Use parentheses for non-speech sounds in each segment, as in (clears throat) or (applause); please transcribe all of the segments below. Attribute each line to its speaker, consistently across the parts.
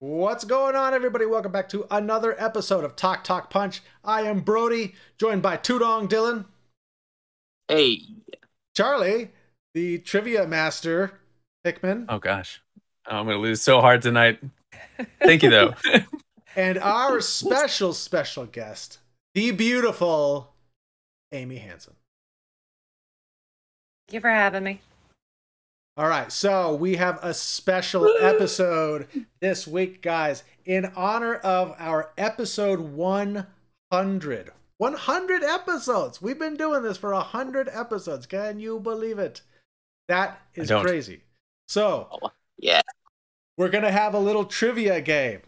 Speaker 1: What's going on, everybody? Welcome back to another episode of Talk Talk Punch. I am Brody, joined by Tudong Dylan,
Speaker 2: Hey.
Speaker 1: Charlie, the trivia master, Hickman,
Speaker 3: Oh gosh, I'm gonna lose so hard tonight. Thank you though.
Speaker 1: and our special, special guest, the beautiful Amy Hansen.
Speaker 4: Thank you for having me.
Speaker 1: All right, so we have a special episode this week, guys, in honor of our episode 100. 100 episodes! We've been doing this for 100 episodes. Can you believe it? That is
Speaker 3: don't.
Speaker 1: crazy. So,
Speaker 2: Yeah.
Speaker 1: we're going to have a little trivia game.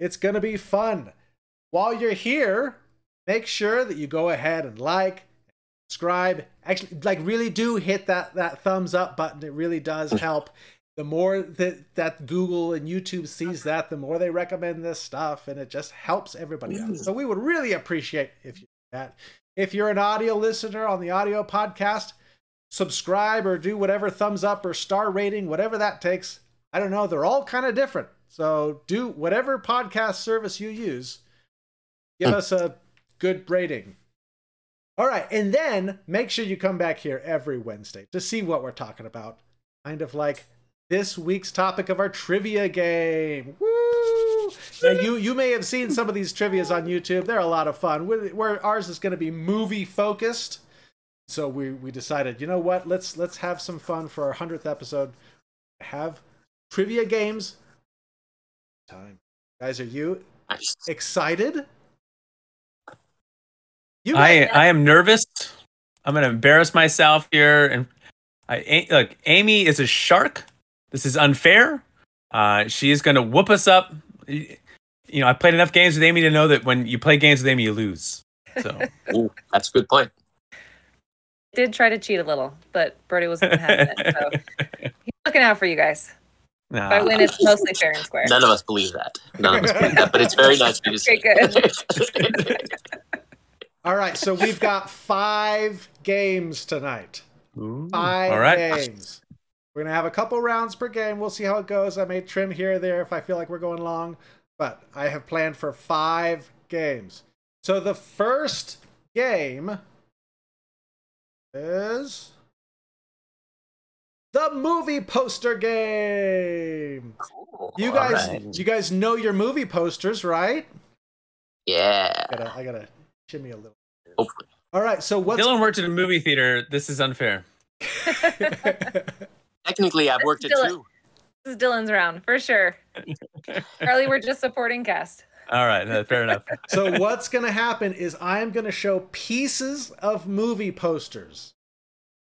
Speaker 1: It's going to be fun. While you're here, make sure that you go ahead and like, subscribe. Actually, like really do hit that that thumbs up button. It really does help. The more that that Google and YouTube sees that, the more they recommend this stuff and it just helps everybody out. So we would really appreciate if you do that. If you're an audio listener on the audio podcast, subscribe or do whatever thumbs up or star rating, whatever that takes. I don't know. They're all kind of different. So do whatever podcast service you use, give us a good rating. All right. And then make sure you come back here every Wednesday to see what we're talking about. Kind of like this week's topic of our trivia game. Woo! Now, you, you may have seen some of these trivias on YouTube. They're a lot of fun. We're, we're- ours is going to be movie focused. So we, we decided, you know what? Let's let's have some fun for our hundredth episode. Have trivia games. Time, guys. Are you
Speaker 2: Nice.
Speaker 1: excited? You
Speaker 3: I I am nervous. I'm gonna embarrass myself here. And I A- look, Amy is a shark. This is unfair. Uh, she is gonna whoop us up. You know, I played enough games with Amy to know that when you play games with Amy, you lose. So
Speaker 2: Ooh, that's a good point.
Speaker 4: Did try to cheat a little, but Brody wasn't having it. So
Speaker 3: (laughs)
Speaker 4: he's looking out for you guys. If I
Speaker 3: nah.
Speaker 4: win, it's mostly fair and square.
Speaker 2: None of us believe that. None of us believe that, but it's very nice of you to say. (laughs) good.
Speaker 1: All right, so
Speaker 2: (laughs)
Speaker 1: we've got five games tonight.
Speaker 3: Ooh,
Speaker 1: Five
Speaker 3: all right.
Speaker 1: games. We're gonna have a couple rounds per game. We'll see how it goes. I may trim here or there if I feel like we're going long, but I have planned for five games. So the first game is the movie poster game. You
Speaker 2: All
Speaker 1: guys,
Speaker 2: right.
Speaker 1: you guys know your movie posters, right?
Speaker 2: Yeah.
Speaker 1: I gotta, I gotta shimmy a little.
Speaker 2: Hopefully.
Speaker 1: All right, so what's
Speaker 3: Dylan worked at a movie theater. This is unfair.
Speaker 2: Technically, I've worked it
Speaker 4: Still-
Speaker 2: too.
Speaker 4: This is Dylan's round for sure. Charlie, we're just supporting cast.
Speaker 3: All right, uh, fair enough.
Speaker 1: so what's going to happen is I am going to show pieces of movie posters.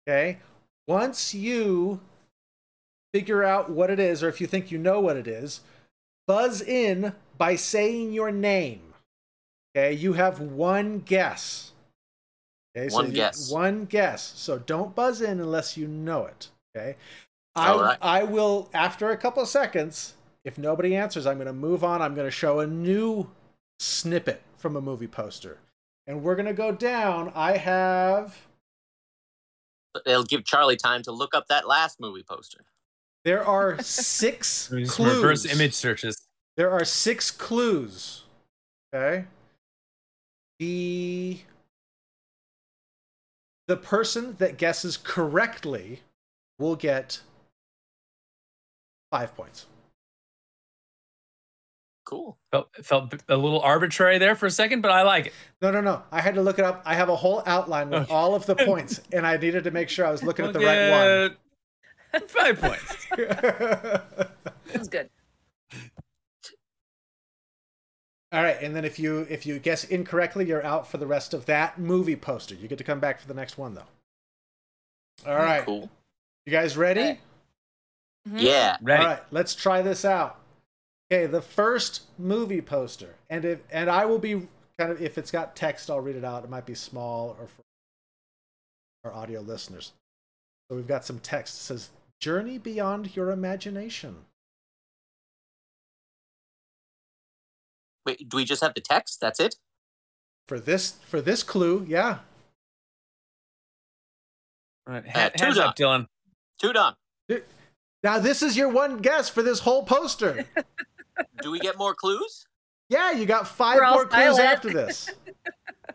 Speaker 1: Okay? Once you figure out what it is or if you think you know what it is, buzz in by saying your name. Okay? You have one guess. Okay?
Speaker 2: One
Speaker 1: you-
Speaker 2: guess.
Speaker 1: One guess. So don't buzz in unless you know it. Okay? I,
Speaker 2: All right.
Speaker 1: I will after a couple of seconds if nobody answers, I'm going to move on. I'm going to show a new snippet from a movie poster. And we're going to go down. I have.
Speaker 2: It'll give Charlie time to look up that last movie poster.
Speaker 1: There are six
Speaker 3: Just
Speaker 1: clues.
Speaker 3: Reverse image searches.
Speaker 1: There are six clues. Okay. The. The person that guesses correctly will get five points.
Speaker 2: Cool.
Speaker 3: Felt, felt a little arbitrary there for a second, but I like it.
Speaker 1: No, no, no. I had to look it up. I have a whole outline with
Speaker 3: Okay.
Speaker 1: all of the points, and I needed to make sure I was looking at the right one.
Speaker 3: right one. (laughs) Five points.
Speaker 1: All
Speaker 4: This is good.
Speaker 1: right, and then if you if you guess incorrectly, you're out for the rest of that movie poster. You get to come back for the next one though. All right.
Speaker 2: Hmm, Cool.
Speaker 1: You guys ready?
Speaker 4: All right. Mhm.
Speaker 2: Yeah.
Speaker 3: Ready.
Speaker 1: All right, let's try this out. Okay, the first movie poster. And if and I will be kind of if it's got text, I'll read it out. It might be small or for our audio listeners. So we've got some text. It says Journey Beyond Your Imagination.
Speaker 2: Wait, do we just have the text? That's it?
Speaker 1: For this for this clue, yeah.
Speaker 3: All right.
Speaker 2: Uh,
Speaker 3: ha-
Speaker 2: two
Speaker 3: hands up, Dylan.
Speaker 2: Two done.
Speaker 4: (laughs)
Speaker 1: Now this is your one guess for this whole poster.
Speaker 2: Do we get more clues?
Speaker 1: Yeah, you got five
Speaker 4: We're all
Speaker 1: more clues
Speaker 4: silent.
Speaker 1: after this. (laughs)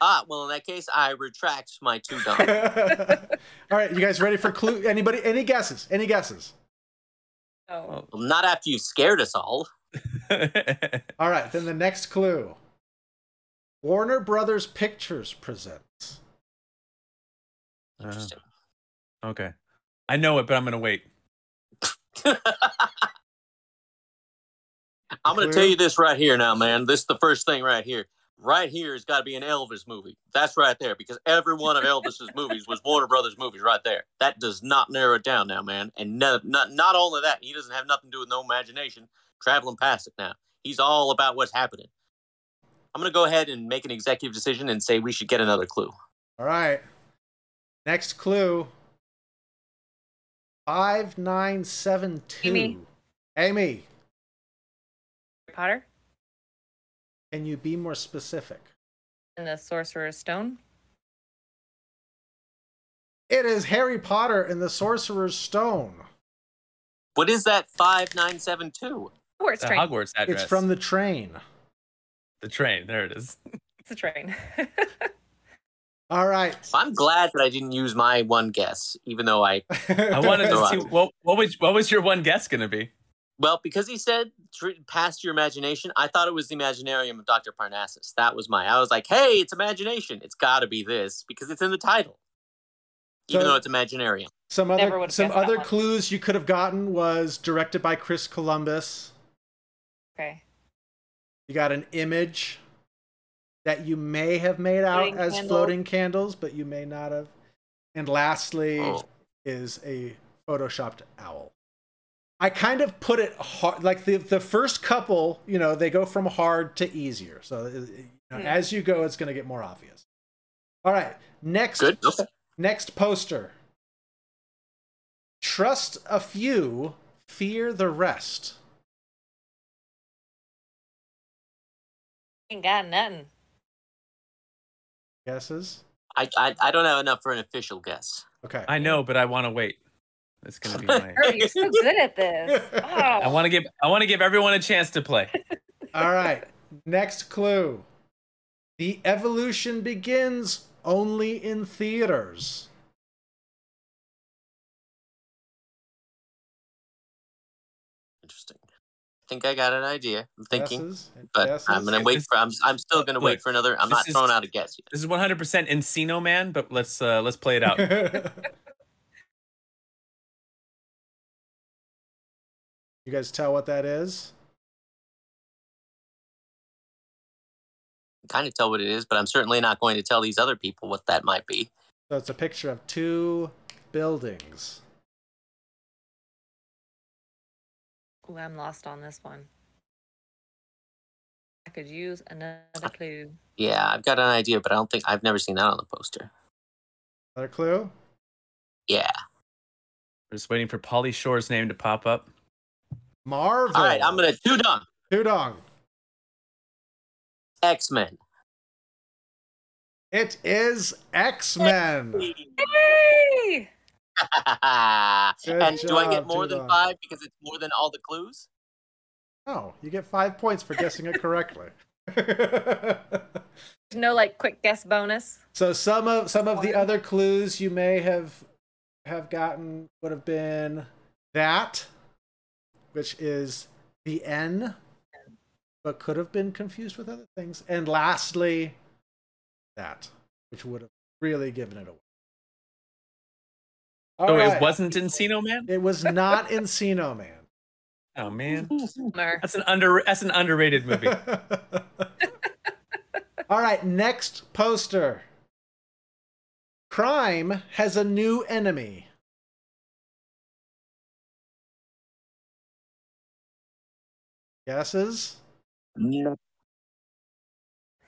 Speaker 2: Ah, well, in that case, I retract my two
Speaker 1: (laughs)
Speaker 2: dollars.
Speaker 1: All right, you guys ready for clue? Anybody? Any guesses? Any guesses?
Speaker 4: Oh.
Speaker 2: Well, not after you scared us all.
Speaker 3: (laughs)
Speaker 1: All right, then the next clue. Warner Brothers Pictures presents. Uh.
Speaker 2: Interesting.
Speaker 3: okay. I know it, but I'm gonna wait.
Speaker 2: I'm going to tell you this right here now, man. This is the first thing right here. Right here has got to be an Elvis movie. That's right there because every one of Elvis's movies was Warner Brothers movies right there. That does not narrow it down now, man. And no, not, not only that, he doesn't have nothing to do with no imagination traveling past it now. He's all about what's happening. I'm going to go ahead and make an executive decision and say we should get another clue.
Speaker 1: All right. Next clue. 5972.
Speaker 4: Amy.
Speaker 1: Amy,
Speaker 4: Harry Potter
Speaker 1: can you be more specific?
Speaker 4: and the Sorcerer's Stone.
Speaker 1: It is Harry Potter and the Sorcerer's Stone.
Speaker 2: What is that 5972?
Speaker 4: Hogwarts
Speaker 3: The
Speaker 4: Oh, train.
Speaker 3: Hogwarts address.
Speaker 1: It's from the train.
Speaker 3: the train. There it
Speaker 1: (laughs)
Speaker 3: is.
Speaker 4: It's a train. (laughs)
Speaker 1: All right.
Speaker 2: I'm glad that I didn't use my one guess, even though I
Speaker 3: I wanted to
Speaker 2: Right.
Speaker 3: see what what was what was your one guess gonna be?
Speaker 2: Well, because he said tr- past your imagination, I thought it was the Imaginarium of Dr. Parnassus. That was my. I was like, hey, it's imagination. It's got to be this because it's in the title, even
Speaker 1: So-
Speaker 2: though it's Imaginarium.
Speaker 1: (laughs) some
Speaker 4: Never
Speaker 1: other
Speaker 4: would've
Speaker 1: some
Speaker 4: guessed that
Speaker 1: other
Speaker 4: one.
Speaker 1: clues you could have gotten was directed by Chris Columbus.
Speaker 4: okay.
Speaker 1: You got an image that you may have made out
Speaker 4: Floating
Speaker 1: as
Speaker 4: candles.
Speaker 1: floating candles, but you may not have. And lastly
Speaker 2: Oh.
Speaker 1: is a photoshopped owl. I kind of put it hard, like the the first couple, you know, they go from hard to easier. So it- it- you know,
Speaker 4: Hmm.
Speaker 1: as you go, it's going to get more obvious. All right, next
Speaker 2: Good. Okay.
Speaker 1: next poster. Trust a few, fear the rest.
Speaker 4: Ain't got nothing.
Speaker 1: Guesses?
Speaker 2: I, I, I don't have enough for an official guess.
Speaker 1: Okay.
Speaker 3: I know, but I want to wait. That's gonna
Speaker 2: (laughs)
Speaker 3: be my.
Speaker 4: Herb, you're so good at this. Oh.
Speaker 3: (laughs) I want to give I want to give everyone a chance to play.
Speaker 1: All right. Next clue. The evolution begins only in theaters.
Speaker 2: Interesting. I think I got an idea. I'm thinking,
Speaker 1: Guesses?
Speaker 2: but
Speaker 1: Guesses? (laughs)
Speaker 2: I'm gonna wait
Speaker 3: This-
Speaker 2: for. I'm, I'm still gonna wait
Speaker 3: Look,
Speaker 2: for another. I'm
Speaker 3: this
Speaker 2: not
Speaker 3: is-
Speaker 2: throwing out a guess. Yet.
Speaker 3: This is 100% Encino Man, but let's uh, let's play it
Speaker 1: (laughs)
Speaker 3: out.
Speaker 1: you guys tell what that is?
Speaker 2: Kind of tell what it is, but I'm certainly not going to tell these other people what that might be.
Speaker 1: So it's a picture of two buildings.
Speaker 4: Ooh, I'm lost on this one. I could use another
Speaker 2: Ah.
Speaker 4: clue.
Speaker 2: Yeah, I've got an idea, but I don't think I've never seen that on the poster.
Speaker 1: Another clue?
Speaker 2: Yeah.
Speaker 3: We're just waiting for Polly Shore's name to pop up.
Speaker 1: Marvel.
Speaker 2: All right, I'm gonna two done.
Speaker 1: Tudong.
Speaker 2: X Men.
Speaker 1: It is X
Speaker 2: (laughs)
Speaker 1: Men.
Speaker 4: Yay!
Speaker 2: and do I
Speaker 1: job,
Speaker 2: get more than
Speaker 1: Tudor.
Speaker 2: five because it's more than all the clues?
Speaker 1: Oh, you get five points for guessing it correctly. (laughs)
Speaker 4: There's no like quick guess bonus.
Speaker 1: so some of some of the other clues you may have have gotten would have been that, which is the N, but could have been confused with other things. And lastly, that, which would have really given it away. All
Speaker 3: oh,
Speaker 1: right.
Speaker 3: it wasn't Encino Man.
Speaker 1: It was not Encino Man.
Speaker 3: Oh man,
Speaker 4: Mer.
Speaker 3: that's an under that's an underrated movie.
Speaker 1: (laughs) All right, next poster. Crime has a new enemy. Guesses?
Speaker 2: No.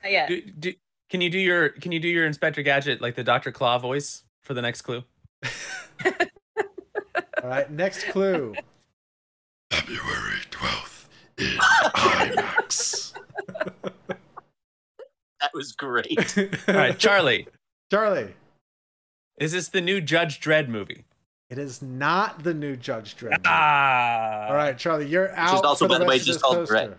Speaker 4: Not yet.
Speaker 3: do, do, can you do your Can you do your Inspector Gadget like the Doctor Claw voice for the next clue?
Speaker 1: All right, next clue. (laughs) February 12th in
Speaker 3: (laughs)
Speaker 1: IMAX.
Speaker 2: That was great. (laughs)
Speaker 3: All right, Charlie,
Speaker 1: Charlie.
Speaker 3: is this the new Judge Dredd movie?
Speaker 1: It is not the new Judge Dredd.
Speaker 3: Ah.
Speaker 1: All right, Charlie, you're out.
Speaker 2: is also,
Speaker 1: for the
Speaker 2: by the
Speaker 1: rest
Speaker 2: way,
Speaker 1: of
Speaker 2: just
Speaker 1: this
Speaker 2: called
Speaker 1: poster.
Speaker 2: Dredd.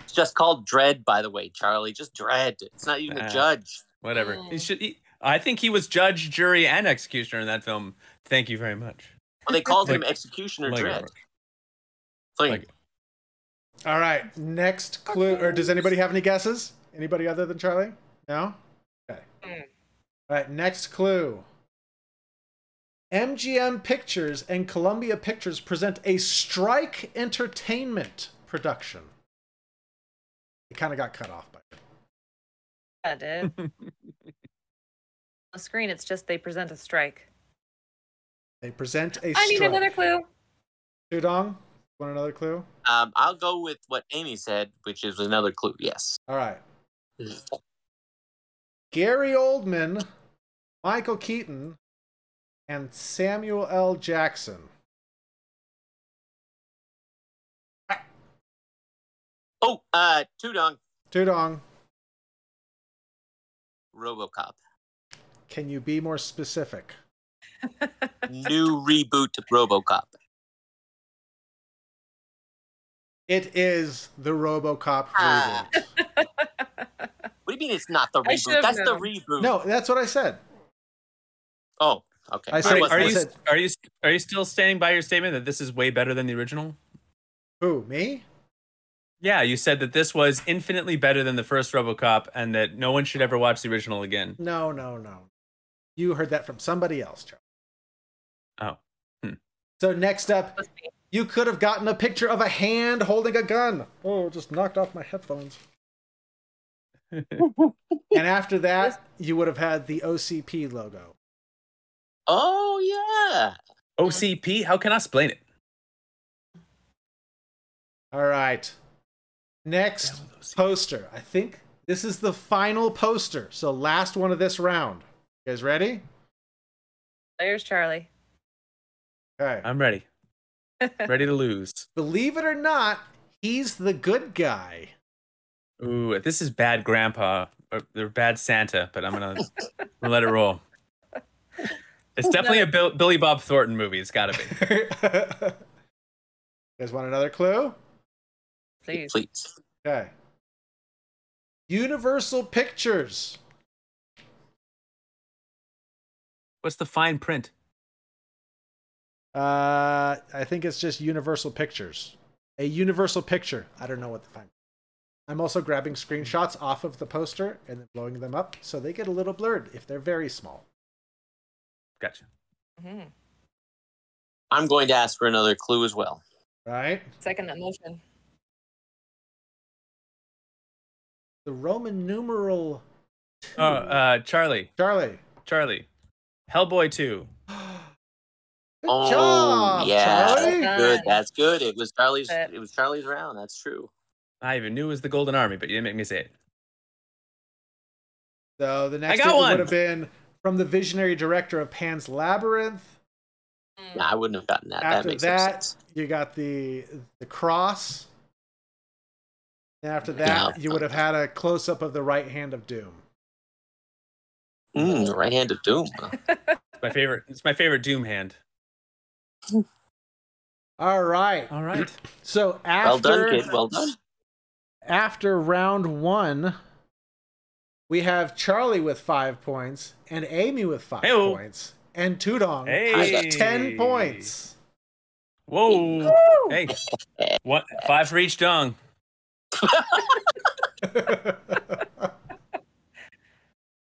Speaker 2: It's just called Dread, by the way, Charlie. Just Dread. It's not even
Speaker 3: Ah.
Speaker 2: a judge.
Speaker 3: Whatever. He
Speaker 4: Mm.
Speaker 3: should. He, I think he was judge, jury, and executioner in that film. Thank you very much.
Speaker 2: Well,
Speaker 3: (laughs)
Speaker 2: they called him
Speaker 3: Like-
Speaker 2: Executioner
Speaker 3: Like,
Speaker 2: Dread. Like,
Speaker 3: like-
Speaker 1: All right, next clue. Or does anybody have any guesses? Anybody other than Charlie? No? Okay.
Speaker 4: Hmm.
Speaker 1: All right, next clue. MGM Pictures and Columbia Pictures present a Strike Entertainment production. It kind of got cut off by
Speaker 4: I did. On the screen, it's just they present a strike.
Speaker 1: They present a
Speaker 4: I
Speaker 1: strike.
Speaker 4: need another clue.
Speaker 1: Dudong, want another clue?
Speaker 2: um, I'll go with what Amy said, which is another clue. Yes. (laughs)
Speaker 1: All right. Gary Oldman, Michael Keaton, and Samuel L. Jackson.
Speaker 2: Oh, uh, Tudong
Speaker 1: Dudong,
Speaker 2: RoboCop,
Speaker 3: (laughs)
Speaker 1: can you be more specific?
Speaker 4: (laughs)
Speaker 2: new reboot of RoboCop.
Speaker 1: It is the RoboCop
Speaker 2: Ah.
Speaker 1: reboot.
Speaker 2: What do you mean it's not the
Speaker 4: I should've
Speaker 2: reboot? That's the
Speaker 4: known.
Speaker 2: reboot.
Speaker 1: No, that's what I said.
Speaker 2: Oh, okay.
Speaker 1: I
Speaker 2: I
Speaker 1: said-
Speaker 3: Are,
Speaker 2: wasn't
Speaker 3: are you
Speaker 2: listening.
Speaker 1: said-
Speaker 3: are you are you still standing by your statement that this is way better than the original?
Speaker 1: Who, me?
Speaker 3: Yeah, you said that this was infinitely better than the first RoboCop, and that no one should ever watch the original again.
Speaker 1: No, no, no. You heard that from somebody else, Charlie.
Speaker 3: Oh. Hmm.
Speaker 1: So next up, you could have gotten a picture of a hand holding a gun. Oh, just knocked off my
Speaker 3: (laughs)
Speaker 1: headphones. and after that, you would have had the OCP logo.
Speaker 2: Oh, yeah.
Speaker 3: OCP? How can I explain it?
Speaker 1: All right. Next poster. I think this is the final poster. So last one of this round. You guys ready?
Speaker 4: There's Charlie.
Speaker 1: Okay.
Speaker 3: I'm (laughs) ready. Ready to lose.
Speaker 1: Believe it or not, he's the good guy.
Speaker 3: Ooh, this is bad grandpa or, or bad Santa, but I'm gonna, I'm gonna let it roll. It's definitely a Bill, Billy Bob Thornton movie. It's gotta be.
Speaker 1: you guys want another clue?
Speaker 4: Please.
Speaker 2: Please.
Speaker 1: Okay. Universal Pictures.
Speaker 3: What's the fine print?
Speaker 1: Uh, I think it's just Universal Pictures. A Universal Picture. I don't know what the fine. I'm also grabbing screenshots off of the poster and then blowing them up so they get a little blurred if they're very small.
Speaker 3: Gotcha.
Speaker 4: Mhm.
Speaker 2: I'm going to ask for another clue as well.
Speaker 1: Right?
Speaker 4: Second that motion.
Speaker 1: The Roman numeral.
Speaker 3: Oh, uh, Charlie,
Speaker 1: (gasps) Charlie.
Speaker 3: Charlie, Hellboy two.
Speaker 1: Good
Speaker 2: oh,
Speaker 1: job,
Speaker 2: yeah.
Speaker 1: Charlie.
Speaker 2: That's good. That's good. It was Charlie's.
Speaker 4: But-
Speaker 2: It was Charlie's round. That's true.
Speaker 3: I even knew it was the Golden Army, but you didn't make me say it.
Speaker 1: So the next
Speaker 3: got
Speaker 1: one
Speaker 3: one.
Speaker 1: would have been from the visionary director of Pan's Labyrinth.
Speaker 4: Mm.
Speaker 2: Nah, I wouldn't have gotten that. that
Speaker 1: after
Speaker 2: makes no
Speaker 1: that,
Speaker 2: sense.
Speaker 1: you got the the cross. And after that,
Speaker 2: Yeah.
Speaker 1: you would have had a close up of the right hand of doom.
Speaker 2: Mm, right hand of doom.
Speaker 1: (laughs)
Speaker 3: It's my favorite. It's my favorite Doom hand.
Speaker 1: All right.
Speaker 3: All right.
Speaker 1: So
Speaker 2: well
Speaker 1: after
Speaker 2: done, kid. Well done.
Speaker 1: after round one, we have Charlie with five points and Amy with 5
Speaker 3: Hey-o.
Speaker 1: points and Tudong
Speaker 3: Hey.
Speaker 1: ten points. (laughs) Oh,
Speaker 3: Whoa. Hey. What? Five for each dong.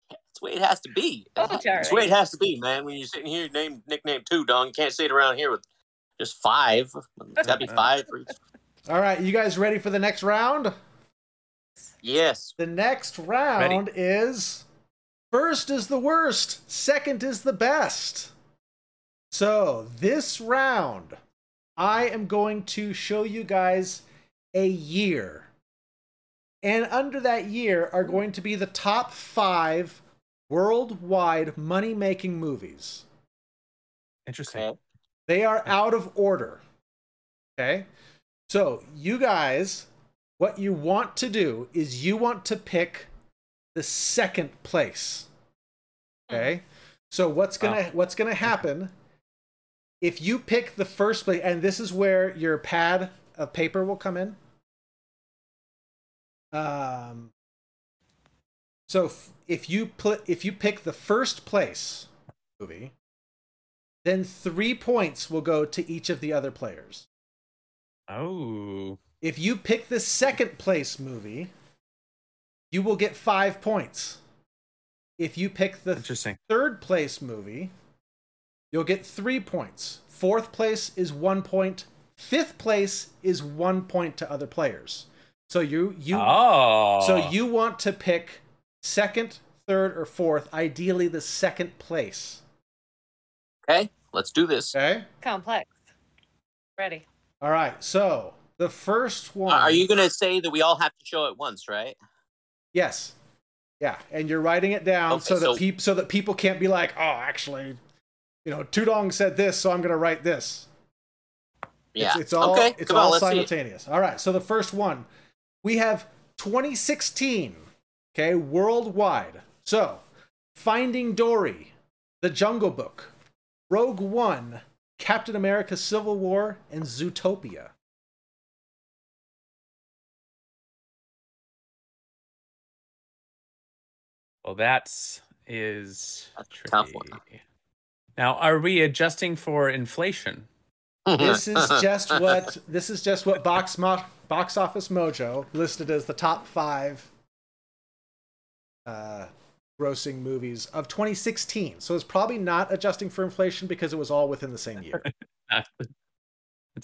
Speaker 2: That's the way it has to be.
Speaker 4: Oh,
Speaker 2: That's
Speaker 4: Jared.
Speaker 2: the way it has to be, man. When you're sitting here, name nickname two, Don. Can't say it around here with just five.
Speaker 1: (laughs)
Speaker 2: That'd be five. For each.
Speaker 1: All right, you guys ready for the next round?
Speaker 2: Yes.
Speaker 1: The next round is first is the worst, second is the best. So, this round, I am going to show you guys a year. And under that year are going to be the top five worldwide money making movies.
Speaker 3: Interesting.
Speaker 2: Okay.
Speaker 1: They are out of order. Okay. So, you guys, what you want to do is you want to pick the second place. Okay. So, what's going to what's going to happen if you pick the first place, and this is where your pad of paper will come in. Um, so f- if you pl- if you pick the first place movie, then three points will go to each of the other players.
Speaker 3: Oh.
Speaker 1: If you pick the second place movie, you will get five points. If you pick the
Speaker 3: Interesting.
Speaker 1: third place movie, you'll get three points. Fourth place is one point. Fifth place is one point to other players. So you you
Speaker 3: oh.
Speaker 1: so you want to pick second, third, or fourth. Ideally, the second place.
Speaker 2: Okay, let's do this.
Speaker 1: Okay.
Speaker 4: Complex. Ready.
Speaker 1: All right. So the first one.
Speaker 2: Are you going to say that we all have to show it once, right?
Speaker 1: Yes. Yeah, and you're writing it down
Speaker 2: Okay,
Speaker 1: so that
Speaker 2: so-
Speaker 1: peop- so that people can't be like, oh, actually, you know, Tudong said this, so I'm gonna write this.
Speaker 2: Yeah.
Speaker 1: It's, it's all
Speaker 2: okay,
Speaker 1: it's
Speaker 2: come
Speaker 1: all
Speaker 2: on, let's see. it.
Speaker 1: simultaneous. All right. So the first one, we have 2016. Okay, worldwide. So, Finding Dory, The Jungle Book, Rogue One, Captain America: Civil War, and Zootopia.
Speaker 3: Well, that's is
Speaker 2: That's a
Speaker 3: tricky.
Speaker 2: tough one.
Speaker 3: Now, are we adjusting for inflation?
Speaker 2: (laughs)
Speaker 1: This
Speaker 3: (laughs)
Speaker 1: is just what this is just what Box Mo- Box Office Mojo listed as the top five uh, grossing movies of 2016. So it's probably not adjusting for inflation because it was all within the same
Speaker 3: (laughs)
Speaker 1: year.
Speaker 3: That's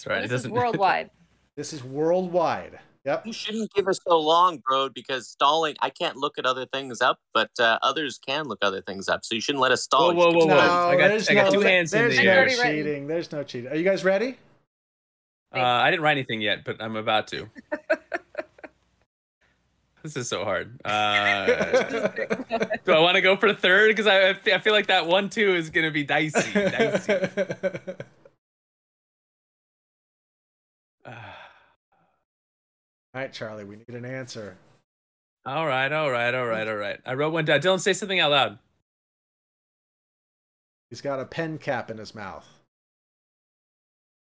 Speaker 3: right. it
Speaker 4: this is
Speaker 3: doesn't. (laughs)
Speaker 4: worldwide.
Speaker 1: This is worldwide. Yep.
Speaker 2: You shouldn't give us so long, bro, because stalling, I can't look at other things up, but uh, others can look other things up. So you shouldn't let us stall.
Speaker 3: Whoa,
Speaker 2: You should keep
Speaker 3: whoa, whoa.
Speaker 2: going.
Speaker 3: I got-
Speaker 1: there's
Speaker 3: I got two hands in
Speaker 1: there's
Speaker 4: the air. I've already
Speaker 1: no
Speaker 4: written.
Speaker 1: cheating. There's no cheating. Are you guys ready?
Speaker 3: uh, I didn't write anything yet, but I'm about
Speaker 2: (laughs)
Speaker 3: to. this is so hard. Uh, do I want to go for third? Because I, I fe- I feel like that one two is gonna be
Speaker 2: (laughs)
Speaker 3: dicey. dicey. Uh,
Speaker 1: (laughs) all right, Charlie. We need an answer.
Speaker 3: all right, all right, all right, all right. I wrote one down. Dylan, say something out loud.
Speaker 1: He's got a pen cap in his mouth.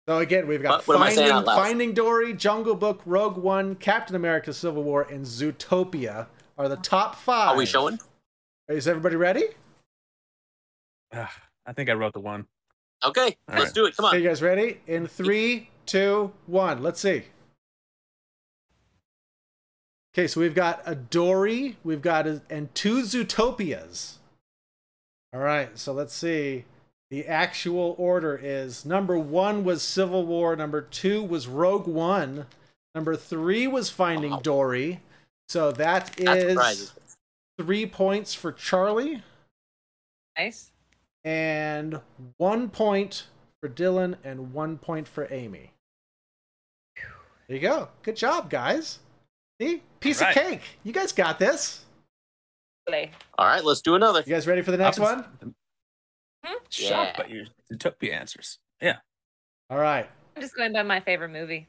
Speaker 1: So again, we've got
Speaker 2: What- what am I saying
Speaker 1: Finding,
Speaker 2: out loud?
Speaker 1: Finding Dory, Jungle Book, Rogue One, Captain America: Civil War, and Zootopia are the top five.
Speaker 2: Are we showing?
Speaker 1: Is everybody ready?
Speaker 3: Ugh, I think I wrote the one.
Speaker 2: Okay,
Speaker 3: All
Speaker 2: let's
Speaker 3: right.
Speaker 2: do it. Come
Speaker 1: Are
Speaker 2: on.
Speaker 1: you guys ready? In three, two, one. Let's see. Okay, so we've got a Dory, we've got a, and two Zootopias. All right, so let's see. The actual order is number one was Civil War, number two was Rogue One, number three was Finding
Speaker 2: Wow.
Speaker 1: Dory. So that
Speaker 2: That's
Speaker 1: is
Speaker 2: prizes.
Speaker 1: three points for Charlie
Speaker 4: Nice.
Speaker 1: and one point for Dylan and one point for Amy. There you go. Good job, guys. See? Piece
Speaker 3: All
Speaker 1: of
Speaker 3: right.
Speaker 1: cake. You guys got this.
Speaker 4: Play.
Speaker 2: All right, let's do another.
Speaker 1: You guys ready for the next
Speaker 3: Opposite-
Speaker 1: one?
Speaker 4: Hmm?
Speaker 2: Yeah.
Speaker 3: Shocked by your Zootopia answers. Yeah.
Speaker 1: All right. (laughs)
Speaker 4: I'm just going by my favorite movie.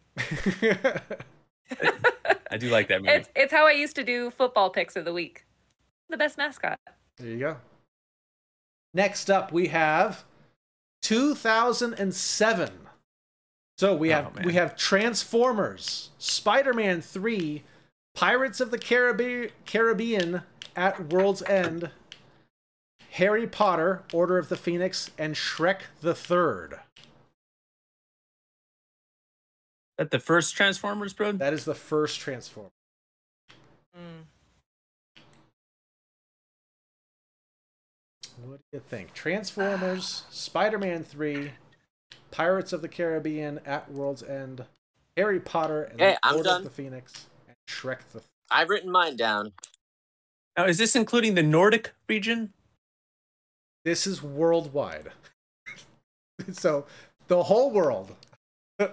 Speaker 3: I do like that movie.
Speaker 4: It's, it's how I used to do football picks of the week. The best mascot.
Speaker 1: There you go. Next up, we have 2007. So we
Speaker 3: Oh,
Speaker 1: have
Speaker 3: man.
Speaker 1: we have Transformers, Spider-Man 3, Pirates of the Caribbean, Caribbean at World's End, Harry Potter, Order of the Phoenix, and Shrek the Third.
Speaker 3: that the first Transformers, bro?
Speaker 1: That is the first Transformer.
Speaker 4: Mm.
Speaker 1: What do you think? Transformers, Spider-Man 3, Pirates of the Caribbean at World's End, Harry Potter and
Speaker 2: Okay, I'm
Speaker 1: Order
Speaker 2: done.
Speaker 1: of the Phoenix, and Shrek the Third.
Speaker 2: I've written mine down.
Speaker 3: Now, is this including the Nordic region?
Speaker 1: This is worldwide. (laughs) so the whole world. (laughs)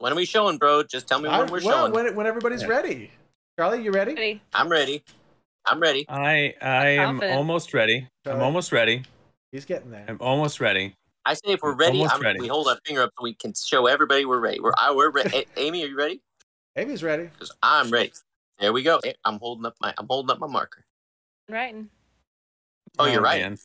Speaker 2: When are we showing, bro? Just tell me when
Speaker 1: I-
Speaker 2: we're
Speaker 1: well,
Speaker 2: showing.
Speaker 1: when, it- when everybody's
Speaker 3: Yeah.
Speaker 1: ready. Charlie, you ready?
Speaker 4: Ready?
Speaker 2: I'm ready. I'm ready.
Speaker 3: I I am
Speaker 4: Confident.
Speaker 3: almost ready. I'm
Speaker 1: Sorry.
Speaker 3: almost ready.
Speaker 1: He's getting there.
Speaker 3: I'm almost ready.
Speaker 2: I say if we're
Speaker 3: I'm
Speaker 2: ready,
Speaker 3: almost
Speaker 2: I'm,
Speaker 3: ready.
Speaker 2: we hold our finger up so we can show everybody we're ready. We're, I, we're ready. Amy, are you ready?
Speaker 1: Amy's ready.
Speaker 2: Because I'm ready. There we go. I'm holding up my. I'm holding up my marker.
Speaker 4: I'm writing.
Speaker 2: Oh, you're right.
Speaker 3: man.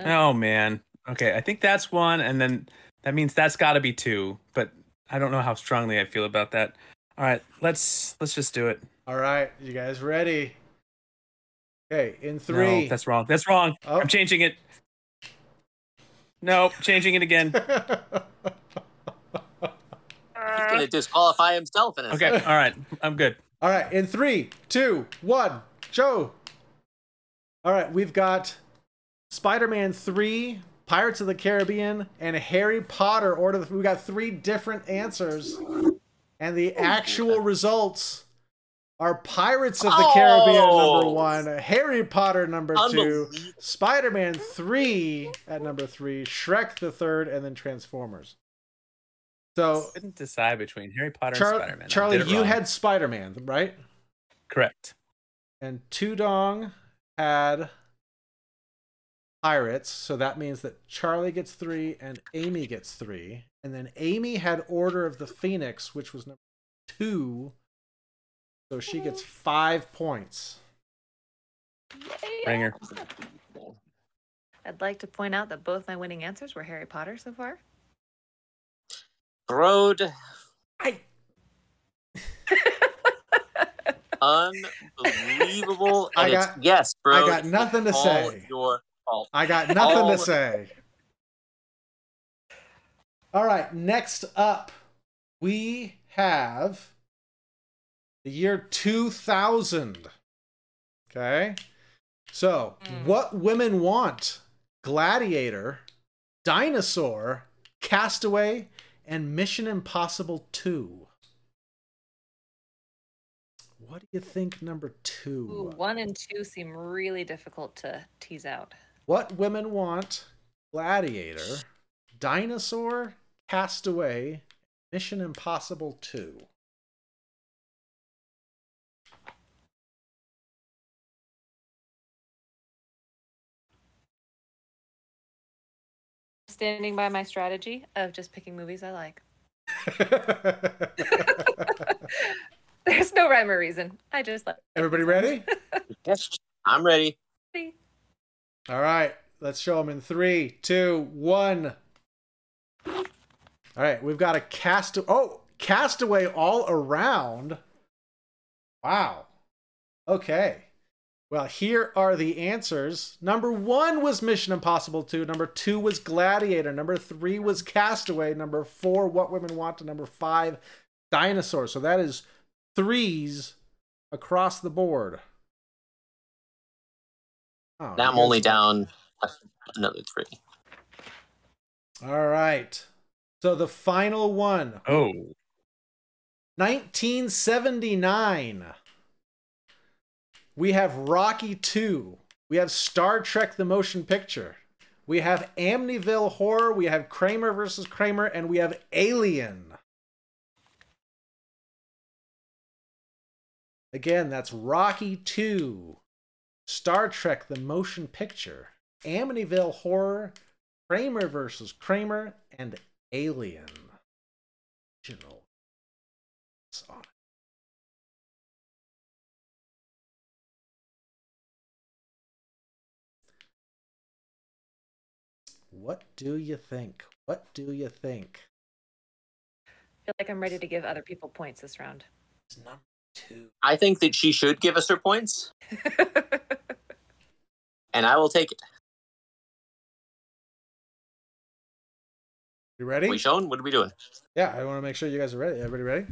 Speaker 3: Oh man. Okay, I think that's one, and then that means that's got to be two. But I don't know how strongly I feel about that. All right, let's let's just do it.
Speaker 1: All right, you guys ready? Okay, in
Speaker 3: No,
Speaker 1: three.
Speaker 3: that's wrong. That's wrong.
Speaker 1: Oh.
Speaker 3: I'm changing it. Nope, changing it again.
Speaker 1: (laughs)
Speaker 3: (laughs)
Speaker 2: He's gonna disqualify himself in a
Speaker 1: (laughs)
Speaker 3: Okay, all right, I'm good.
Speaker 1: All right, in three, two, one, Joe. All right, we've got Spider-Man three, Pirates of the Caribbean, and Harry Potter. Order. We got three different answers, and the actual results are Pirates of the Caribbean number
Speaker 2: Oh.
Speaker 1: one, Harry Potter number two,
Speaker 2: Unbelievable.
Speaker 1: Spider-Man three at number three, Shrek the third, and then Transformers. So.
Speaker 3: Couldn't decide between Harry Potter
Speaker 1: Oh. Char-
Speaker 3: and Spider-Man. I
Speaker 1: Charlie,
Speaker 3: did it
Speaker 1: you
Speaker 3: wrong.
Speaker 1: had Spider-Man, right?
Speaker 3: correct.
Speaker 1: and Tudong had pirates, so that means that Charlie gets three and Amy gets three, and then Amy had Order of the Phoenix, which was number two, so she gets five points.
Speaker 3: Ringer.
Speaker 4: I'd like to point out that both my winning answers were Harry Potter so far.
Speaker 2: Throwed
Speaker 1: I
Speaker 2: unbelievable.
Speaker 1: I
Speaker 2: and it's-
Speaker 1: got-
Speaker 2: yes, bro.
Speaker 1: I got nothing to
Speaker 2: all
Speaker 1: say.
Speaker 2: Your fault.
Speaker 1: I got nothing
Speaker 2: All-
Speaker 1: to say. All right, next up, we have the year 2000. Okay. So, what women want Gladiator, Dinosaur, Castaway, and Mission Impossible 2. What do you think number two?
Speaker 4: Ooh, one and two seem really difficult to tease out.
Speaker 1: What Women Want, Gladiator, Dinosaur, Castaway, Mission Impossible 2.
Speaker 4: Standing by my strategy of just picking movies I like. (laughs) There's no rhyme or reason. I just like.
Speaker 1: Everybody ready?
Speaker 2: Yes, I'm ready.
Speaker 1: All right, let's show them in three, two, one. All right, we've got a cast. Oh, Castaway all around. Wow. Okay. Well, here are the answers. Number one was Mission Impossible 2. Number two was Gladiator. Number three was Castaway. Number four, What Women Want. And number five, Dinosaur. So that is threes across the board. Oh,
Speaker 2: Now I'm
Speaker 1: you
Speaker 2: only
Speaker 1: guys-
Speaker 2: down another three.
Speaker 1: All right. So the final one,
Speaker 3: Oh,
Speaker 1: 1979. We have Rocky 2. We have Star Trek the Motion Picture. We have Amityville Horror. We have Kramer versus Kramer. And we have Alien. Again, that's Rocky 2, Star Trek the Motion Picture, Amityville Horror, Kramer versus Kramer, and Alien. Original. It's on it. What do you think? What do you think?
Speaker 4: I feel like I'm ready to give other people points this round. (laughs)
Speaker 1: It's number two.
Speaker 2: I think that she should give us her points, and I will take it.
Speaker 1: You ready?
Speaker 2: We shown? What are we doing?
Speaker 1: Yeah, I want to make sure you guys are ready. Everybody ready?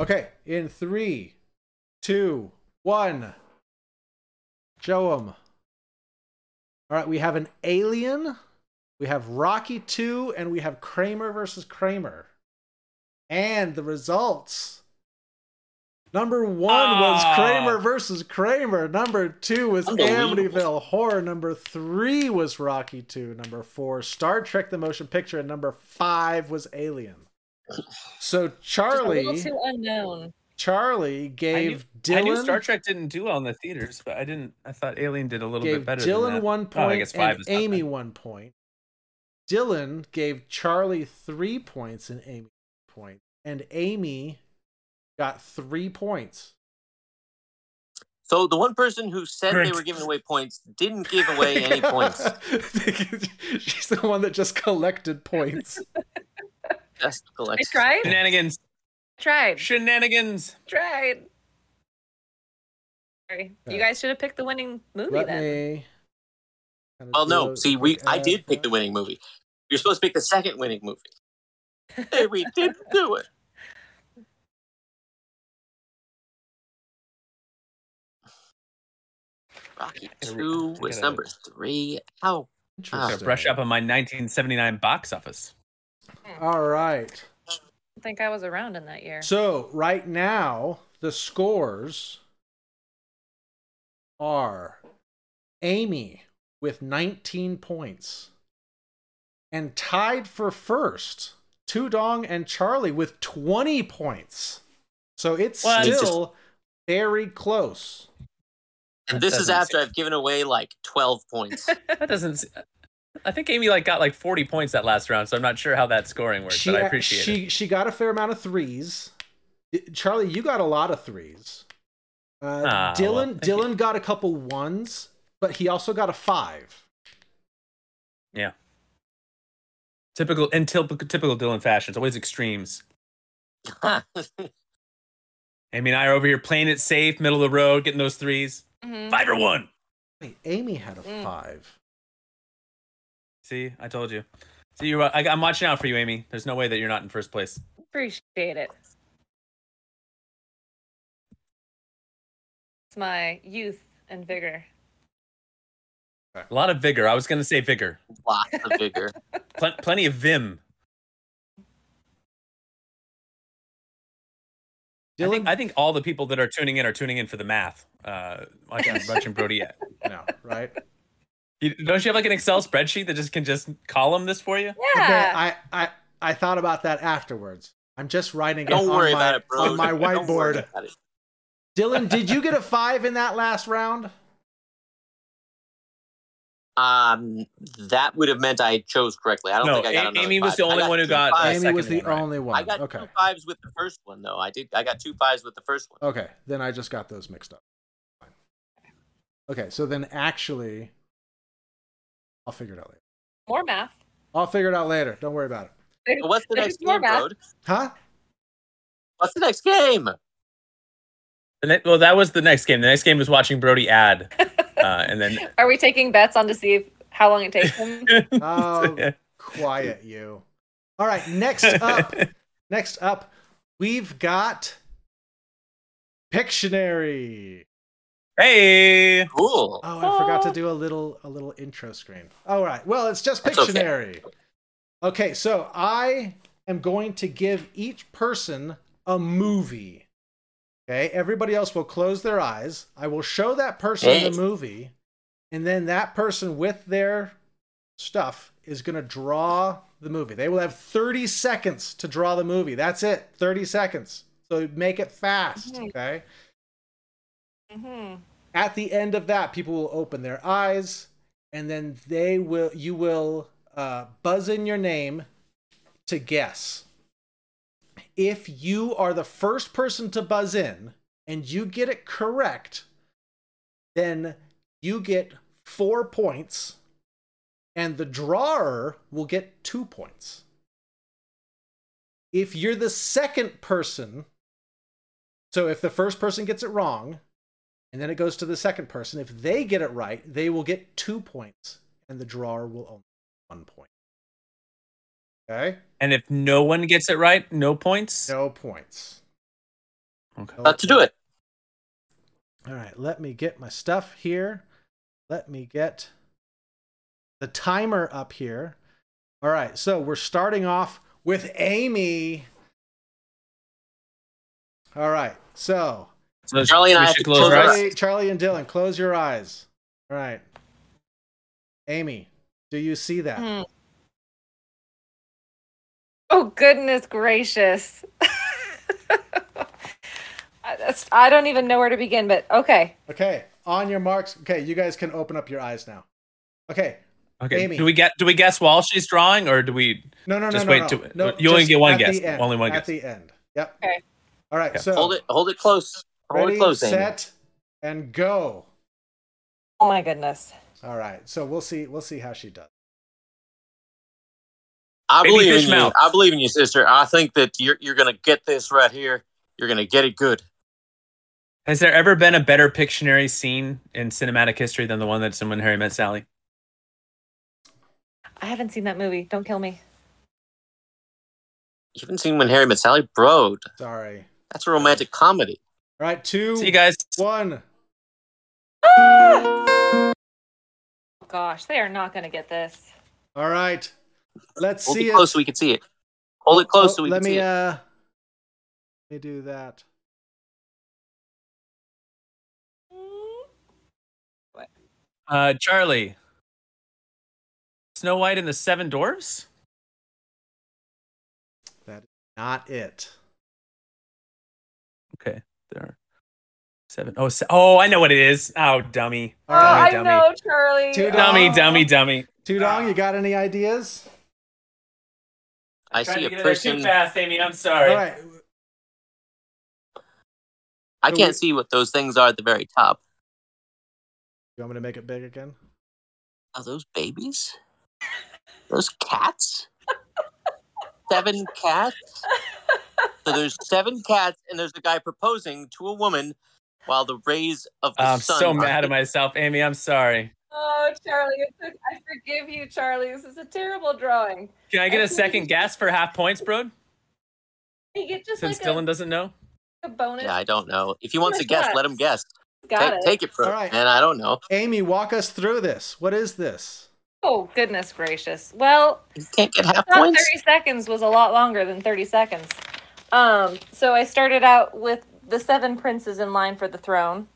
Speaker 1: Okay, in three, two, one. Show them. All right, we have an alien, we have Rocky 2, and we have Kramer versus Kramer. And the results. Number one was
Speaker 3: Ah.
Speaker 1: Kramer versus Kramer. Number two was
Speaker 2: Unbelievable.
Speaker 1: Amityville Horror. Number three was Rocky 2. Number four, Star Trek the Motion Picture. And number five was Alien. So
Speaker 4: Just a
Speaker 1: Charlie
Speaker 4: little too unknown.
Speaker 1: Charlie gave
Speaker 3: I knew
Speaker 1: Dylan-
Speaker 3: Star Trek didn't do well in the theaters, but I didn't. I thought Alien did a little
Speaker 1: gave
Speaker 3: bit better.
Speaker 1: Dylan
Speaker 3: than that.
Speaker 1: one
Speaker 3: Oh, I
Speaker 1: point
Speaker 3: guess five
Speaker 1: and
Speaker 3: is not
Speaker 1: Amy
Speaker 3: bad.
Speaker 1: one point. Dylan gave Charlie three points and Amy one point, and Amy got three points.
Speaker 2: So the one person who said they
Speaker 3: Correct.
Speaker 2: were giving away points didn't give
Speaker 1: (laughs)
Speaker 2: away any points.
Speaker 1: She's the one that just
Speaker 3: (laughs)
Speaker 1: collected points.
Speaker 2: Just
Speaker 4: I
Speaker 1: (laughs)
Speaker 2: collects.
Speaker 4: tried.
Speaker 3: Shenanigans.
Speaker 4: Tried.
Speaker 3: Shenanigans.
Speaker 4: Tried. Sorry. You guys should have picked the winning movie
Speaker 1: Let
Speaker 4: then.
Speaker 1: me. kinda
Speaker 2: Well,
Speaker 1: do
Speaker 2: no.
Speaker 1: a
Speaker 2: See, we
Speaker 1: quick
Speaker 2: I
Speaker 1: ad
Speaker 2: did pick the
Speaker 1: here.
Speaker 2: winning movie. You're supposed to pick the second winning
Speaker 1: (laughs)
Speaker 2: movie. Hey, we didn't do it. Rocky
Speaker 3: Here we- I
Speaker 2: Two was
Speaker 3: gotta-
Speaker 2: number three. How?
Speaker 3: Gotta
Speaker 1: Interesting.
Speaker 3: brush up on my 1979 box office.
Speaker 1: All right.
Speaker 4: I think I was around in that year.
Speaker 1: So right now the scores are Amy with 19 points and tied for first Tudong and Charlie with 20 points. So it's
Speaker 3: What?
Speaker 1: still very close.
Speaker 2: And this is
Speaker 3: Doesn't
Speaker 2: after
Speaker 3: say.
Speaker 2: I've given away like twelve
Speaker 1: (laughs)
Speaker 2: points. (laughs)
Speaker 3: That doesn't. s- I think Amy like got like 40 points that last round, so I'm not sure how that scoring works, but I appreciate it.
Speaker 1: she she got a fair amount of threes. I- Charlie, you got a lot of threes. Uh,
Speaker 3: Ah,
Speaker 1: Dylan
Speaker 3: well, thank you.
Speaker 1: Dylan got a couple ones, but he also got a five.
Speaker 3: Yeah. Typical in typical typical Dylan fashion. It's always extremes. Amy and I are over here playing it safe, middle of the road, getting those threes.
Speaker 4: Mhm.
Speaker 3: Five or one.
Speaker 1: Wait, Amy had a
Speaker 4: Mm.
Speaker 1: five.
Speaker 3: See, I told you. See, you're, I, I'm watching out for you, Amy. There's no way that you're not in first place.
Speaker 4: Appreciate it. It's my youth and vigor.
Speaker 3: A lot of vigor. I was going to say vigor.
Speaker 2: Lots of
Speaker 1: (laughs)
Speaker 2: vigor.
Speaker 3: Pl- plenty of vim. I think, I think all the people that are tuning in are tuning in for the math. Uh, watching, watching Brody.
Speaker 1: no, right?
Speaker 3: (laughs) You, don't you have like an Excel spreadsheet that just can just column this for you?
Speaker 1: Okay,
Speaker 4: (laughs) Yeah.
Speaker 1: I, I I thought about that afterwards. I'm just writing it
Speaker 2: Don't
Speaker 1: on
Speaker 2: worry
Speaker 1: my,
Speaker 2: about it, bro.
Speaker 1: on my
Speaker 2: (laughs) Don't worry
Speaker 1: whiteboard.
Speaker 2: about it.
Speaker 1: Dylan, did you get a five in that last
Speaker 2: (laughs)
Speaker 1: round?
Speaker 2: Um, that would have meant I chose correctly. I don't
Speaker 3: No,
Speaker 2: think I got
Speaker 3: A-
Speaker 2: another
Speaker 3: Amy was
Speaker 2: five.
Speaker 3: the
Speaker 2: I
Speaker 3: only one who
Speaker 2: two
Speaker 3: got a
Speaker 2: fives.
Speaker 1: Amy was the
Speaker 3: second one, right.
Speaker 1: only one.
Speaker 2: I got
Speaker 1: okay.
Speaker 2: two fives with the first one though. I did. I got two fives with the first one.
Speaker 1: Okay, then I just got those mixed up. Fine. Okay, so then actually, I'll figure it out later.
Speaker 4: More math.
Speaker 1: I'll figure it out later. Don't worry about it.
Speaker 2: But What's the
Speaker 4: There's
Speaker 2: next
Speaker 4: more
Speaker 2: game,
Speaker 4: math.
Speaker 2: Road? (laughs)
Speaker 1: Huh?
Speaker 2: What's the next game?
Speaker 3: The ne- well, that was the next game. The next game was watching Brody add, uh, and (laughs) then
Speaker 4: Are we taking bets on to see if, how long it
Speaker 1: (laughs)
Speaker 4: takes them?
Speaker 1: Oh, quiet you. All right, next up, next up, we've got Pictionary.
Speaker 3: hey,
Speaker 2: Cool.
Speaker 1: Oh, I forgot to
Speaker 4: Oh.
Speaker 1: do a little a little intro screen. All right. Well, it's just
Speaker 2: That's okay.
Speaker 1: Pictionary. Okay. so I am going to give each person a movie. Okay? Everybody else will close their eyes. I will show that person
Speaker 2: Hey.
Speaker 1: the movie, and then that person with their stuff is going to draw the movie. They will have 30 seconds to draw the movie. That's it. 30 seconds. So make it fast,
Speaker 4: Mhm.
Speaker 1: okay?
Speaker 4: hmm
Speaker 1: at the end of that people will open their eyes and then they will you will uh, buzz in your name to guess if you are the first person to buzz in and you get it correct then you get four points and the drawer will get two points if you're the second person so if the first person gets it wrong and then it goes to the second person. If they get it right, they will get two points, and the drawer will only get one point. Okay,
Speaker 3: and if no one gets it right, no points.
Speaker 1: no points.
Speaker 3: Okay.
Speaker 2: About to do it.
Speaker 1: All right, let me get my stuff here. Let me get the timer up here. All right, so we're starting off with Amy. All right, so
Speaker 3: So
Speaker 2: Charlie and
Speaker 3: we
Speaker 2: I have
Speaker 3: should
Speaker 2: to
Speaker 3: close
Speaker 2: close
Speaker 3: our
Speaker 2: our
Speaker 3: eyes.
Speaker 1: Charlie, Charlie and Dylan, close your eyes. All right, Amy, do you see that?
Speaker 4: Hmm. Oh, goodness gracious. (laughs) I, that's- I don't even know where to begin, but okay.
Speaker 1: Okay, on your marks. Okay, you guys can open up your eyes now. Okay,
Speaker 3: Okay.
Speaker 1: Amy.
Speaker 3: Do we get? Do we guess while she's drawing, or do we?
Speaker 1: no, no, no,
Speaker 3: Just
Speaker 1: no,
Speaker 3: wait
Speaker 1: no.
Speaker 3: till-
Speaker 1: no
Speaker 3: you only
Speaker 1: just
Speaker 3: get one
Speaker 1: at the
Speaker 3: guess,
Speaker 1: end,
Speaker 3: only one
Speaker 1: at
Speaker 3: guess.
Speaker 1: the end. Yep.
Speaker 4: Okay.
Speaker 1: All right.
Speaker 3: Yeah.
Speaker 1: So
Speaker 2: Hold it. Hold it close. Hold
Speaker 1: Ready,
Speaker 2: it close, Amy.
Speaker 1: set, and go.
Speaker 4: Oh my goodness.
Speaker 1: All right. So we'll see. We'll see how she does.
Speaker 2: I
Speaker 3: Baby
Speaker 2: believe
Speaker 3: fish
Speaker 2: in
Speaker 3: mouth.
Speaker 2: you. I believe in you, sister. I think that you're you're gonna get this right here. You're gonna get it good.
Speaker 3: Has there ever been a better Pictionary scene in cinematic history than the one that's in When Harry Met Sally?
Speaker 4: I haven't seen that movie. Don't kill me. (gasps)
Speaker 2: You haven't seen when Harry met Sally, bro.
Speaker 1: Sorry.
Speaker 2: That's a romantic comedy.
Speaker 1: All right. Two,
Speaker 3: See you guys.
Speaker 1: one.
Speaker 4: Oh Gosh, they are not going to get this.
Speaker 1: All right. Let's
Speaker 2: Hold
Speaker 1: see
Speaker 2: it
Speaker 1: it.
Speaker 2: close so we can see it. Hold it close
Speaker 1: Oh,
Speaker 2: so we
Speaker 1: let
Speaker 2: can
Speaker 1: me
Speaker 2: see it.
Speaker 1: uh let me do that
Speaker 3: Uh, Charlie. Snow White and the Seven Dwarfs?
Speaker 1: that is not it
Speaker 3: Okay. There are seven. Oh, se- oh, I know what it is. Oh, dummy.
Speaker 1: All right.
Speaker 3: I dummy. know,
Speaker 4: Charlie. Oh,
Speaker 1: Two
Speaker 3: Dummy, dummy, dummy.
Speaker 1: tudong you got any ideas
Speaker 2: I
Speaker 3: Tried
Speaker 2: see
Speaker 3: to
Speaker 2: a
Speaker 3: get it there too
Speaker 2: person.
Speaker 3: fast, Amy. I'm
Speaker 1: all
Speaker 3: sorry.
Speaker 1: right
Speaker 2: I
Speaker 1: So
Speaker 2: can't
Speaker 1: we-
Speaker 2: see what those things are at the very top.
Speaker 1: you want me to make it big again
Speaker 2: Are those babies? Those cats? seven cats? So there's seven cats, and there's a guy proposing to a woman while the rays of the
Speaker 3: I'm
Speaker 2: sun.
Speaker 3: so
Speaker 2: are
Speaker 3: mad at myself, Amy. I'm sorry.
Speaker 4: Oh, Charlie, it's okay. I forgive you, Charlie. This is a terrible drawing.
Speaker 3: Can I get a second guess for half points, bro?
Speaker 4: You get just
Speaker 3: Since
Speaker 4: like a,
Speaker 3: Dylan doesn't know.
Speaker 4: a bonus.
Speaker 2: Yeah, I don't know. If he wants
Speaker 4: my
Speaker 2: to guess,
Speaker 4: God.
Speaker 2: let him guess.
Speaker 4: Got
Speaker 2: take,
Speaker 4: it.
Speaker 2: take it from
Speaker 1: All
Speaker 2: him,
Speaker 1: right.
Speaker 2: man. I don't know.
Speaker 1: amy walk us through this what is this
Speaker 4: Oh, goodness gracious. Well,
Speaker 2: You can't get half
Speaker 4: Not
Speaker 2: points.
Speaker 4: 30 seconds was a lot longer than 30 seconds. Um, so I started out with the seven princes in line for the throne.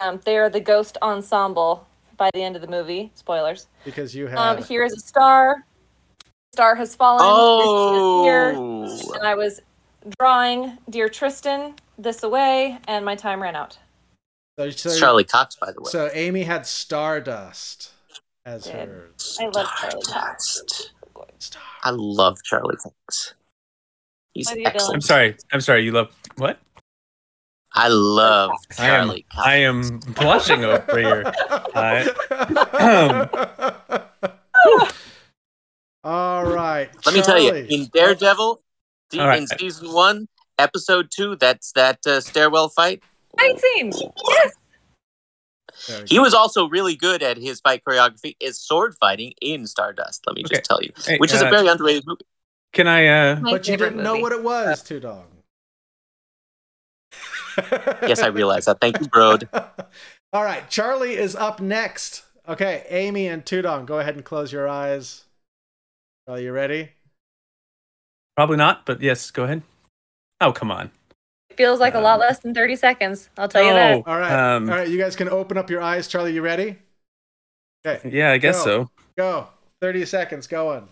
Speaker 4: Um, they are the ghost ensemble by the end of the movie. Spoilers.
Speaker 1: because you
Speaker 4: Um,
Speaker 1: have
Speaker 4: here is a star. Star has fallen. This is here.
Speaker 2: Oh,
Speaker 4: And I was drawing Dear Tristan this away, and my time ran out.
Speaker 1: so,
Speaker 2: it's
Speaker 1: so,
Speaker 2: Charlie Cox, by the way.
Speaker 1: so amy had stardust as
Speaker 4: Good.
Speaker 1: hers
Speaker 4: I love Charlie Cox.
Speaker 2: Stardust.
Speaker 1: Star.
Speaker 2: I love Charlie Cox. He's
Speaker 4: What are you doing?
Speaker 2: excellent.
Speaker 3: I'm sorry. I'm sorry. You love what?
Speaker 2: I love
Speaker 3: I am-
Speaker 2: Charlie Cox.
Speaker 3: I am blushing over here.
Speaker 1: (laughs) all right
Speaker 2: Let me tell you,
Speaker 1: Charlie.
Speaker 2: in Daredevil, se-
Speaker 3: All right.
Speaker 2: in season one, episode two, that's that uh, stairwell fight.
Speaker 4: 19! Yes!
Speaker 1: There we
Speaker 2: He
Speaker 1: go.
Speaker 2: was also really good at his fight choreography. Is sword fighting in Stardust? Let me just
Speaker 3: Okay.
Speaker 2: tell you,
Speaker 3: Hey,
Speaker 2: which is
Speaker 3: uh,
Speaker 2: a very underrated movie.
Speaker 3: Can I? uh
Speaker 4: My
Speaker 1: but you
Speaker 4: favorite
Speaker 1: didn't know
Speaker 4: movie.
Speaker 1: what it was tudong
Speaker 2: (laughs) Yes, I realize that. Thank you,
Speaker 3: (laughs)
Speaker 2: Brode.
Speaker 1: (laughs) All right, Charlie is up next. Okay, Amy and Tudong, go ahead and close your eyes. Are you ready?
Speaker 3: Probably not. But yes, go ahead. Oh come on.
Speaker 4: It feels like a lot less than 30 seconds. I'll tell you that.
Speaker 3: No.
Speaker 1: All right.
Speaker 3: Um,
Speaker 1: All right, you guys can open up your eyes. Charlie, you ready? Okay,
Speaker 3: Yeah, I guess
Speaker 1: Go.
Speaker 3: so.
Speaker 1: go. 30 seconds (laughs) going.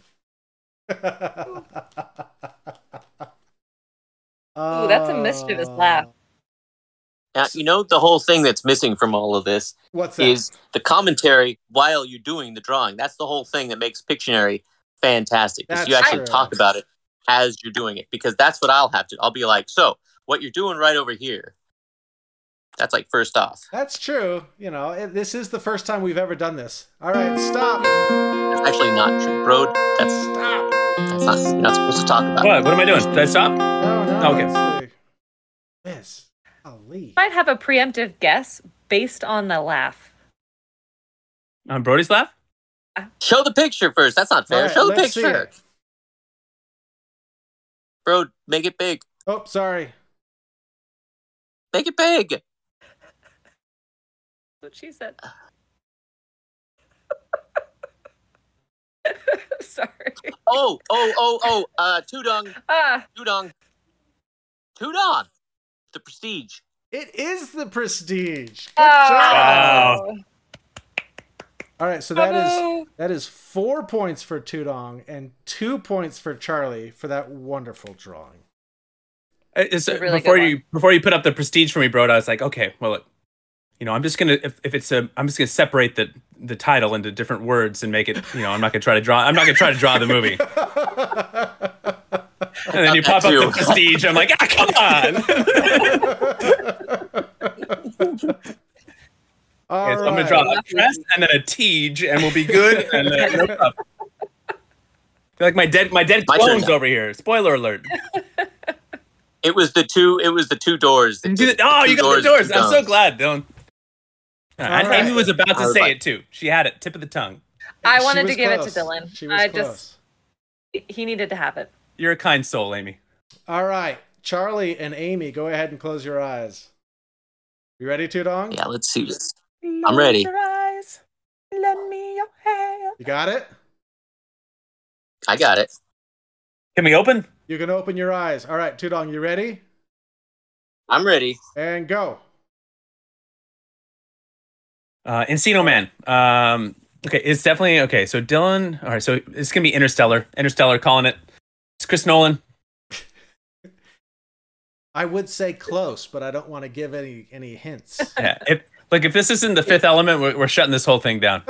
Speaker 4: Ooh, that's a mischievous
Speaker 1: Uh,
Speaker 4: laugh.
Speaker 2: Now, you know the whole thing that's missing from all of this
Speaker 1: What's that?
Speaker 2: is the commentary while you're doing the drawing. That's the whole thing that makes Pictionary fantastic. Is you
Speaker 1: That's
Speaker 2: actually
Speaker 1: true.
Speaker 2: talk about it as you're doing it because that's what I'll have to. I'll be like, so what you're doing right over here. That's like first off.
Speaker 1: That's true. You know, it, this is the first time we've ever done this. All right, stop.
Speaker 2: That's actually not true, bro. That's
Speaker 1: Stop.
Speaker 2: that's not. You're not supposed to talk about.
Speaker 3: What? What am I doing? Did I stop?
Speaker 1: No, no.
Speaker 3: Okay.
Speaker 1: it's the- This. Ali.
Speaker 4: might have a preemptive guess based on the laugh.
Speaker 3: On Brody's lap?
Speaker 2: It. Show the picture first. That's not fair.
Speaker 1: All right,
Speaker 2: Show the
Speaker 1: let's see
Speaker 2: picture,
Speaker 1: it.
Speaker 2: bro. Make it big.
Speaker 1: Oh, sorry.
Speaker 2: Make it big.
Speaker 4: That's what she said. (laughs) Sorry.
Speaker 2: Oh, oh, oh, oh. Uh, Tudong,
Speaker 4: Ah,
Speaker 2: Tudong, Tudong. The Prestige.
Speaker 1: It is the prestige. Good job.
Speaker 3: Ah.
Speaker 4: oh,
Speaker 1: All right, so that is
Speaker 4: bravo.
Speaker 1: that is four points for Tudong and two points for Charlie for that wonderful drawing.
Speaker 3: (laughs) Uh, it's-
Speaker 4: a really good
Speaker 3: before
Speaker 4: one.
Speaker 3: you before you put up the prestige for me, bro, I was like, okay, well, look, you know, I'm just gonna if, if it's a I'm just gonna separate the the title into different words and make it. You know, I'm not gonna try to draw. I'm not gonna try to draw the movie. And then you
Speaker 2: Not that
Speaker 3: pop up the
Speaker 2: too.
Speaker 1: (laughs)
Speaker 3: prestige. I'm like, ah, come on.
Speaker 1: All
Speaker 3: Okay, so I'm gonna draw a crest and then a Tej, and we'll be good. and then no problem. (laughs) I feel like my dead, my dead
Speaker 2: My turn
Speaker 3: clones
Speaker 2: now.
Speaker 3: over here. Spoiler alert!
Speaker 2: It was the two. It was the two doors.
Speaker 3: (laughs)
Speaker 2: that
Speaker 3: Do
Speaker 2: did
Speaker 3: the-
Speaker 2: it.
Speaker 3: oh,
Speaker 2: two
Speaker 3: you got the
Speaker 2: doors,
Speaker 3: doors.
Speaker 2: two
Speaker 3: I'm so
Speaker 2: guns.
Speaker 3: glad. Don't. and
Speaker 1: right.
Speaker 3: Amy was about to
Speaker 2: I was
Speaker 3: say
Speaker 2: like-
Speaker 3: it too. She had it, tip of the tongue.
Speaker 4: I
Speaker 1: She
Speaker 4: wanted to
Speaker 1: was
Speaker 4: give it to
Speaker 1: close.
Speaker 4: Dylan.
Speaker 1: She was
Speaker 4: I
Speaker 1: close.
Speaker 4: just- He needed to have it.
Speaker 3: You're a kind soul, Amy.
Speaker 1: All right, Charlie and Amy, go ahead and close your eyes. You ready, Tudong?
Speaker 2: Yeah, let's see. I'm ready.
Speaker 3: Lend me your hand.
Speaker 1: You got it.
Speaker 2: I got it.
Speaker 3: Can we open?
Speaker 1: You can open your eyes. All right, Tudong, you ready?
Speaker 2: I'm ready.
Speaker 1: And go.
Speaker 3: Uh, Encino Man. Um, okay, it's definitely okay. So Dylan. All right, so it's gonna be Interstellar. Interstellar, calling it. It's
Speaker 1: (laughs)
Speaker 3: Chris Nolan.
Speaker 1: I would say close, but I don't want to give any any hints. (laughs)
Speaker 3: Yeah. If, look, if this isn't the Fifth Element, we're, we're shutting this whole thing down.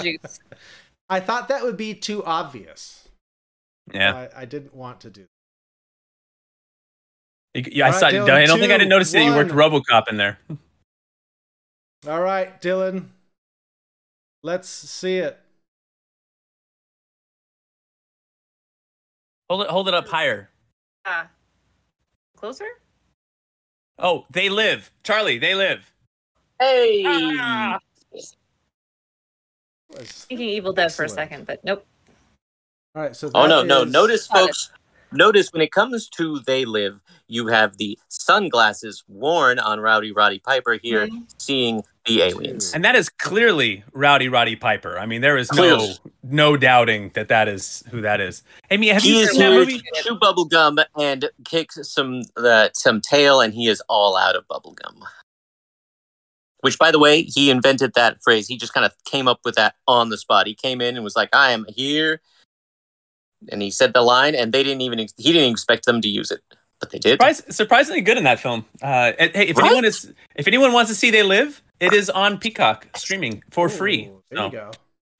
Speaker 4: Juice.
Speaker 1: I thought that would be too obvious.
Speaker 3: Yeah.
Speaker 1: I, I didn't want to do. That.
Speaker 3: You- yeah, I
Speaker 1: All right,
Speaker 3: saw.
Speaker 1: Dylan,
Speaker 3: I don't think I
Speaker 1: two,
Speaker 3: didn't notice that you worked
Speaker 1: one.
Speaker 3: RoboCop in there.
Speaker 1: All right, Dylan. Let's see it.
Speaker 3: Hold it. Hold it up higher.
Speaker 4: Ah. Closer?
Speaker 3: Oh, they live. Charlie, they live.
Speaker 2: Hey.
Speaker 4: Ah.
Speaker 1: Was-
Speaker 4: Thinking Evil Dead for a
Speaker 1: Excellent.
Speaker 4: second, but nope.
Speaker 1: All right, so
Speaker 2: Oh
Speaker 1: that
Speaker 2: no, no.
Speaker 1: is-
Speaker 2: Notice,
Speaker 4: Got it.
Speaker 2: folks. Notice when it comes to they live, you have the sunglasses worn on Rowdy Roddy Piper here,
Speaker 4: Mm. Mm-hmm.
Speaker 2: seeing the aliens.
Speaker 3: And that is clearly Rowdy Roddy Piper. I mean, there is no
Speaker 2: Clearly.
Speaker 3: no doubting that that is who that is. Amy, have
Speaker 2: He
Speaker 3: you
Speaker 2: is
Speaker 3: seen that
Speaker 2: here
Speaker 3: movie?
Speaker 2: to chew bubble gum and kick some uh, some tail, and he is all out of bubble gum. Which, by the way, he invented that phrase. He just kind of came up with that on the spot. He came in and was like, "I am here," and he said the line, and they didn't even ex- he didn't expect them to use it, but they did.
Speaker 3: Surprise, surprisingly good in that film. Uh, and, hey, if
Speaker 2: Right?
Speaker 3: anyone is if anyone wants to see They Live, it is on Peacock streaming for
Speaker 1: Ooh,
Speaker 3: free.
Speaker 1: There
Speaker 3: So
Speaker 1: you go.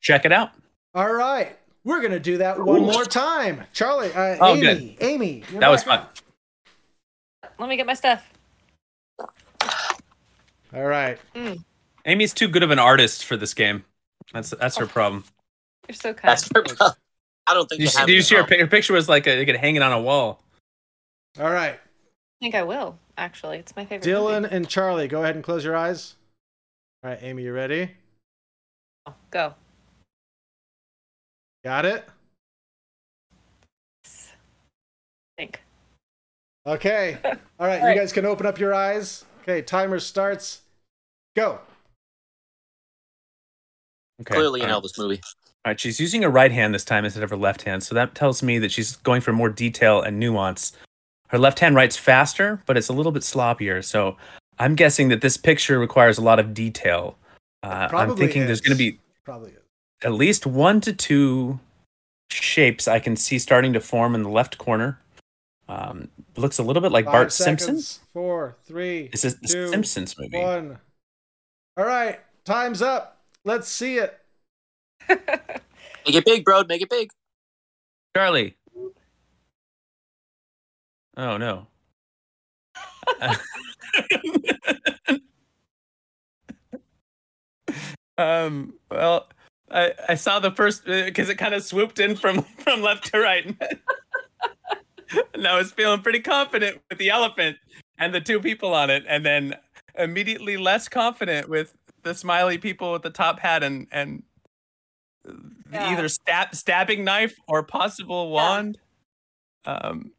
Speaker 3: check it out.
Speaker 1: All right, we're gonna do that one
Speaker 2: Ooh.
Speaker 1: more time, Charlie. Uh,
Speaker 3: Oh,
Speaker 1: Amy, Amy, you're
Speaker 3: That was
Speaker 1: back
Speaker 3: fun.
Speaker 1: up.
Speaker 4: Let me get my stuff.
Speaker 1: All right,
Speaker 3: Amy's too good of an artist for this game. That's that's her problem.
Speaker 4: You're so kind.
Speaker 2: That's (laughs) her problem. I don't think
Speaker 3: You,
Speaker 2: they
Speaker 3: see-
Speaker 2: have
Speaker 3: did you
Speaker 2: any
Speaker 3: see her,
Speaker 2: problem.
Speaker 3: pic- her picture was like a, like it hanging on a wall.
Speaker 1: all right.
Speaker 4: I think I will, actually. It's my favorite. movie.
Speaker 1: Dylan and Charlie, go ahead and close your eyes. All right, Amy, you ready?
Speaker 4: Oh, Go.
Speaker 1: Got it.
Speaker 4: Think.
Speaker 1: Okay. All right,
Speaker 4: All right.
Speaker 1: you guys can open up your eyes. Okay, timer starts. Go.
Speaker 3: Okay.
Speaker 2: Clearly, an
Speaker 3: all right.
Speaker 2: Elvis movie.
Speaker 3: All right, she's using her right hand this time instead of her left hand, so that tells me that she's going for more detail and nuance. Her left hand writes faster, but it's a little bit sloppier, so I'm guessing that this picture requires a lot of detail. Uh, I'm
Speaker 1: Probably
Speaker 3: thinking there's
Speaker 1: is.
Speaker 3: going to be
Speaker 1: Probably is.
Speaker 3: at least one to two shapes I can see starting to form in the left corner. Um, looks a little bit like
Speaker 1: Five
Speaker 3: Bart
Speaker 1: seconds,
Speaker 3: Simpson.
Speaker 1: Four, three,
Speaker 3: This is the
Speaker 1: two,
Speaker 3: Simpsons movie.
Speaker 1: one. All right, time's up. Let's see it.
Speaker 2: Make it big, bro. Make it big.
Speaker 3: Charlie. Oh no. (laughs) um. Well, I I saw the first because it kind of swooped in from (laughs) from left to right, (laughs) and I was feeling pretty confident with the elephant and the two people on it, and then immediately less confident with the smiley people with the top hat and and
Speaker 4: Yeah.
Speaker 3: either stab stabbing knife or possible wand. Um,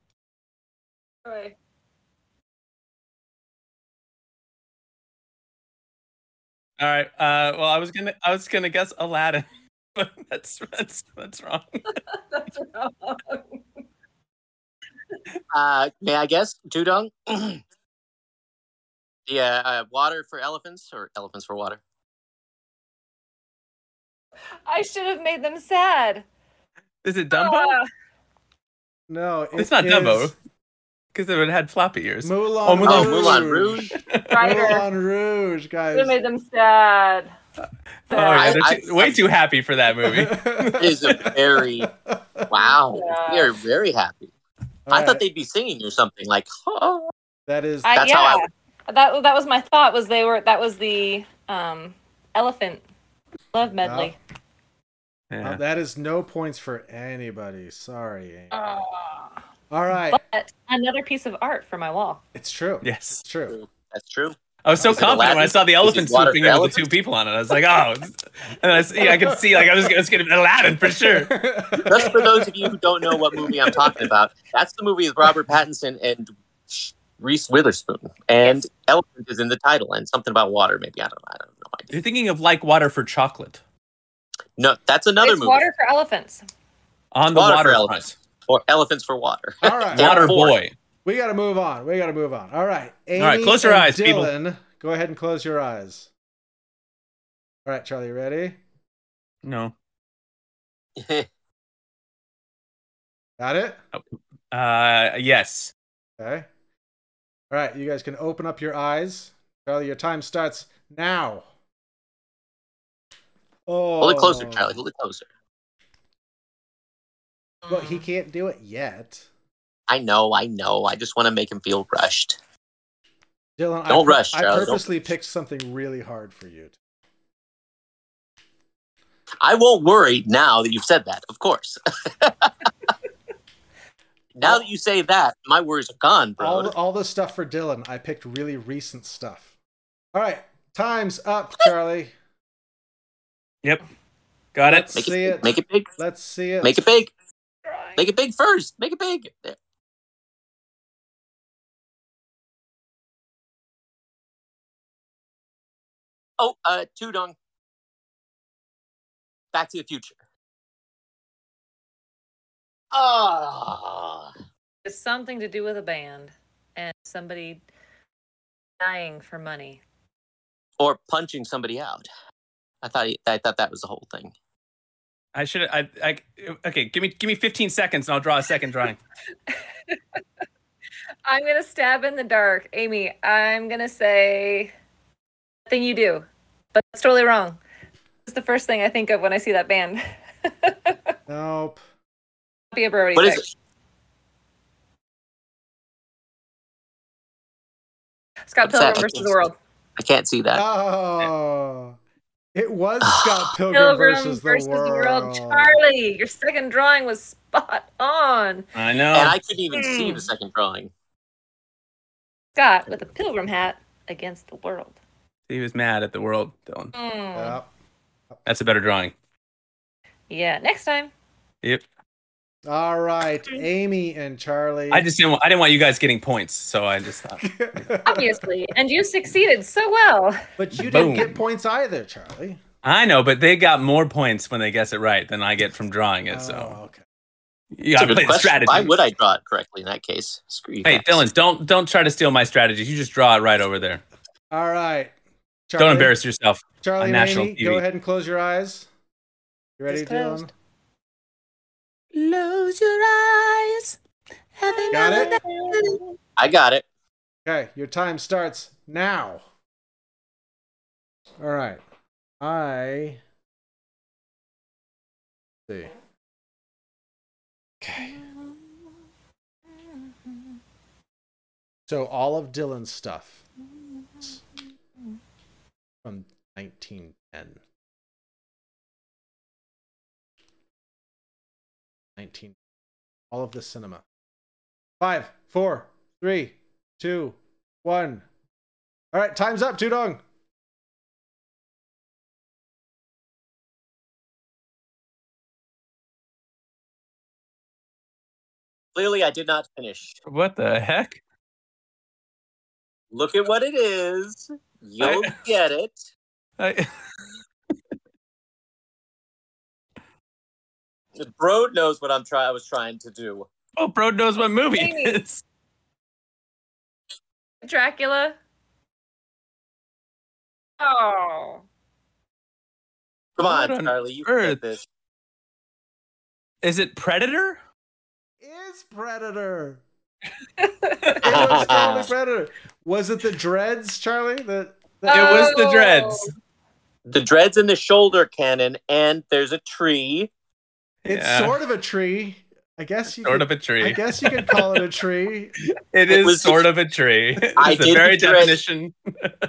Speaker 3: all right. Uh, well, I was gonna I was gonna guess Aladdin, (laughs) but that's that's that's wrong.
Speaker 4: That's wrong.
Speaker 2: Uh, may I guess? (clears throat) Tudong? yeah, uh, water for elephants or elephants for water.
Speaker 4: (laughs) I should have made them sad.
Speaker 3: Is it Dumbo?
Speaker 4: Ah.
Speaker 1: No, it
Speaker 3: it's not Dumbo
Speaker 1: is
Speaker 3: because it would have had floppy ears.
Speaker 1: Moulin,
Speaker 3: Oh, Moulin
Speaker 2: Oh,
Speaker 1: Rouge.
Speaker 2: Moulin Rouge.
Speaker 4: Ryder.
Speaker 1: Moulin Rouge,
Speaker 4: Should have
Speaker 1: guys.
Speaker 4: made them sad.
Speaker 3: Oh, yeah,
Speaker 2: I-
Speaker 3: they're
Speaker 2: I-
Speaker 3: too- way too happy for that (laughs) movie.
Speaker 1: (laughs)
Speaker 2: is a
Speaker 4: (laughs)
Speaker 2: very- Wow.
Speaker 4: Yeah.
Speaker 2: We are very happy. I thought they'd be singing or something like, oh.
Speaker 1: that is
Speaker 4: I,
Speaker 2: That's
Speaker 4: yeah.
Speaker 2: how I-
Speaker 4: that that was my thought was they were that was the um Elephant. Love medley.
Speaker 1: Uh,
Speaker 3: Yeah.
Speaker 1: that is no points for anybody. Sorry. Amy.
Speaker 4: Ah.
Speaker 1: All right.
Speaker 4: But another piece of art for my wall.
Speaker 1: It's true.
Speaker 3: Yes.
Speaker 1: It's true.
Speaker 2: That's true.
Speaker 3: I was so
Speaker 2: Is it
Speaker 3: confident when I
Speaker 2: Aladdin?
Speaker 3: saw the
Speaker 2: Is it
Speaker 3: elephant
Speaker 2: water
Speaker 3: swooping in with the
Speaker 2: elephant?
Speaker 3: two people on it. I was like, oh. (laughs) And I see, I could see, like, I was going to be Aladdin for sure.
Speaker 1: (laughs)
Speaker 2: Just for those of you who don't know what movie I'm talking about, that's the movie with Robert Pattinson and Reese Witherspoon. And elephant is in the title, and something about water. Maybe I don't. I don't know.
Speaker 3: (laughs) You're thinking of like water for chocolate
Speaker 2: No, that's another
Speaker 4: There's
Speaker 2: movie.
Speaker 4: water for elephants.
Speaker 3: on the
Speaker 2: Water for
Speaker 3: water, front.
Speaker 2: elephants. Or elephants for water.
Speaker 1: All right.
Speaker 2: Yeah.
Speaker 3: Water
Speaker 2: Four.
Speaker 3: boy.
Speaker 1: We got to move on. We got to move on. All right. Amy
Speaker 3: right, close your
Speaker 1: and
Speaker 3: eyes, people.
Speaker 1: Dylan, Go ahead and close your eyes. All right, Charlie, you ready?
Speaker 3: No.
Speaker 1: Got it?
Speaker 3: Uh, yes.
Speaker 1: Okay. All right, you guys can open up your eyes. Charlie, your time starts now. Oh.
Speaker 2: Hold it closer, Charlie. Hold it closer.
Speaker 1: Well, he can't do it yet.
Speaker 2: I know. I know. I just want to make him feel rushed.
Speaker 1: Dylan, I,
Speaker 2: Don't
Speaker 1: pur-
Speaker 2: rush,
Speaker 1: I
Speaker 2: Charlie, don't
Speaker 1: purposely picked something really hard for you.
Speaker 2: I won't worry now that you've said that. Of course. (laughs) now that you say that, my worries are gone, bro.
Speaker 1: All, all the stuff for Dylan, I picked really recent stuff. All right, time's up, Charlie.
Speaker 3: Yep. Got it.
Speaker 1: Let's
Speaker 2: make
Speaker 1: see
Speaker 2: it,
Speaker 1: it.
Speaker 2: Make it big.
Speaker 1: Let's see it.
Speaker 2: Make it big. Make it big first. Make it big. There. Oh, uh, Tudong. Back to the Future. Ah.
Speaker 4: It's something to do with a band and somebody dying for money.
Speaker 2: or punching somebody out. I thought he, I thought that was the whole thing.
Speaker 3: I should. I, I. Okay. Give me. Give me 15 seconds, and I'll draw a second drawing.
Speaker 4: I'm gonna stab in the dark, Amy. I'm gonna say thing you do, but that's totally wrong. It's the first thing I think of when I see that band. (laughs)
Speaker 1: Nope.
Speaker 4: Be a Brody
Speaker 2: What is
Speaker 4: pick.
Speaker 2: it?
Speaker 4: Scott
Speaker 2: What's that?
Speaker 4: Pilgrim versus the World.
Speaker 2: I can't
Speaker 3: Uh,
Speaker 2: see that.
Speaker 1: Oh, it
Speaker 3: (sighs)
Speaker 1: was Scott Pilgrim,
Speaker 4: Pilgrim
Speaker 1: versus, the, world.
Speaker 4: Charlie, your second drawing was spot on.
Speaker 3: I know.
Speaker 2: and (laughs) I couldn't even see
Speaker 4: Hmm.
Speaker 2: the second drawing.
Speaker 4: Scott with a pilgrim hat against the world.
Speaker 3: he was mad at the world, Dylan.
Speaker 4: Mm. Yeah.
Speaker 1: Yeah.
Speaker 3: That's a better drawing.
Speaker 4: next time.
Speaker 3: Yep.
Speaker 1: All (laughs) right, Amy and Charlie.
Speaker 3: I just didn't. wa- I didn't want you guys getting points, so I just thought.
Speaker 4: Obviously. and you succeeded so well.
Speaker 1: (laughs) but you didn't
Speaker 3: Boom.
Speaker 1: get points either, Charlie.
Speaker 3: I know, but they got more points when they guess it right than I get from drawing it. So
Speaker 1: Oh, okay.
Speaker 2: That's
Speaker 3: you
Speaker 2: a
Speaker 3: gotta
Speaker 2: good
Speaker 3: play the
Speaker 2: question.
Speaker 3: strategy.
Speaker 2: Why would I draw it correctly in that case? Screw you.
Speaker 3: Hey,
Speaker 2: guys.
Speaker 3: Dylan, don't don't try to steal my strategy. You just draw it right over there.
Speaker 1: All right.
Speaker 3: Don't embarrass yourself.
Speaker 1: Charlie
Speaker 3: on national
Speaker 1: Amy,
Speaker 3: TV.
Speaker 1: go ahead and close your eyes. You ready,
Speaker 4: It's
Speaker 1: Dylan?
Speaker 4: closed.
Speaker 3: Close your eyes.
Speaker 1: Got it?
Speaker 2: I got it.
Speaker 1: Okay, your time starts now. All right. I see. Okay. So all of Dylan's stuff is from 1910. 19 all of the cinema. Five, four, three, two, one. All right, time's up, Tudong.
Speaker 2: Clearly, I did not finish.
Speaker 3: What the heck?
Speaker 2: Look at what it is. You'll
Speaker 3: I- (laughs)
Speaker 2: get it.
Speaker 3: I, (laughs)
Speaker 2: Bro knows what I'm trying. I was trying to do.
Speaker 3: oh, bro knows what movie
Speaker 4: Amy.
Speaker 3: it is.
Speaker 4: Dracula. Oh.
Speaker 2: Come
Speaker 3: What
Speaker 2: on,
Speaker 3: on
Speaker 2: Charlie. You can
Speaker 3: earth?
Speaker 2: get
Speaker 3: (laughs)
Speaker 2: this. (laughs)
Speaker 3: Is it Predator?
Speaker 1: Is Predator. It was
Speaker 3: (laughs)
Speaker 1: totally Predator. Was it the dreads, Charlie? The, the-
Speaker 3: It was the
Speaker 4: Oh.
Speaker 3: Dreads.
Speaker 2: The dreads in the shoulder cannon, and there's a tree.
Speaker 1: It's
Speaker 3: Yeah.
Speaker 1: sort of a tree. I guess you
Speaker 3: Sort
Speaker 1: could,
Speaker 3: of a
Speaker 1: I
Speaker 3: tree.
Speaker 1: guess you could call it a
Speaker 3: (laughs)
Speaker 1: tree.
Speaker 3: It
Speaker 2: It
Speaker 3: is
Speaker 2: was-
Speaker 3: sort of a tree. (laughs)
Speaker 2: I
Speaker 3: It's the
Speaker 2: didn't
Speaker 3: very
Speaker 2: dress-
Speaker 3: definition.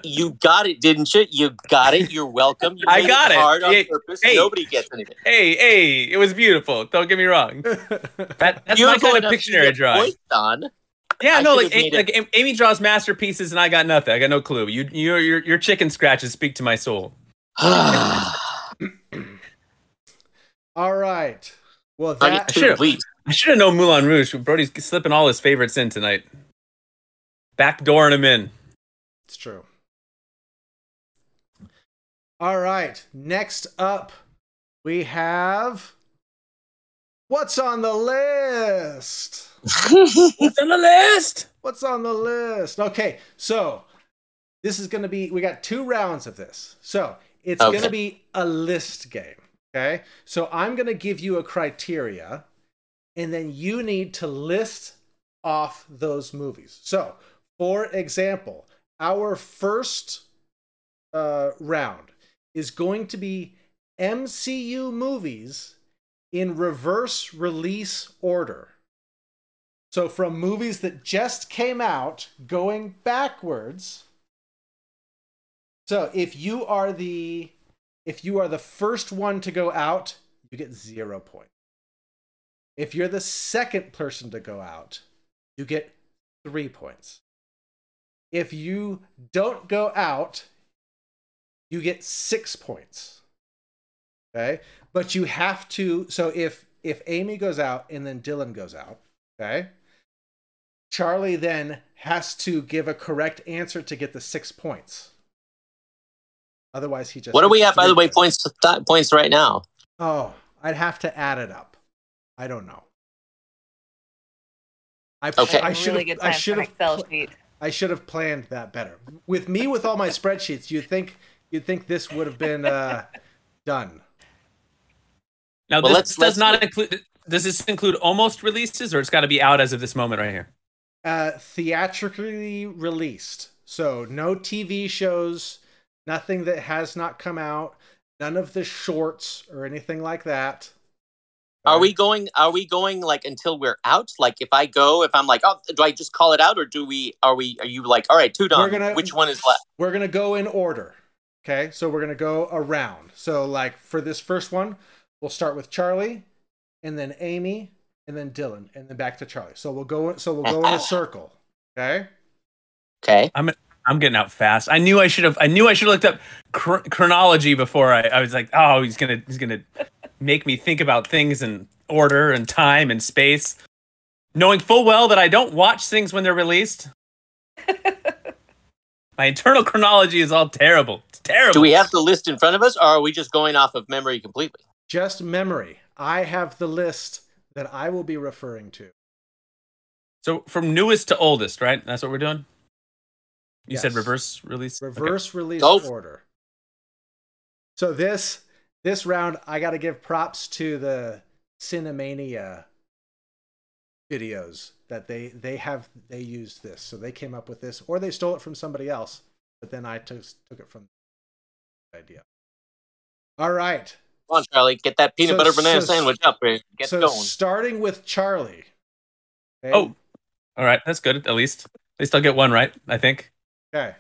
Speaker 2: You got it, didn't you? You got it. You're welcome. You
Speaker 3: I
Speaker 2: made
Speaker 3: got it.
Speaker 2: Hard on
Speaker 3: Yeah.
Speaker 2: purpose.
Speaker 3: Hey.
Speaker 2: Nobody gets anything.
Speaker 3: Hey, hey, it was beautiful. Don't get me wrong. That, that's
Speaker 2: You're
Speaker 3: not
Speaker 2: good
Speaker 3: what a
Speaker 2: enough to
Speaker 3: Pictionary
Speaker 2: get
Speaker 3: drawing.
Speaker 2: points
Speaker 3: (laughs)
Speaker 2: on. (sighs)
Speaker 3: Yeah,
Speaker 2: I
Speaker 3: no,
Speaker 2: could
Speaker 3: like,
Speaker 2: have
Speaker 3: A-
Speaker 2: made
Speaker 3: like A- Amy draws masterpieces, and I got nothing. I got no clue. You, your, your, your chicken scratches speak to my soul.
Speaker 1: All right. Well,
Speaker 2: I mean,
Speaker 1: that
Speaker 3: Sure.
Speaker 1: (laughs)
Speaker 2: two, please.
Speaker 3: I should have known Moulin Rouge. but Brody's slipping all his favorites in tonight. Backdooring him in.
Speaker 1: It's true. All right. Next up, we have what's on the list.
Speaker 3: What's on the list?
Speaker 1: What's on the list? Okay, so this is going to be we got two rounds of this. So it's
Speaker 2: Okay.
Speaker 1: going to be a list game. Okay, so I'm going to give you a criteria, and then you need to list off those movies. So, for example, our first uh, round is going to be MCU movies in reverse release order. So from movies that just came out, going backwards. So if you are the if you are the first one to go out, you get zero points. If you're the second person to go out, you get three points. If you don't go out, you get six points. Okay? But you have to so if if Amy goes out and then Dylan goes out, okay? Charlie then has to give a correct answer to get the six points. Otherwise, he just.
Speaker 2: What do we
Speaker 1: gets
Speaker 2: have, by
Speaker 1: three
Speaker 2: the way, points th- points right now?
Speaker 1: Oh, I'd have to add it up. I don't know. I,
Speaker 2: Okay.
Speaker 1: I
Speaker 4: That's a
Speaker 1: should
Speaker 4: really
Speaker 1: have
Speaker 4: good
Speaker 1: I
Speaker 4: time for
Speaker 1: should
Speaker 4: an
Speaker 1: have
Speaker 4: Excel
Speaker 1: pl-
Speaker 4: sheet.
Speaker 1: I should have planned that better. With me with all my spreadsheets, you'd think you'd think this would have been
Speaker 4: (laughs)
Speaker 1: uh, done.
Speaker 3: Now,
Speaker 2: Well,
Speaker 3: this
Speaker 2: let's-
Speaker 3: does
Speaker 2: let's-
Speaker 3: not include. Does this include almost releases, or it's got to be out as of this moment right here?
Speaker 1: Uh, theatrically released. So no TV shows, nothing that has not come out, none of the shorts or anything like that.
Speaker 2: Are we going? Are we going like until we're out? Like if I go, if I'm like, oh, do I just call it out, or do we? Are we? Are you like, all right, two
Speaker 1: We're
Speaker 2: done.
Speaker 1: gonna-
Speaker 2: Which one is left?
Speaker 1: we're gonna go in order. Okay, so we're gonna go around. So like for this first one, we'll start with Charlie, and then Amy, and then Dylan, and then back to Charlie. So we'll go. So we'll go in a circle. Okay.
Speaker 2: Okay.
Speaker 3: I'm getting out fast. I knew I should have. I knew I should have looked up chron- chronology before. I, I was like, oh, he's gonna he's gonna make me think about things in order and time and space, knowing full well that I don't watch things when
Speaker 1: (laughs)
Speaker 3: they're released. My internal chronology is all terrible. It's terrible.
Speaker 2: Do we have the list in front of us, or are we just going off of memory completely?
Speaker 1: Just memory. I have the list that I will be referring to.
Speaker 3: so from newest to oldest, right? That's what we're doing. You said
Speaker 1: Yes.
Speaker 3: reverse release. Okay.
Speaker 1: Reverse release
Speaker 2: Go.
Speaker 1: order. So this this round, I got to give props to the Cinemania videos that they they have they used this, so they came up with this, or they stole it from somebody else, but then I took took it from the idea. All right,
Speaker 2: Come on, Charlie, get that peanut
Speaker 1: So-
Speaker 2: butter banana
Speaker 1: so-
Speaker 2: sandwich up here. Get
Speaker 1: so
Speaker 2: going.
Speaker 1: starting with Charlie. Okay?
Speaker 3: Oh, all right. That's good. At least at least I'll get one right. I think.
Speaker 1: okay.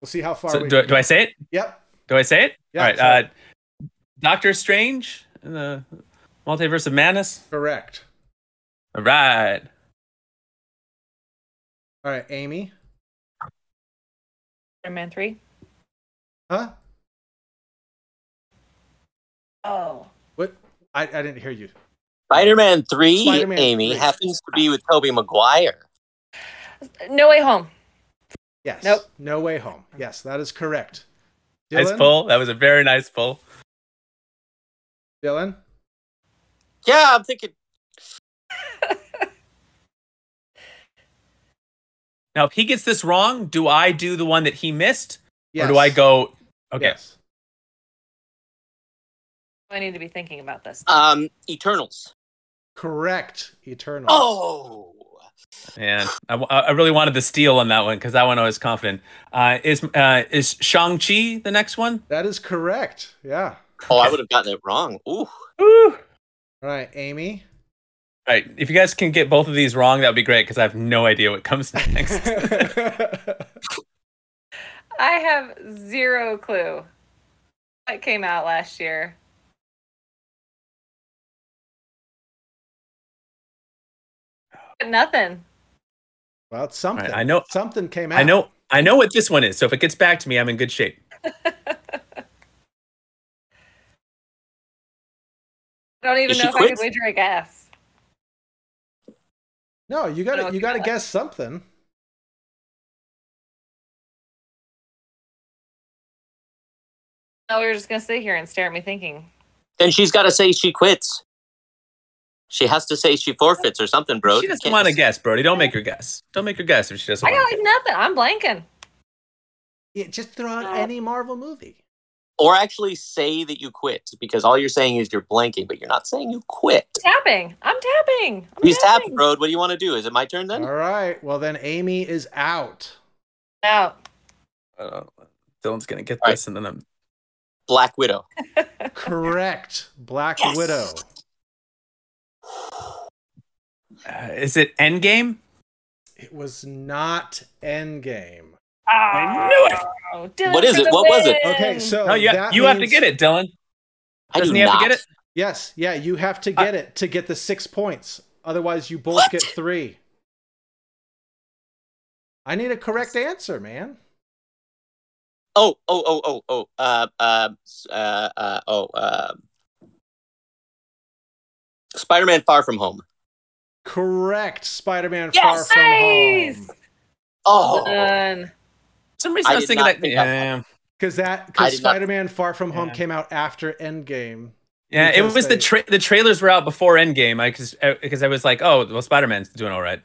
Speaker 1: We'll see how far
Speaker 3: So
Speaker 1: we.
Speaker 3: do, I- do I say it?
Speaker 1: yep.
Speaker 3: Do I say it?
Speaker 1: Yeah,
Speaker 3: All right.
Speaker 1: say
Speaker 3: Uh, Doctor Strange in the Multiverse of Madness.
Speaker 1: Correct.
Speaker 3: All right.
Speaker 1: All right, Amy.
Speaker 4: Iron Man 3.
Speaker 1: Huh?
Speaker 4: Oh.
Speaker 1: What? I, I didn't hear you.
Speaker 2: Spider-Man 3,
Speaker 1: Spider-Man
Speaker 2: Amy,
Speaker 1: 3.
Speaker 2: happens to be with Tobey Maguire.
Speaker 4: No Way Home.
Speaker 1: Yes.
Speaker 4: Nope.
Speaker 1: No way home. Yes, that is correct.
Speaker 3: Nice pull. That was a very nice pull.
Speaker 1: Dylan.
Speaker 2: Yeah, I'm thinking
Speaker 3: Now, if he gets this wrong, do I do the one that he missed,
Speaker 1: Yes.
Speaker 3: or do I go? Okay.
Speaker 1: Yes.
Speaker 4: I need to be thinking about this.
Speaker 2: um Eternals.
Speaker 1: Correct. Eternal.
Speaker 2: Oh.
Speaker 3: And I, w- I really wanted the steal on that one because that one I was confident. Uh, is uh, is Shang Chi the next one?
Speaker 1: That is correct. Yeah.
Speaker 2: Oh, I would have gotten it wrong. Ooh.
Speaker 3: Ooh.
Speaker 1: All right, (laughs) Amy.
Speaker 3: All right, if you guys can get both of these wrong, that would be great because I have no idea what
Speaker 1: (laughs)
Speaker 3: comes (laughs) next.
Speaker 4: I have zero clue. It came out last year. Nothing.
Speaker 1: well, it's something.
Speaker 3: I know-
Speaker 1: something came out.
Speaker 3: I know, I know what this one is. So if it gets back to me, I'm in good shape.
Speaker 4: I don't even
Speaker 2: Is she
Speaker 4: know if I
Speaker 2: quick?
Speaker 4: could wager a guess.
Speaker 1: No, you gotta
Speaker 4: No,
Speaker 1: you
Speaker 4: keep
Speaker 1: gotta
Speaker 4: going.
Speaker 1: guess something.
Speaker 4: No, we were just gonna sit here and stare at me thinking.
Speaker 2: Then she's got to say she quits. She has to say she forfeits or something, bro.
Speaker 3: she
Speaker 2: You
Speaker 3: doesn't
Speaker 2: can't
Speaker 3: want to
Speaker 2: just-
Speaker 3: guess, Brody. Don't make her guess. Don't make her guess if she doesn't.
Speaker 4: I
Speaker 3: want
Speaker 4: got
Speaker 3: to.
Speaker 4: like nothing. I'm blanking.
Speaker 1: Yeah, just throw out
Speaker 4: Uh,
Speaker 1: any Marvel movie.
Speaker 2: Or actually say that you quit because all you're saying is you're blanking, but you're not saying you quit.
Speaker 4: Tapping. I'm tapping. I'm
Speaker 2: She's
Speaker 4: tapping.
Speaker 2: tapping, bro. What do you want to do? Is it my turn then?
Speaker 1: All right. Well, then Amy is out.
Speaker 4: Out.
Speaker 3: Uh, Dylan's gonna get
Speaker 2: All right.
Speaker 3: this, and then I'm
Speaker 2: Black Widow.
Speaker 1: Correct. Black
Speaker 2: Yes.
Speaker 1: Widow.
Speaker 3: Uh, is it Endgame?
Speaker 1: It was not Endgame.
Speaker 3: I knew it.
Speaker 4: Oh, Dylan
Speaker 2: What is
Speaker 4: for
Speaker 2: it?
Speaker 4: the
Speaker 2: What was it?
Speaker 4: win.
Speaker 1: Okay, so
Speaker 3: no, you,
Speaker 1: Oh, that
Speaker 3: you have to
Speaker 1: means-
Speaker 3: get it, Dylan.
Speaker 2: I
Speaker 3: Doesn't
Speaker 2: do
Speaker 3: he have
Speaker 2: not.
Speaker 3: to get it?
Speaker 1: Yes, yeah, you have to get it to get the six points. Otherwise, you both
Speaker 2: What?
Speaker 1: get three. I need a correct answer, man.
Speaker 2: Oh, oh, oh, oh, oh. Uh, uh, s- uh, uh, oh, uh. Spider Man Far From Home.
Speaker 1: Correct. Spider-Man:
Speaker 2: Yes!
Speaker 1: Far From
Speaker 4: Nice.
Speaker 1: Home.
Speaker 2: Oh.
Speaker 4: Done.
Speaker 3: For some reason,
Speaker 2: I
Speaker 3: I, was
Speaker 2: did
Speaker 3: thinking
Speaker 2: not
Speaker 3: that.
Speaker 2: think that
Speaker 3: yeah,
Speaker 1: Because that
Speaker 2: I
Speaker 1: because
Speaker 2: did not-
Speaker 1: Spider-Man: Far From Home
Speaker 3: Yeah.
Speaker 1: came out after Endgame.
Speaker 3: yeah, it
Speaker 1: Because
Speaker 3: was the
Speaker 1: they-
Speaker 3: tra- the trailers were out before Endgame. I because because I was like, oh, well, Spider Man's doing all right.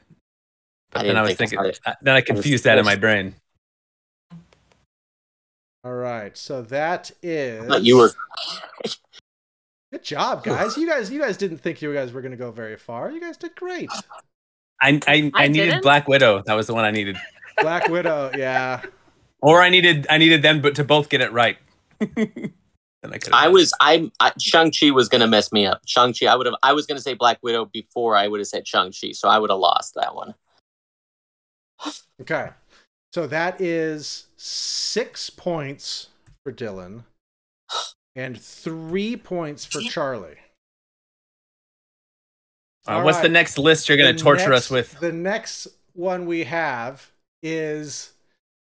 Speaker 3: But
Speaker 2: I
Speaker 3: then I
Speaker 2: didn't
Speaker 3: was
Speaker 2: think that's
Speaker 3: thinking,
Speaker 2: how it-
Speaker 3: uh, then I confused that in my brain.
Speaker 1: All right, so that is.
Speaker 2: I thought you were.
Speaker 1: Good job, guys. You guys, you guys didn't think you guys were going to go very far. You guys did great.
Speaker 3: I I, I,
Speaker 4: I
Speaker 3: needed
Speaker 4: didn't.
Speaker 3: Black Widow. That was the one I needed,
Speaker 1: Black Widow, yeah.
Speaker 3: or I needed I needed them, but to both get it right. (laughs) then I could.
Speaker 2: I was. I'm. I, Shang Chi was gonna mess me up. Shang Chi. I would have. I was gonna say Black Widow before I would have said Shang Chi, so I would have lost that one.
Speaker 1: Okay, so that is six points for Dylan and three points for Charlie.
Speaker 3: Uh, what's the
Speaker 1: Alright.
Speaker 3: next list you're gonna
Speaker 1: The
Speaker 3: torture
Speaker 1: next-
Speaker 3: us with?
Speaker 1: The next one we have is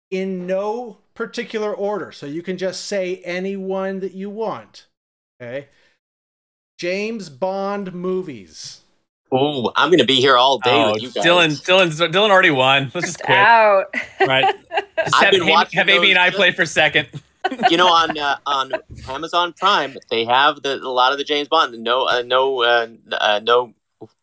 Speaker 1: in no particular order, so you can just say any one that you want. Okay. James Bond movies.
Speaker 2: Ooh, I'm gonna be here all day
Speaker 3: Oh,
Speaker 2: with you guys.
Speaker 3: Dylan, Dylan, Dylan already won. Let's
Speaker 4: (laughs)
Speaker 3: just
Speaker 4: Just
Speaker 3: quit.
Speaker 4: out.
Speaker 3: Right. Just
Speaker 2: I've
Speaker 3: have
Speaker 2: been
Speaker 3: Amy,
Speaker 2: watching
Speaker 3: have Amy
Speaker 2: those
Speaker 3: and I
Speaker 2: just-
Speaker 3: play for second.
Speaker 2: you know, on uh, on Amazon Prime, they have the a lot of the James Bond. No, uh, no, uh, uh, no.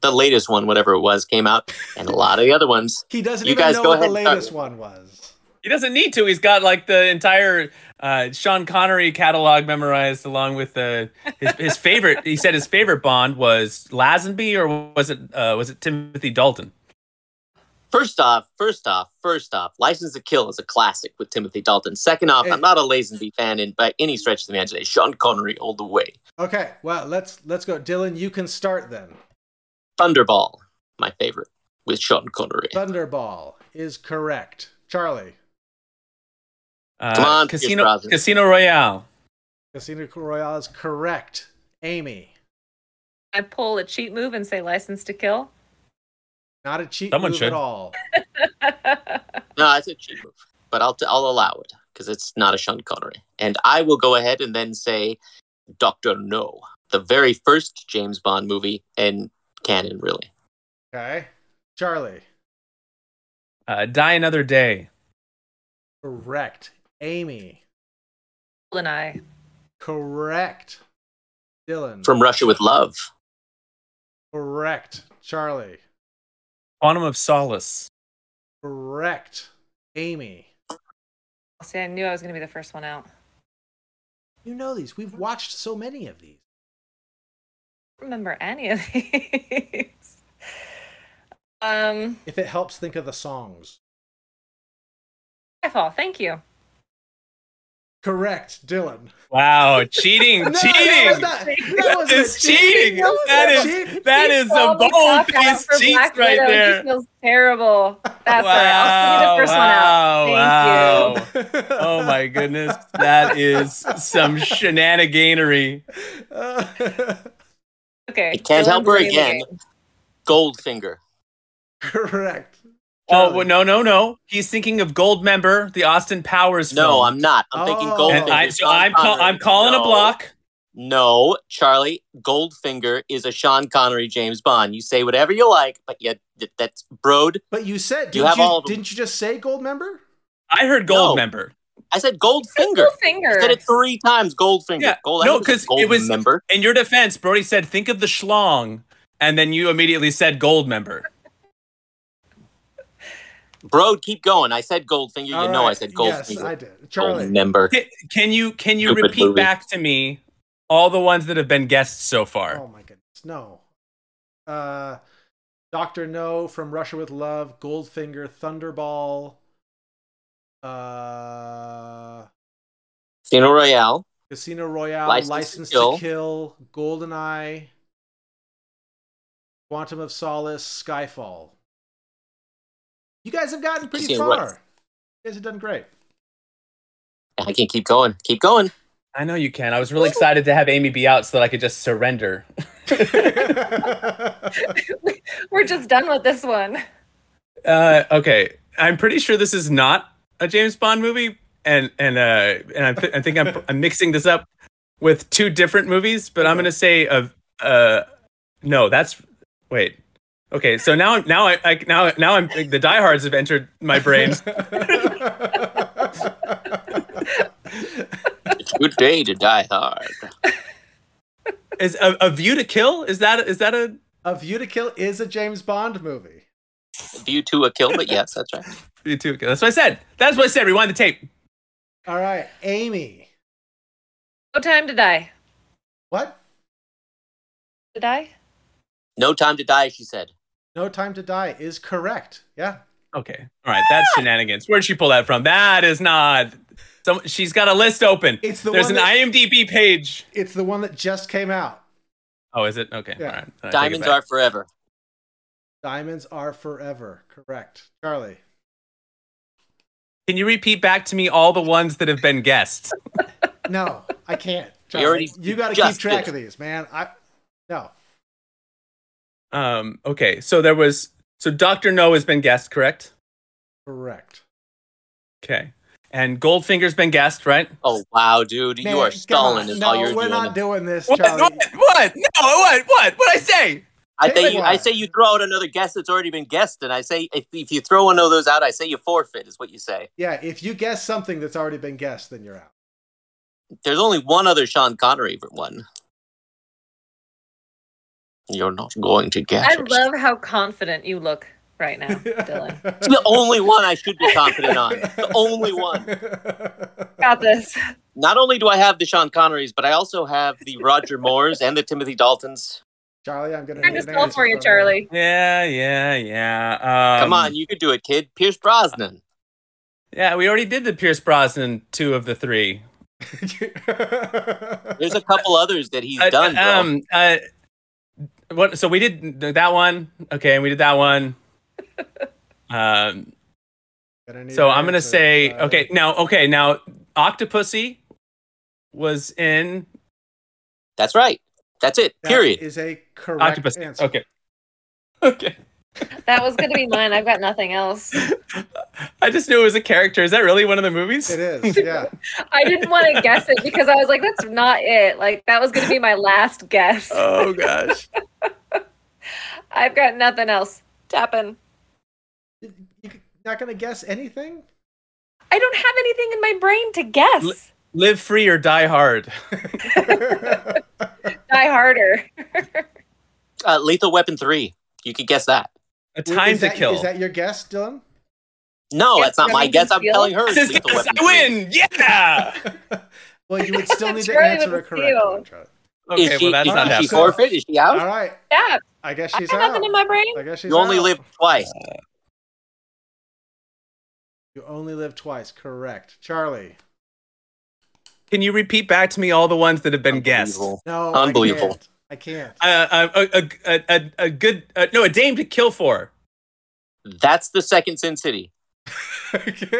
Speaker 2: The latest one, whatever it was, came out, and a lot of the other ones.
Speaker 1: He doesn't
Speaker 2: You
Speaker 1: even
Speaker 2: guys
Speaker 1: know
Speaker 2: go
Speaker 1: what the
Speaker 2: ahead and start.
Speaker 1: latest one was.
Speaker 3: He doesn't need to. He's got like the entire uh, Sean Connery catalog memorized, along with uh, his his favorite. He said his favorite Bond was Lazenby, or was it uh, was it Timothy Dalton?
Speaker 2: First off, first off, first off, License to Kill is a classic with Timothy Dalton. Second off,
Speaker 1: Hey.
Speaker 2: I'm not a Lazenby fan in by any stretch of the imagination. Sean Connery all the way.
Speaker 1: Okay, well, let's let's go. Dylan, you can start then.
Speaker 2: Thunderball, my favorite with Sean Connery.
Speaker 1: Thunderball is correct. Charlie,
Speaker 3: Uh,
Speaker 2: Come on, Pierce
Speaker 3: Casino
Speaker 2: Brosnan.
Speaker 3: Casino Royale.
Speaker 1: Casino Royale is correct. Amy,
Speaker 4: I pull a cheat move and say license to kill. (laughs)
Speaker 1: not a cheat
Speaker 3: Someone
Speaker 1: move
Speaker 3: should.
Speaker 1: at all.
Speaker 2: No, it's a cheap move, but I'll I'll allow it because it's not a Sean Connery. And I will go ahead and then say, Doctor No, the very first James Bond movie and canon really.
Speaker 1: Okay, Charlie,
Speaker 3: Uh, Die Another Day.
Speaker 1: correct. Amy,
Speaker 4: and I.
Speaker 1: correct. Dylan,
Speaker 2: From Russia with Love,
Speaker 1: correct. Charlie,
Speaker 3: Quantum of Solace.
Speaker 1: correct. Amy,
Speaker 4: See, I knew I was going to be the first one out.
Speaker 1: you know these. We've watched so many of these.
Speaker 4: I don't remember any of (laughs) these. Um,
Speaker 1: If it helps, think of the songs.
Speaker 4: Skyfall. Thank you.
Speaker 1: Correct,
Speaker 3: (laughs)
Speaker 1: Dylan.
Speaker 3: Wow,
Speaker 1: (laughs)
Speaker 3: cheating,
Speaker 1: No, That was not,
Speaker 3: cheating.
Speaker 1: that
Speaker 3: That
Speaker 1: wasn't
Speaker 3: is cheating.
Speaker 1: That was
Speaker 3: That
Speaker 1: not
Speaker 3: is-
Speaker 1: cheating.
Speaker 3: That
Speaker 4: He
Speaker 3: is a
Speaker 4: called me
Speaker 3: bold
Speaker 4: cock out
Speaker 3: faced
Speaker 4: for
Speaker 3: cheat
Speaker 4: Black
Speaker 3: right
Speaker 4: Widow.
Speaker 3: there.
Speaker 4: He feels terrible. That's
Speaker 3: wow,
Speaker 4: all right. I'll be the
Speaker 3: wow,
Speaker 4: first one out. Thank you.
Speaker 3: wow. Oh my goodness, that is some shenaniganery. Oh
Speaker 1: (laughs)
Speaker 4: Okay.
Speaker 2: I can't
Speaker 4: Dylan's
Speaker 2: help her
Speaker 4: winning the
Speaker 2: again.
Speaker 4: game.
Speaker 2: Goldfinger.
Speaker 1: (laughs) Correct.
Speaker 3: Oh well, no, no, no. He's thinking of Gold Member, the Austin Powers film.
Speaker 2: No, I'm not. I'm thinking
Speaker 1: Oh.
Speaker 2: Goldfinger.
Speaker 3: And I, so
Speaker 2: Sean
Speaker 3: I'm, call,
Speaker 2: Connery.
Speaker 3: I'm calling
Speaker 2: No.
Speaker 3: a block.
Speaker 2: No, Charlie, Goldfinger is a Sean Connery James Bond. You say whatever you like, but yeah, th- that's Brode.
Speaker 1: But you said
Speaker 2: You
Speaker 1: didn't
Speaker 2: have
Speaker 1: you,
Speaker 2: all of them.
Speaker 1: didn't you just say gold member?
Speaker 3: I heard
Speaker 2: No.
Speaker 3: Gold Member,
Speaker 2: I said Goldfinger.
Speaker 4: Little
Speaker 2: I
Speaker 4: Finger.
Speaker 2: said it three times. Goldfinger.
Speaker 3: Yeah,
Speaker 2: Gold, I
Speaker 3: no,
Speaker 2: think it's
Speaker 3: 'cause it was-
Speaker 2: Goldmember.
Speaker 3: In your defense, Brody said, "Think of the schlong," and then you immediately said Gold Member.
Speaker 2: Brode, keep going. I said Goldfinger. You
Speaker 1: All
Speaker 2: know I
Speaker 1: right.
Speaker 2: said
Speaker 1: Yes, I
Speaker 2: Goldfinger.
Speaker 1: did. Charlie.
Speaker 2: Goldmember.
Speaker 3: Can, can you can you
Speaker 2: Stupid
Speaker 3: repeat
Speaker 2: movie.
Speaker 3: back to me all the ones that have been guessed so far?
Speaker 1: Oh my goodness, no. Uh, Doctor No from Russia with Love, Goldfinger, Thunderball, uh,
Speaker 2: Casino Royale.
Speaker 1: Casino Royale, License,
Speaker 2: License to Kill.
Speaker 1: to Kill, Goldeneye, Quantum of Solace, Skyfall. You guys have gotten pretty
Speaker 2: Casino
Speaker 1: far.
Speaker 2: Royale.
Speaker 1: You guys have done great.
Speaker 2: I can keep going. Keep going.
Speaker 3: I know you can. I was really excited to have Amy be out so that I could just surrender.
Speaker 1: (laughs)
Speaker 4: We're just done with this one.
Speaker 3: Uh, okay, I'm pretty sure this is not a James Bond movie, and and uh, and I, th- I think I'm, (laughs) I'm mixing this up with two different movies, but I'm gonna say of uh, no, that's wait. Okay, so now now I, I now now I'm the diehards have entered my (laughs) brain.
Speaker 2: It's a good day to die hard.
Speaker 3: Is a, a View to Kill? Is that is that a
Speaker 1: a View to Kill is a James Bond movie.
Speaker 2: View to a kill, but yes, that's right.
Speaker 3: View to Kill? That's what I said. That's what I said. Rewind the tape.
Speaker 1: All right, Amy.
Speaker 4: No time to die.
Speaker 1: What?
Speaker 4: To die?
Speaker 2: No time to die, she said.
Speaker 1: No Time to Die is correct. Yeah.
Speaker 3: Okay, all right, that's shenanigans. Where'd she pull that from? That is not. Some, she's got a list open.
Speaker 1: It's the
Speaker 3: There's
Speaker 1: one
Speaker 3: an
Speaker 1: that-
Speaker 3: IMDb page.
Speaker 1: It's the one that just came out.
Speaker 3: Oh, is it? Okay.
Speaker 1: Yeah.
Speaker 3: All right. Then I take it
Speaker 2: Diamonds
Speaker 3: back.
Speaker 2: are forever.
Speaker 1: Diamonds Are Forever. Correct. Charlie.
Speaker 3: Can you repeat back to me all the ones that have been guessed?
Speaker 1: No, I
Speaker 2: (laughs)
Speaker 1: can't.
Speaker 2: We
Speaker 1: Charlie,
Speaker 2: already
Speaker 1: you got to keep
Speaker 2: just
Speaker 1: track
Speaker 2: did.
Speaker 1: of these, man. I No.
Speaker 3: Um, okay. So there was. So Doctor No has been guessed, correct?
Speaker 1: Correct.
Speaker 3: Okay. And Goldfinger's been guessed, right?
Speaker 2: Oh wow, dude,
Speaker 1: Man,
Speaker 2: you are
Speaker 1: come
Speaker 2: stalling.
Speaker 1: on.
Speaker 2: Is
Speaker 1: no,
Speaker 2: all you're
Speaker 1: we're
Speaker 2: doing.
Speaker 1: not doing this,
Speaker 3: What?
Speaker 1: Charlie.
Speaker 3: What? What? No. What? What? What I say?
Speaker 2: I
Speaker 1: Hey,
Speaker 2: say you, I
Speaker 1: Ryan.
Speaker 2: say you throw out another guess that's already been guessed, and I say if, if you throw one of those out, I say you forfeit. Is what you say.
Speaker 1: Yeah, if you guess something that's already been guessed, then you're out.
Speaker 2: There's only one other Sean Connery one. You're not going to guess.
Speaker 4: I
Speaker 2: it.
Speaker 4: love how confident you look
Speaker 1: (laughs)
Speaker 4: right now, Dylan.
Speaker 2: It's the only one I
Speaker 4: (laughs)
Speaker 2: should be confident on. The only one.
Speaker 4: Got this.
Speaker 2: Not only do I have the Sean Connerys, but I also have the Roger Moores and the Timothy Daltons.
Speaker 1: Charlie, I'm going to
Speaker 4: Trying to spell for you, Charlie.
Speaker 3: Yeah. Yeah. Yeah. Um,
Speaker 2: Come on, you could do it, kid. Pierce Brosnan.
Speaker 3: Yeah, we already did the Pierce Brosnan two of the three.
Speaker 1: (laughs)
Speaker 2: There's a couple others that he's
Speaker 3: Uh,
Speaker 2: done. Bro.
Speaker 3: um. Uh, what? So we did that one. Okay, and we did that one. um. So I'm gonna say
Speaker 1: uh,
Speaker 3: okay now. Okay now, Octopussy was in
Speaker 2: That's right. That's it. Period.
Speaker 1: Is a correct
Speaker 3: Octopus.
Speaker 1: answer.
Speaker 3: Okay, (laughs) okay.
Speaker 4: That was going to be mine. I've got nothing else.
Speaker 3: I just knew it was a character. Is that really one of the movies?
Speaker 1: (laughs) It
Speaker 3: (laughs)
Speaker 1: is, yeah.
Speaker 4: I didn't want to guess it because I was like, that's not it. Like, that was going to be my last guess.
Speaker 2: Uh.
Speaker 3: Oh gosh.
Speaker 4: I've got nothing else. Tapping.
Speaker 1: You- You're not gonna guess
Speaker 3: (laughs)
Speaker 1: anything?
Speaker 4: I don't have anything in my brain to guess.
Speaker 3: Live free or die hard.
Speaker 4: Die harder.
Speaker 2: Uh, Lethal Weapon 3. You could guess that.
Speaker 3: A time
Speaker 1: Is
Speaker 3: to
Speaker 1: that-
Speaker 3: kill.
Speaker 1: (laughs) Is that your guess, Dylan?
Speaker 2: No,
Speaker 4: Yes,
Speaker 2: that's not my
Speaker 4: Remington
Speaker 2: guess. I'm
Speaker 4: Steele.
Speaker 2: telling
Speaker 3: (laughs)
Speaker 2: her. it's
Speaker 3: This is-
Speaker 2: Lethal Weapon
Speaker 3: I
Speaker 2: 3.
Speaker 3: win. Yeah.
Speaker 1: Well, you would still need to
Speaker 4: Charlie
Speaker 1: answer
Speaker 4: with
Speaker 1: a
Speaker 4: a
Speaker 1: correct
Speaker 4: seal.
Speaker 1: one, Charlie.
Speaker 2: Is
Speaker 3: Okay,
Speaker 2: she,
Speaker 3: well that's
Speaker 2: is
Speaker 3: not
Speaker 2: she
Speaker 3: happening.
Speaker 2: forfeit? Is she
Speaker 1: All
Speaker 2: out?
Speaker 1: right,
Speaker 4: Yeah.
Speaker 1: I guess
Speaker 4: I
Speaker 1: she's
Speaker 4: have
Speaker 1: out.
Speaker 4: nothing in my brain.
Speaker 1: I guess she's
Speaker 2: You only
Speaker 1: out.
Speaker 2: live twice.
Speaker 1: You only live twice, correct, Charlie?
Speaker 3: Can you repeat back to me all the ones that have been guessed?
Speaker 2: Unbelievable.
Speaker 1: No,
Speaker 2: Unbelievable.
Speaker 1: I can't. I can't.
Speaker 3: Uh, a, a, a, a, a good uh, no a dame to kill for.
Speaker 2: That's the second Sin City.
Speaker 1: (laughs)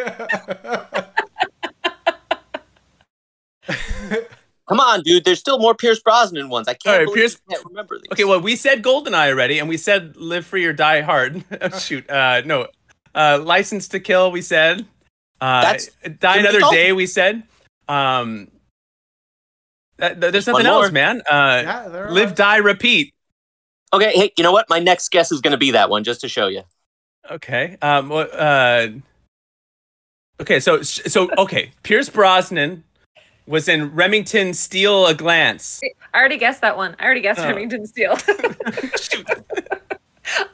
Speaker 2: Come on, dude. There's still more Pierce Brosnan ones. I can't
Speaker 3: All right,
Speaker 2: believe
Speaker 3: Pierce-
Speaker 2: I can't remember these.
Speaker 3: Okay, well we said Goldeneye already, and we said Live Free or Die Hard. (laughs) Oh, Shoot, uh, no, uh, License to Kill. We said uh,
Speaker 2: That's-
Speaker 3: Die Another
Speaker 2: Golden-
Speaker 3: Day. We said um, that, that- there's
Speaker 2: One
Speaker 3: nothing
Speaker 2: more.
Speaker 3: else, man. Uh,
Speaker 1: yeah, there are.
Speaker 3: live, Die, Repeat.
Speaker 2: Okay, hey, you know what? My next guess is going to be that one, just to show you.
Speaker 3: Okay. Um. wha- Uh, okay. So so okay. Pierce Brosnan was in Remington Steal a Glance.
Speaker 4: I already guessed that one. I already guessed
Speaker 3: Oh.
Speaker 4: Remington (laughs) Steel. I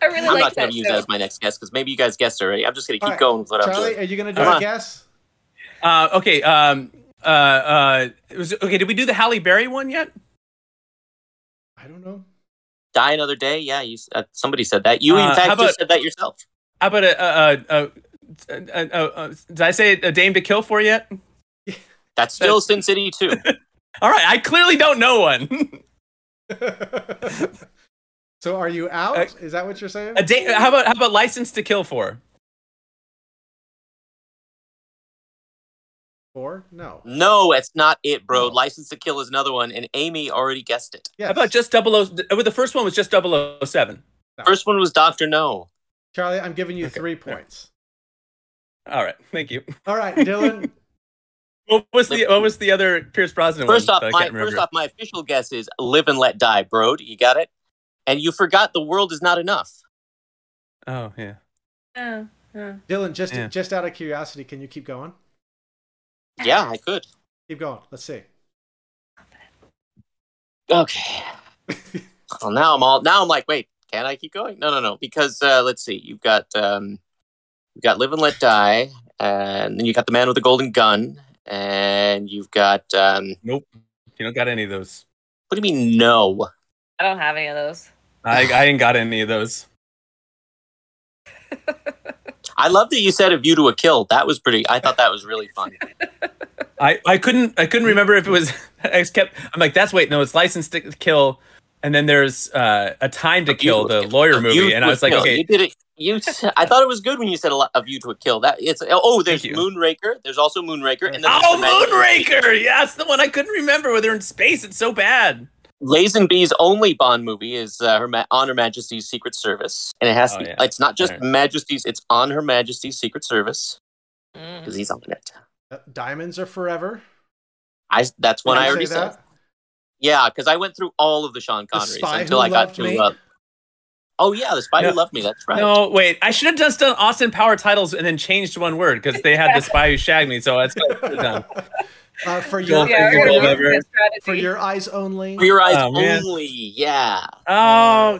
Speaker 4: really
Speaker 2: I'm
Speaker 4: like
Speaker 2: not
Speaker 4: that.
Speaker 2: going to use
Speaker 4: show.
Speaker 2: that as my next guess because maybe you guys guessed already. I'm just going to
Speaker 1: All
Speaker 2: keep
Speaker 1: right,
Speaker 2: going with what I'm
Speaker 1: Charlie,
Speaker 2: doing.
Speaker 1: are you gonna do
Speaker 2: Come
Speaker 1: a
Speaker 2: on.
Speaker 1: guess?
Speaker 3: Uh. Okay. Um. Uh. Uh. It was okay. Did we do the Halle Berry one yet?
Speaker 1: I don't know. (laughs)
Speaker 2: Die another day. Yeah, you, s- uh, somebody said that. You,
Speaker 3: Uh,
Speaker 2: in
Speaker 3: how
Speaker 2: fact,
Speaker 3: about-
Speaker 2: just said that yourself.
Speaker 3: How about a a a. a, a, a, a, a did I say a Dame to Kill for yet?
Speaker 2: That's
Speaker 3: Uh,
Speaker 2: still Sin City
Speaker 3: (laughs)
Speaker 2: 2.
Speaker 3: All right, I clearly don't know one. (laughs)
Speaker 1: so are you out?
Speaker 3: Uh,
Speaker 1: Is that what you're saying?
Speaker 3: a dame, how about how about License to Kill for?
Speaker 1: Four? No.
Speaker 2: no, it's not it,
Speaker 1: Oh.
Speaker 2: bro. License to Kill is another one, and Amy already guessed it.
Speaker 1: Yes.
Speaker 3: How about just 00 well, the first one was just 007.
Speaker 2: First one was Doctor No.
Speaker 1: Charlie? I'm giving you
Speaker 3: Okay.
Speaker 1: three points.
Speaker 3: All right, thank you. (laughs)
Speaker 1: All right, Dylan.
Speaker 3: What was the what was the other Pierce Brosnan
Speaker 2: First
Speaker 3: one?
Speaker 2: off,
Speaker 3: that I
Speaker 2: my
Speaker 3: can't remember?
Speaker 2: first off, my official guess is Live and Let Die, bro. You got it. And you forgot the world is not enough.
Speaker 3: Oh yeah.
Speaker 4: Yeah, yeah.
Speaker 1: Dylan, just
Speaker 3: Yeah.
Speaker 1: just out of curiosity, can you keep going?
Speaker 2: Yeah, I could.
Speaker 1: Keep going. Let's see.
Speaker 2: Okay. well, now I'm all now I'm like, wait, can I keep going? No, no, no, because uh, let's see, you've got um, you've got Live and Let Die, and then you got the Man with the Golden Gun, and you've got um, what
Speaker 3: Nope. You don't got any of those.
Speaker 2: do you mean no?
Speaker 4: I don't have any of those.
Speaker 3: I, I ain't got any of those.
Speaker 2: I love that you said A View to a Kill. That was pretty. I thought that was really fun.
Speaker 3: I, I couldn't I couldn't remember if it was (laughs) I just kept I'm like that's wait no it's licensed to kill and then there's uh, a time to kill the lawyer
Speaker 2: A View
Speaker 3: movie
Speaker 2: to
Speaker 3: and
Speaker 2: a
Speaker 3: I was like
Speaker 2: Kill.
Speaker 3: okay
Speaker 2: you did it. You, s- I thought it was good when you said a, lot, a View to a Kill. That it's oh, there's
Speaker 3: you.
Speaker 2: Moonraker. There's also Moonraker, and then there's the Man with the
Speaker 3: oh Moonraker yeah that's the one I couldn't remember where they're in space it's so bad
Speaker 2: Lazenby's only Bond movie is uh, her ma- on Her Majesty's Secret Service, and it has
Speaker 3: Oh,
Speaker 2: to be,
Speaker 3: yeah.
Speaker 2: it's not just
Speaker 3: Alright.
Speaker 2: Majesty's; it's on Her Majesty's Secret Service
Speaker 4: Mm.
Speaker 2: because he's on it.
Speaker 1: Uh, Diamonds are forever.
Speaker 2: I that's one
Speaker 1: Did
Speaker 2: I
Speaker 1: say
Speaker 2: already said.
Speaker 1: that?
Speaker 2: Yeah, because I went through all of the Sean
Speaker 1: The
Speaker 2: Connerys
Speaker 1: Spy
Speaker 2: until
Speaker 1: Who
Speaker 2: I got
Speaker 1: Loved
Speaker 2: to.
Speaker 1: Me?
Speaker 2: Uh, oh yeah, the spy
Speaker 3: No.
Speaker 2: who loved me. That's right.
Speaker 3: no wait I should have just done Austin Power titles and then changed one word because they had the spy who shagged me so that's
Speaker 2: (laughs)
Speaker 3: done
Speaker 1: (laughs)
Speaker 2: Oh,
Speaker 1: Uh, for
Speaker 3: Joel
Speaker 1: your
Speaker 3: Goldberg.
Speaker 4: Yeah,
Speaker 1: for
Speaker 4: we're
Speaker 1: your-
Speaker 3: Goldberg.
Speaker 4: gonna work this
Speaker 1: for
Speaker 4: strategy.
Speaker 1: your eyes only.
Speaker 2: For your eyes
Speaker 3: Oh, man.
Speaker 2: only. Yeah,
Speaker 3: oh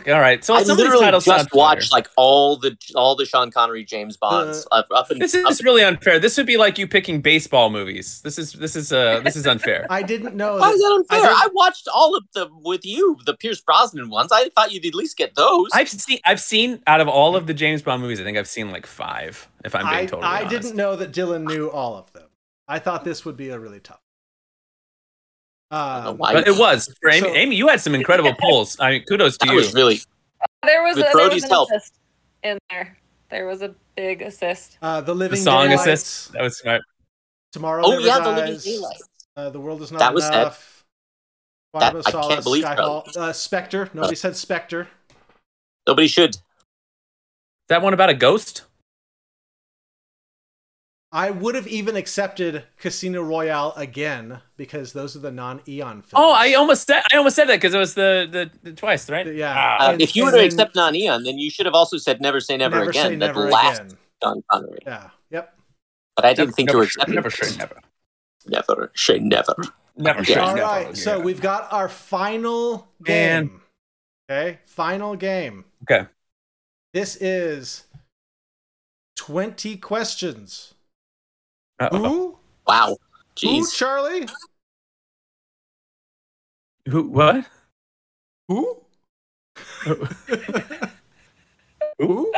Speaker 3: all right so
Speaker 2: I
Speaker 3: some of these
Speaker 2: literally
Speaker 3: titles sound
Speaker 2: just
Speaker 3: familiar.
Speaker 2: watched like all the all the Sean Connery James
Speaker 1: Uh,
Speaker 2: Bonds up, up and
Speaker 3: This
Speaker 2: up
Speaker 3: is really unfair. This would be like you picking baseball movies. This is this is uh this is unfair.
Speaker 1: I didn't
Speaker 2: (laughs)
Speaker 1: know.
Speaker 2: Why is
Speaker 1: That,
Speaker 2: that unfair?
Speaker 1: I
Speaker 2: I,
Speaker 1: did-
Speaker 2: watched all of them with you, the Pierce Brosnan ones. I thought you'd at least get those.
Speaker 3: I've seen I've seen out of all of the James Bond movies, I think I've seen like five. If I'm being
Speaker 1: I,
Speaker 3: totally
Speaker 1: I
Speaker 3: honest.
Speaker 1: didn't know that Dylan knew all of them. I thought this would be a really tough.
Speaker 2: don't know
Speaker 1: Um,
Speaker 2: why.
Speaker 3: But
Speaker 2: (laughs)
Speaker 3: it was for Amy.
Speaker 1: So-
Speaker 3: Amy, you had
Speaker 1: (laughs)
Speaker 3: some incredible pulls. I mean, kudos to
Speaker 2: that
Speaker 3: you.
Speaker 2: was really
Speaker 4: There was a,
Speaker 2: With
Speaker 4: there was
Speaker 2: Brody's
Speaker 4: an
Speaker 2: help.
Speaker 4: assist in there. There was a big assist.
Speaker 1: uh, the
Speaker 3: the
Speaker 1: living
Speaker 3: song
Speaker 1: daylights.
Speaker 3: assist. That was smart.
Speaker 1: Tomorrow.
Speaker 2: Oh
Speaker 1: Never
Speaker 2: yeah,
Speaker 1: dies.
Speaker 2: the Living Daylight.
Speaker 1: Uh, the world is not
Speaker 2: That was it.
Speaker 1: enough. Quantum
Speaker 2: That-
Speaker 1: of
Speaker 2: I can't
Speaker 1: Solace,
Speaker 2: believe
Speaker 1: Skyfall, uh, Spectre. Nobody said Spectre.
Speaker 2: Nobody should.
Speaker 3: That one about a ghost.
Speaker 1: I would have even accepted Casino Royale again because those are the non-Eon films.
Speaker 3: Oh, I almost said I almost said that because it was the, the the twice right.
Speaker 1: Yeah.
Speaker 3: Ah.
Speaker 2: Uh,
Speaker 1: And-
Speaker 2: if you
Speaker 1: and
Speaker 2: would have
Speaker 1: then-
Speaker 2: accepted Non Eon, then you should have also said Never Say Never,
Speaker 1: Never
Speaker 2: Again.
Speaker 1: Say
Speaker 2: that
Speaker 1: Never
Speaker 2: last
Speaker 1: Again.
Speaker 2: Sean Connery.
Speaker 1: Yeah. Yep.
Speaker 2: But I didn't think you were
Speaker 3: sure,
Speaker 2: accepting.
Speaker 3: never sure, never,
Speaker 2: never say never.
Speaker 3: never
Speaker 2: Yeah.
Speaker 3: sure.
Speaker 1: All
Speaker 3: never.
Speaker 1: right. So we've got our final
Speaker 3: Man.
Speaker 1: game. Okay. Final game.
Speaker 3: Okay.
Speaker 1: This is 20 questions.
Speaker 3: Uh-oh.
Speaker 1: Who?
Speaker 2: Wow.
Speaker 1: Who,
Speaker 2: Jeez.
Speaker 1: Charlie?
Speaker 3: Who? What?
Speaker 1: Who?
Speaker 3: Ooh.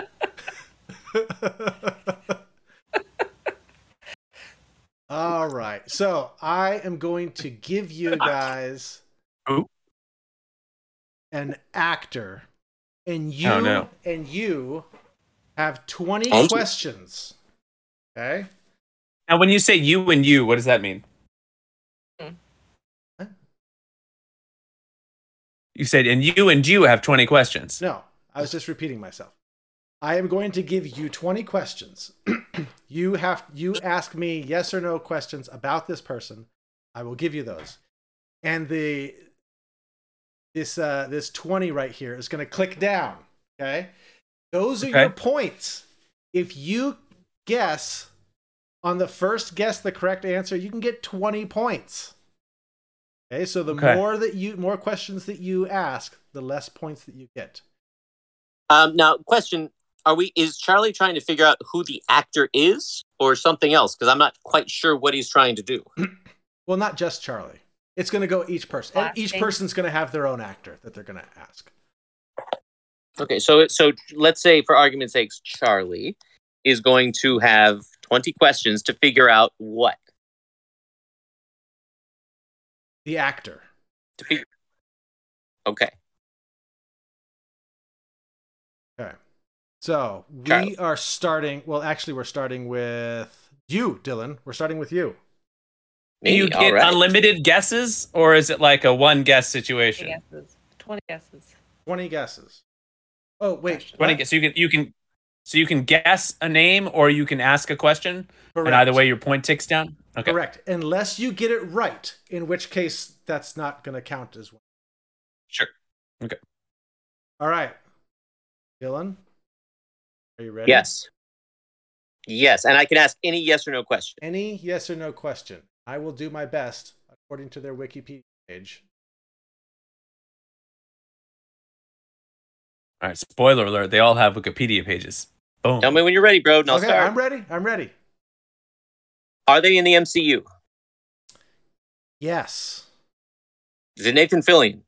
Speaker 1: All right. So I am going to give you guys
Speaker 3: Ooh.
Speaker 1: an actor, and you
Speaker 3: Oh, no.
Speaker 1: and you have twenty
Speaker 2: Thank you.
Speaker 1: questions. Okay.
Speaker 3: Now, when you say you and you, what does that mean?
Speaker 4: Hmm.
Speaker 1: Huh?
Speaker 3: You said, and you and you have 20 questions.
Speaker 1: No, I was just repeating myself. I am going to give you 20 questions. (clears throat) you have you ask me yes or no questions about this person. I will give you those. And the this uh this 20 right here is going to click down, okay? Those are
Speaker 3: Okay.
Speaker 1: your points. If you guess on the first guess the correct answer, you can get 20 points. Okay, so the
Speaker 3: Okay.
Speaker 1: more that you more questions that you ask, the less points that you get.
Speaker 2: Um, now, question: Are we? Is Charlie trying to figure out who the actor is, or something else? Because I'm not quite sure what he's trying to do.
Speaker 1: Well, not just Charlie. It's going to go each person. And each
Speaker 4: Blasting.
Speaker 1: person's going to have their own actor that they're going to ask.
Speaker 2: Okay, so so let's say, for argument's sake, Charlie is going to have 20 questions to figure out what
Speaker 1: The actor.
Speaker 2: to figure. Okay.
Speaker 1: So we
Speaker 2: Charlie.
Speaker 1: are starting. Well, actually, we're starting with you, Dylan. We're starting with you.
Speaker 3: Do you
Speaker 2: Me,
Speaker 3: get
Speaker 2: alright.
Speaker 3: unlimited guesses, or is it like a one guess situation?
Speaker 4: 20 guesses. 20 guesses.
Speaker 1: 20 guesses. Oh, wait.
Speaker 4: Question.
Speaker 3: 20
Speaker 1: what?
Speaker 3: guess. So you can you can so you can guess a name, or you can ask a question, and either way, your point ticks down. Okay.
Speaker 1: Correct. Unless you get it right, in which case that's not going to count as one.
Speaker 3: Sure.
Speaker 1: All right. Dylan, are you ready?
Speaker 2: Yes. Yes, and I can ask any yes or no question.
Speaker 1: Any yes or no question. I will do my best according to their Wikipedia page.
Speaker 3: All right. Spoiler alert: They all have Wikipedia pages. Boom. (laughs)
Speaker 2: Tell me when you're ready, bro, and I'll
Speaker 1: okay,
Speaker 2: start.
Speaker 1: I'm ready. I'm ready.
Speaker 2: Are they in the MCU?
Speaker 1: Yes.
Speaker 2: Is it Nathan Fillion?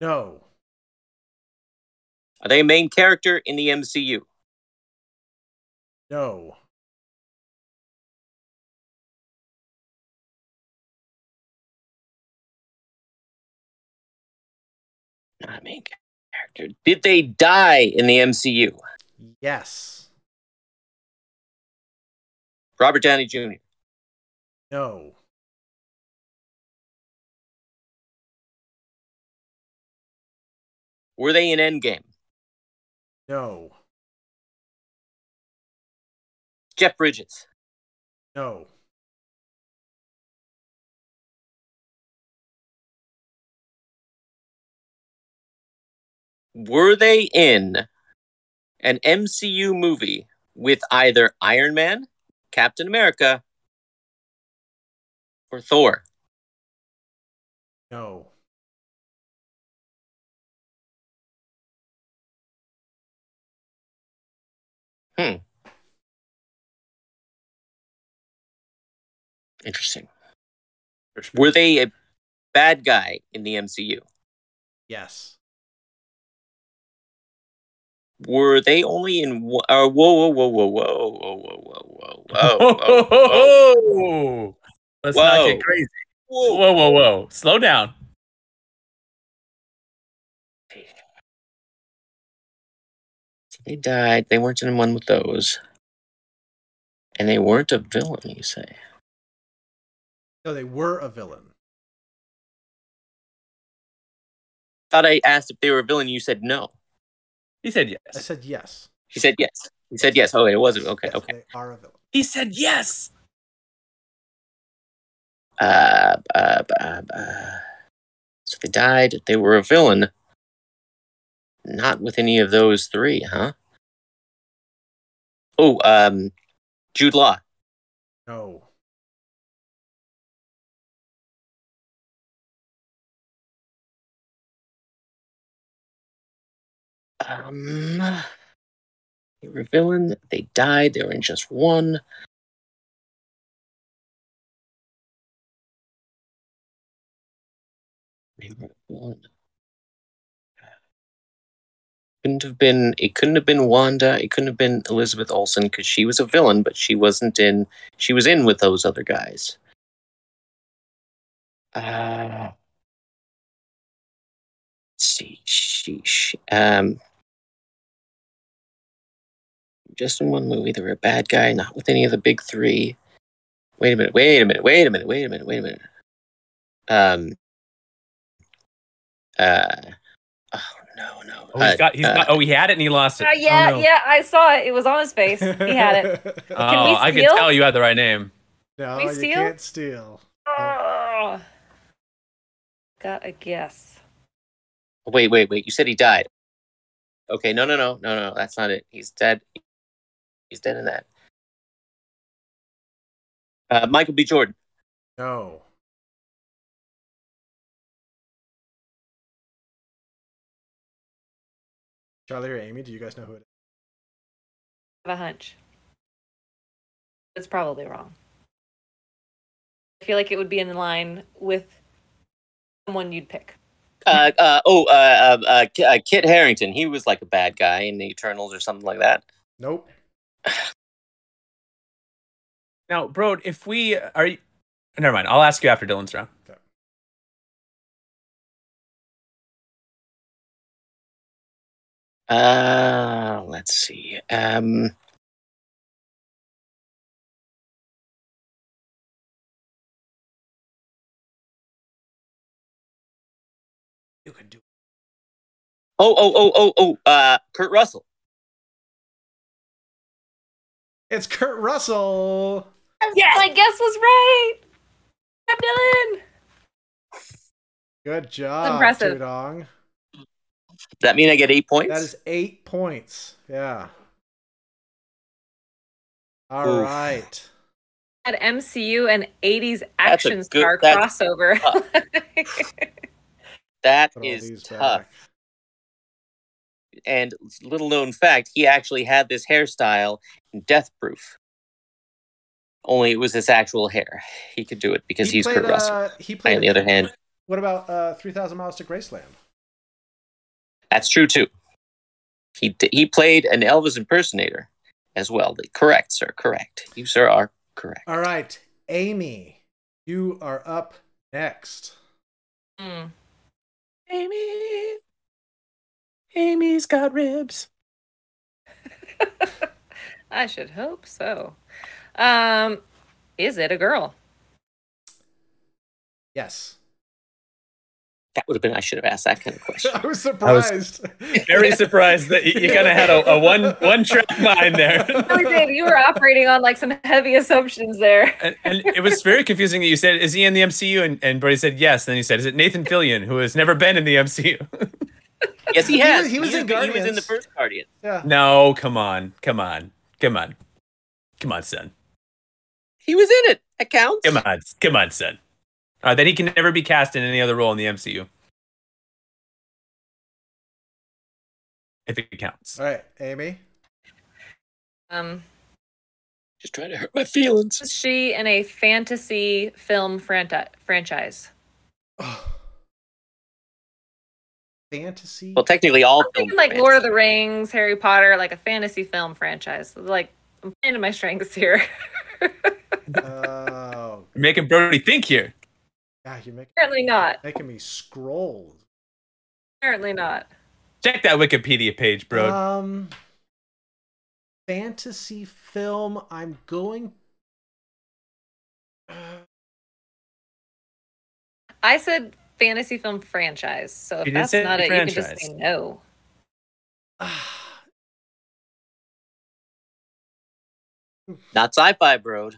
Speaker 1: No.
Speaker 2: Are they a main character in the MCU?
Speaker 1: No.
Speaker 2: Not a main character. Did they die in the MCU?
Speaker 1: Yes.
Speaker 2: Robert Downey Jr.
Speaker 1: No.
Speaker 2: Were they in Endgame?
Speaker 1: No.
Speaker 2: Jeff Bridges.
Speaker 1: No.
Speaker 2: Were they in an MCU movie with either Iron Man, Captain America, or Thor?
Speaker 1: No.
Speaker 2: Interesting. Were they a bad guy in the MCU?
Speaker 1: Yes.
Speaker 2: Were they only in? wo- Uh, whoa, whoa, whoa, whoa, whoa, whoa, whoa, whoa, whoa,
Speaker 3: Whoa,
Speaker 2: whoa,
Speaker 3: (laughs)
Speaker 2: whoa,
Speaker 3: Let's not
Speaker 2: oh, Whoa.
Speaker 3: get crazy.
Speaker 2: whoa.
Speaker 3: Whoa, whoa, whoa. Slow down.
Speaker 2: They died. They weren't in one with those. And they weren't a villain, you say?
Speaker 1: No, they were a villain.
Speaker 2: Thought I asked if they were a villain. You said no.
Speaker 3: He said
Speaker 1: I
Speaker 3: yes.
Speaker 1: said yes.
Speaker 2: He said yes. He said yes. Oh, it wasn't. Okay,
Speaker 1: Yes,
Speaker 2: okay.
Speaker 1: They are a villain.
Speaker 3: He said yes.
Speaker 2: Uh, uh, uh, uh. So they died. They were a villain. Not with any of those three, huh? Oh, um, Jude Law.
Speaker 1: No.
Speaker 2: Um, they were a villain. They died. They were in just one. They were a villain. couldn't have been it couldn't have been Wanda. It couldn't have been Elizabeth Olsen because she was a villain, but she wasn't in. She was in with those other guys. Uh, let's see, sheesh. Um, just in one movie, they were a bad guy, not with any of the big three. Wait a minute. Wait a minute. Wait a minute. Wait a minute. Wait a minute. Um. Uh. Oh no no.
Speaker 3: Oh, he's
Speaker 2: uh,
Speaker 3: got, he's
Speaker 2: uh,
Speaker 3: got, oh, he had it and he lost it.
Speaker 4: Uh, yeah,
Speaker 3: oh, no.
Speaker 4: yeah, I saw it. It was on his face. He
Speaker 3: (laughs)
Speaker 4: had it.
Speaker 3: Oh,
Speaker 4: Can we
Speaker 3: I can
Speaker 4: steal?
Speaker 3: tell you had the right name.
Speaker 1: (laughs) No,
Speaker 4: We
Speaker 1: you
Speaker 4: steal?
Speaker 1: can't steal.
Speaker 4: Ugh. Got a Ah. guess.
Speaker 2: Wait, wait, wait. You said he died. Okay, no, no, no, no, no. That's not it. He's dead. He's dead in that. Uh, Michael B. Jordan.
Speaker 1: No. Charlie or Amy, do you guys know who it is?
Speaker 4: I have a hunch. It's probably wrong. I feel like it would be in line with someone you'd pick.
Speaker 2: Uh, uh, oh, uh, uh, uh, Ki- uh, Kit Harrington. He was like a bad guy in the Eternals or something like that.
Speaker 1: Nope.
Speaker 3: Now, bro, if we are, you, never mind. I'll ask you after Dylan's round.
Speaker 2: Uh, let's see. Um,
Speaker 1: You can do
Speaker 2: oh, oh, oh, oh, oh. Uh, Kurt Russell.
Speaker 1: it. It's Kurt Russell.
Speaker 4: Yes! My guess was right! Bob Dylan!
Speaker 1: Good job.
Speaker 4: impressive.
Speaker 1: Tudong.
Speaker 2: Does that mean I get eight points?
Speaker 1: That is eight points. Yeah. All right.
Speaker 2: Oof.
Speaker 4: Had MCU and 80s
Speaker 2: a
Speaker 4: action
Speaker 2: good-
Speaker 4: star
Speaker 2: that's
Speaker 4: crossover.
Speaker 2: That
Speaker 1: Put all
Speaker 2: is
Speaker 1: these
Speaker 2: tough.
Speaker 1: back.
Speaker 2: And little known fact, he actually had this hairstyle in Death Proof. Only it was his actual hair. He could do it because
Speaker 1: He
Speaker 2: he's
Speaker 1: played,
Speaker 2: Kurt Russell.
Speaker 1: uh, he
Speaker 2: I,
Speaker 1: played.
Speaker 2: on the other hand,
Speaker 1: What about uh, 3,000 Miles to Graceland?
Speaker 2: that's true too. He d- he played an Elvis impersonator as well. Correct, sir. Correct. You, sir, are correct.
Speaker 1: All right. Amy, you are up next.
Speaker 4: (laughs) Hmm.
Speaker 3: Amy, Amy's got ribs.
Speaker 4: I should hope so. Um, is it a girl?
Speaker 1: Yes.
Speaker 2: That would have been. I should have asked that kind of question.
Speaker 1: (laughs) I was (laughs) surprised.
Speaker 3: Very surprised that you, you kind of had a, a one one track mind there.
Speaker 4: No, we did. You were operating on like some heavy assumptions there.
Speaker 3: (laughs) And, and it was very confusing that you said, "Is he in the MCU?" And, and Brody said, "Yes." And then you said, "Is it Nathan Fillion, who has never been in the MCU?"
Speaker 2: yes, he
Speaker 1: He
Speaker 2: has.
Speaker 1: was- he was in
Speaker 2: is- He was in the
Speaker 1: Guardians.
Speaker 2: first Guardian.
Speaker 1: Yeah.
Speaker 3: (laughs) no, come on, come on, come on, come on, son,
Speaker 2: He was in it. That counts.
Speaker 3: come on, come on, son. Uh, then he can never be cast in any other role in the MCU, if it counts.
Speaker 1: All right, Amy.
Speaker 4: Um,
Speaker 2: Just trying to hurt my feelings.
Speaker 4: is she in a fantasy film franti- franchise?
Speaker 1: (sighs) Fantasy.
Speaker 2: Well, technically, all
Speaker 4: I'm
Speaker 2: films
Speaker 4: thinking like
Speaker 2: are
Speaker 4: Lord of the Rings, Harry Potter, like a fantasy film franchise. Like I'm playing to my strengths here. (laughs)
Speaker 1: oh,
Speaker 3: You're making Brody think here.
Speaker 1: God, you're making,
Speaker 4: Apparently (laughs) not.
Speaker 1: making me scroll.
Speaker 4: Apparently not.
Speaker 3: Check that Wikipedia page, bro.
Speaker 1: Um, fantasy film. I'm going. (sighs)
Speaker 4: I said fantasy film franchise. So
Speaker 3: You
Speaker 4: if
Speaker 3: did
Speaker 4: that's
Speaker 3: say
Speaker 4: not it, you can just
Speaker 3: franchise.
Speaker 4: say no.
Speaker 1: Ah,
Speaker 2: Not sci-fi, bro.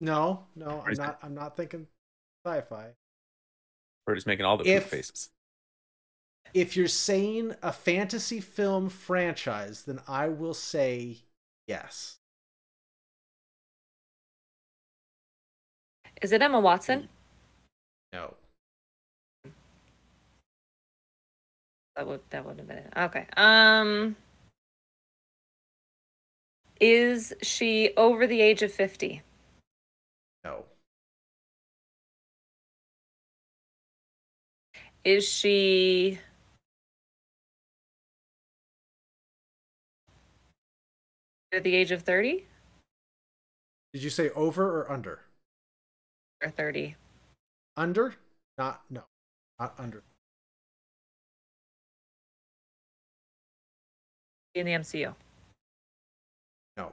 Speaker 1: no, no, I'm not. I'm not thinking sci-fi.
Speaker 3: Brody's making all the
Speaker 1: If-
Speaker 3: poop faces.
Speaker 1: If you're saying a fantasy film franchise, then I will say yes.
Speaker 4: Is it Emma
Speaker 3: Mm.
Speaker 4: Watson?
Speaker 1: No.
Speaker 4: That would that would have been it. Okay. Um Is she over the age of 50?
Speaker 1: No.
Speaker 4: Is she Under the age of 30
Speaker 1: Did you say over or under?
Speaker 4: or 30?
Speaker 1: Under? Not no. Not under.
Speaker 4: In the MCU.
Speaker 1: No.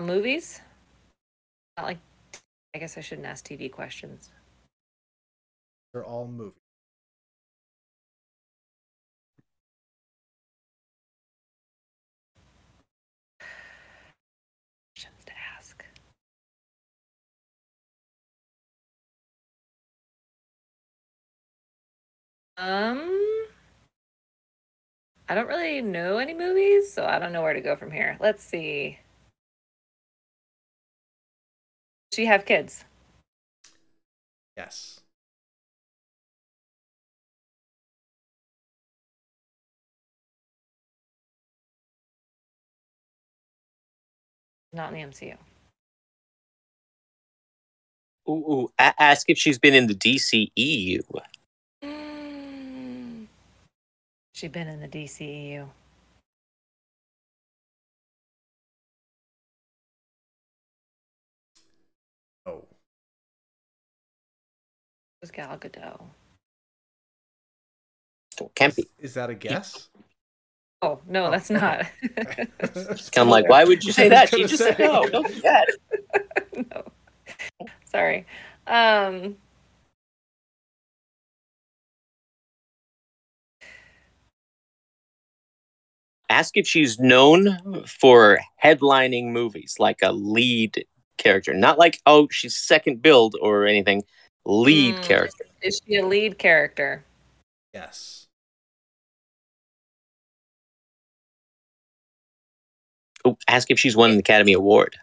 Speaker 4: Movies? Not like, I guess I shouldn't ask TV questions.
Speaker 1: They're all movies.
Speaker 4: Questions to ask. Um, I don't really know any movies, so I don't know where to go from here. Let's see. Does she have kids?
Speaker 1: Yes.
Speaker 4: Not in the MCU.
Speaker 2: Ooh, ooh. A- ask if she's been in the E DCEU.
Speaker 4: she been in the E DCEU.
Speaker 1: No.
Speaker 4: was Gal Gadot.
Speaker 2: Can't be.
Speaker 1: Is that a
Speaker 2: (laughs)
Speaker 1: guess?
Speaker 4: Oh no,
Speaker 1: Oh,
Speaker 4: that's
Speaker 1: okay.
Speaker 4: not.
Speaker 2: And I'm like, why would you (laughs) say
Speaker 1: (laughs)
Speaker 2: that?
Speaker 1: I
Speaker 2: She
Speaker 1: was
Speaker 2: just
Speaker 1: gonna
Speaker 2: said no.
Speaker 1: say.
Speaker 2: Don't do that.
Speaker 4: no. (laughs) Sorry. Um
Speaker 2: Ask if she's known for headlining movies, like a lead character, not like oh she's second build or anything. Lead
Speaker 4: Hmm.
Speaker 2: character.
Speaker 4: is she a lead character?
Speaker 1: (laughs) Yes.
Speaker 2: Ooh, oh, ask if she's won an Academy Award.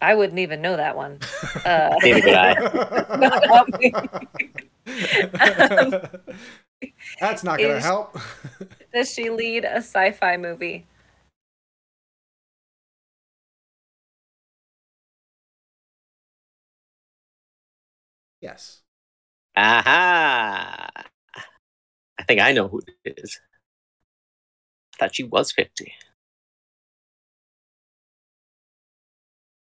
Speaker 4: I wouldn't even know that one. Uh,
Speaker 2: Neither would I.
Speaker 1: (laughs) That's not gonna
Speaker 4: Is-
Speaker 1: help.
Speaker 4: (laughs)
Speaker 1: (laughs)
Speaker 4: does she lead a sci-fi movie?
Speaker 1: yes.
Speaker 2: Aha! I think I know who it is. I thought she was fifty.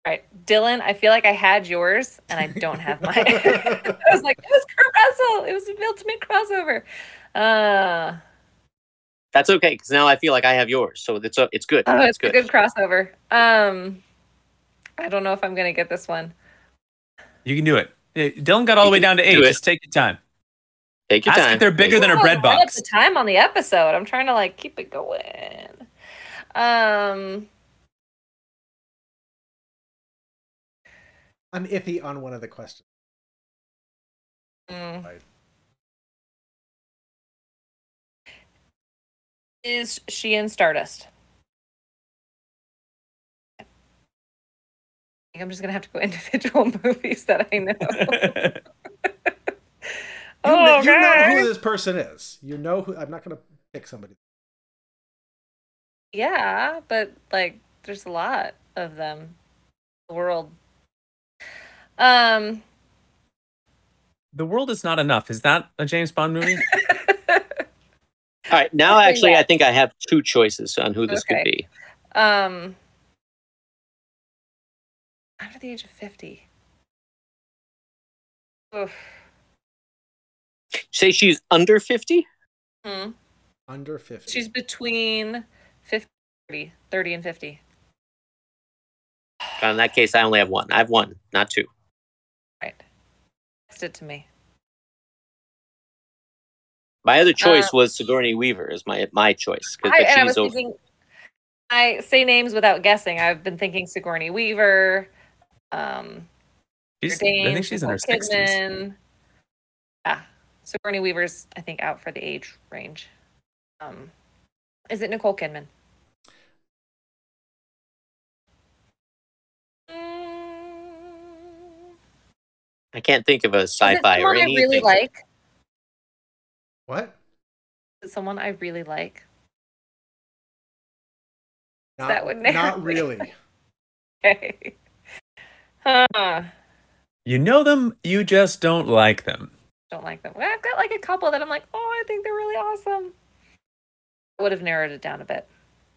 Speaker 4: All right, Dylan, I feel like I had yours and I don't have mine. (laughs) I was like, it was Kurt Russell. It was an ultimate crossover. Uh,
Speaker 2: That's okay because now I feel like I have yours, so it's uh, it's good.
Speaker 4: oh,
Speaker 2: it's
Speaker 4: it's a good crossover. Um, I don't know if I'm gonna get this one.
Speaker 3: You can do it. Hey, Dylan got all the
Speaker 2: You
Speaker 3: way
Speaker 2: can
Speaker 3: down to eight.
Speaker 2: do it.
Speaker 3: Just take your
Speaker 2: (laughs)
Speaker 3: time. (laughs)
Speaker 2: Take your
Speaker 3: Ask if
Speaker 2: time.
Speaker 3: they're bigger than a
Speaker 4: Oh,
Speaker 3: bread
Speaker 4: right
Speaker 3: box.
Speaker 4: At the time on the episode, I'm trying to like keep it going. Um,
Speaker 1: (laughs) I'm iffy on one of the questions.
Speaker 4: mm.
Speaker 1: Right.
Speaker 4: is she in Stardust? I think I'm just gonna have to go (laughs) individual movies that I know.
Speaker 3: (laughs)
Speaker 1: You, kn-
Speaker 4: oh,
Speaker 1: you know
Speaker 4: okay.
Speaker 1: who this person is. You know who. I'm not gonna pick somebody.
Speaker 4: yeah, but like, there's a lot of them. in The world. Um.
Speaker 3: the world is not enough. Is that a James Bond movie?
Speaker 2: All right, now
Speaker 4: Bring
Speaker 2: actually,
Speaker 4: that.
Speaker 2: I think I have two choices on who this could
Speaker 4: Okay.
Speaker 2: be.
Speaker 4: Um, under the age of 50. Oof.
Speaker 2: Say she's under fifty.
Speaker 4: Hmm.
Speaker 1: Under fifty.
Speaker 4: She's between 50, 30, 30 and 50.
Speaker 2: In that case, I only have one. I have one, not two.
Speaker 4: Right. Text it to me.
Speaker 2: My other choice
Speaker 4: Uh,
Speaker 2: was Sigourney Weaver is my my choice because
Speaker 4: I, and I was
Speaker 2: she's over.
Speaker 4: thinking, I say names without guessing. I've been thinking Sigourney Weaver, um,
Speaker 3: She's,
Speaker 4: Bourdain,
Speaker 3: I think she's in her
Speaker 4: Nicole
Speaker 3: sixties.
Speaker 4: Kidman. Yeah. Sigourney Weaver's, I think, out for the age range. Um, is it Nicole Kidman? Mm,
Speaker 2: I can't think of a
Speaker 4: is it
Speaker 2: sci-fi or
Speaker 4: someone I
Speaker 2: anything.
Speaker 4: really like.
Speaker 1: what?
Speaker 4: Is it someone I really like. (laughs)
Speaker 1: Not,
Speaker 4: That would
Speaker 1: not
Speaker 4: narrow it. (laughs)
Speaker 1: really. (laughs)
Speaker 4: Okay. Huh.
Speaker 3: You know them, you just don't like them.
Speaker 4: don't like them. I've got like a couple that I'm like, oh, I think they're really awesome. Would have narrowed it down a bit.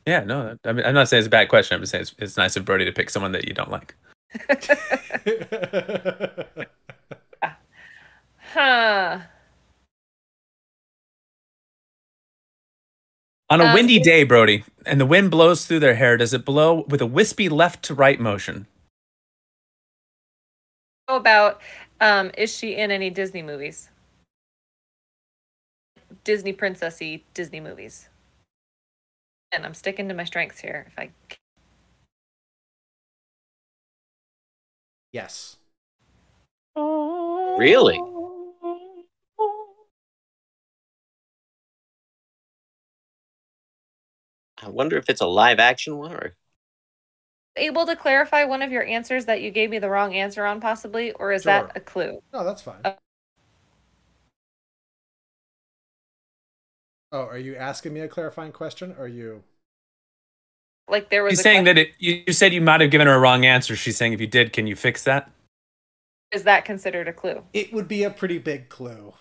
Speaker 3: Yeah, no, that- I mean, I'm not saying it's a bad question. I'm just saying it's, it's nice of Brody to pick someone that you don't like.
Speaker 4: Huh.
Speaker 3: On a
Speaker 4: Um,
Speaker 3: windy day, Brody, and the wind blows through their hair, does it blow with a wispy left to right motion?
Speaker 4: How about um, is she in any Disney movies? Disney princessy Disney movies. And I'm sticking to my strengths here. If I
Speaker 1: yes.
Speaker 5: Really? I wonder if it's a live action one or
Speaker 4: able to clarify one of your answers that you gave me the wrong answer on, possibly, or is
Speaker 1: Sure.
Speaker 4: that a clue?
Speaker 1: No, that's fine.
Speaker 4: Uh,
Speaker 1: oh, are you asking me a clarifying question? Or are you?
Speaker 4: Like there was
Speaker 3: She's
Speaker 4: a
Speaker 3: saying
Speaker 4: question,
Speaker 3: that it, you, you said you might have given her a wrong answer. She's saying if you did, can you fix that?
Speaker 4: is that considered a clue?
Speaker 1: It would be a pretty big clue.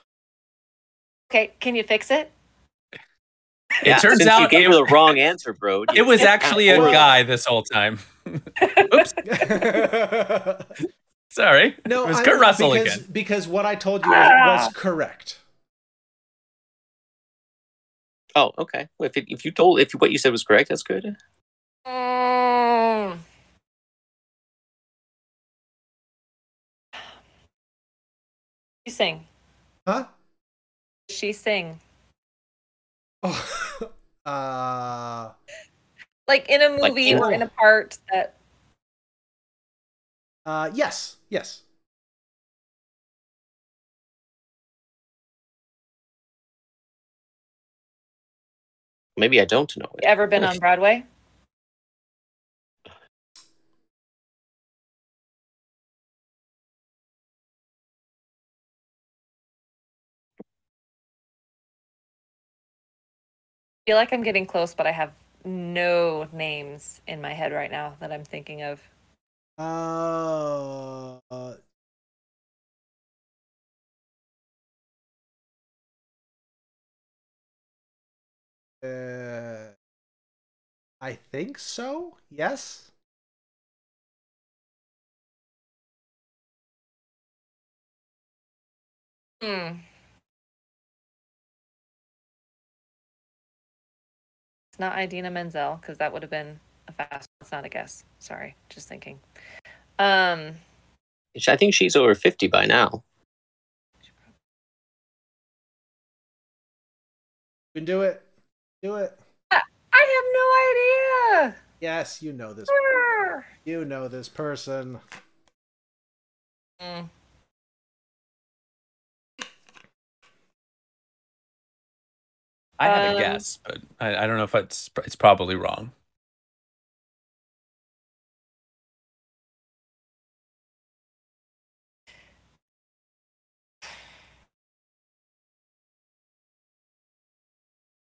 Speaker 4: Okay, can you fix it?
Speaker 3: it turns
Speaker 5: since you
Speaker 3: out
Speaker 5: gave her the wrong answer,
Speaker 3: (laughs)
Speaker 5: bro.
Speaker 3: it
Speaker 4: (laughs)
Speaker 3: was actually a
Speaker 5: Or-
Speaker 3: guy this whole time. (laughs) Oops, sorry.
Speaker 1: (laughs) no,
Speaker 3: it was
Speaker 1: I-
Speaker 3: Kurt Russell
Speaker 1: because,
Speaker 3: again.
Speaker 1: Because what I told you was,
Speaker 4: Ah.
Speaker 1: was correct.
Speaker 5: Oh, okay. Well, if, it, if you told if what you said was correct, that's good.
Speaker 4: Mm. She sing.
Speaker 1: Huh? (laughs)
Speaker 4: She sing.
Speaker 1: Oh, uh,
Speaker 4: Like in a
Speaker 5: Like
Speaker 4: movie or
Speaker 1: Sure.
Speaker 4: in a part that
Speaker 1: uh, yes, yes.
Speaker 5: Maybe I don't know it.
Speaker 4: ever been on Broadway. I feel like I'm getting close, but I have no names in my head right now that I'm thinking of.
Speaker 1: Uh, uh, I think so. Yes.
Speaker 4: Hmm. It's not Idina Menzel because that would have been a fast. It's not a guess. Sorry, just thinking. Um,
Speaker 5: I think she's over fifty by now.
Speaker 1: You can do it. Do it.
Speaker 4: I have no idea.
Speaker 1: Yes, you know this. You know this person.
Speaker 4: Mm.
Speaker 3: I had
Speaker 4: Um,
Speaker 3: a guess, but I, I don't know if it's it's probably wrong.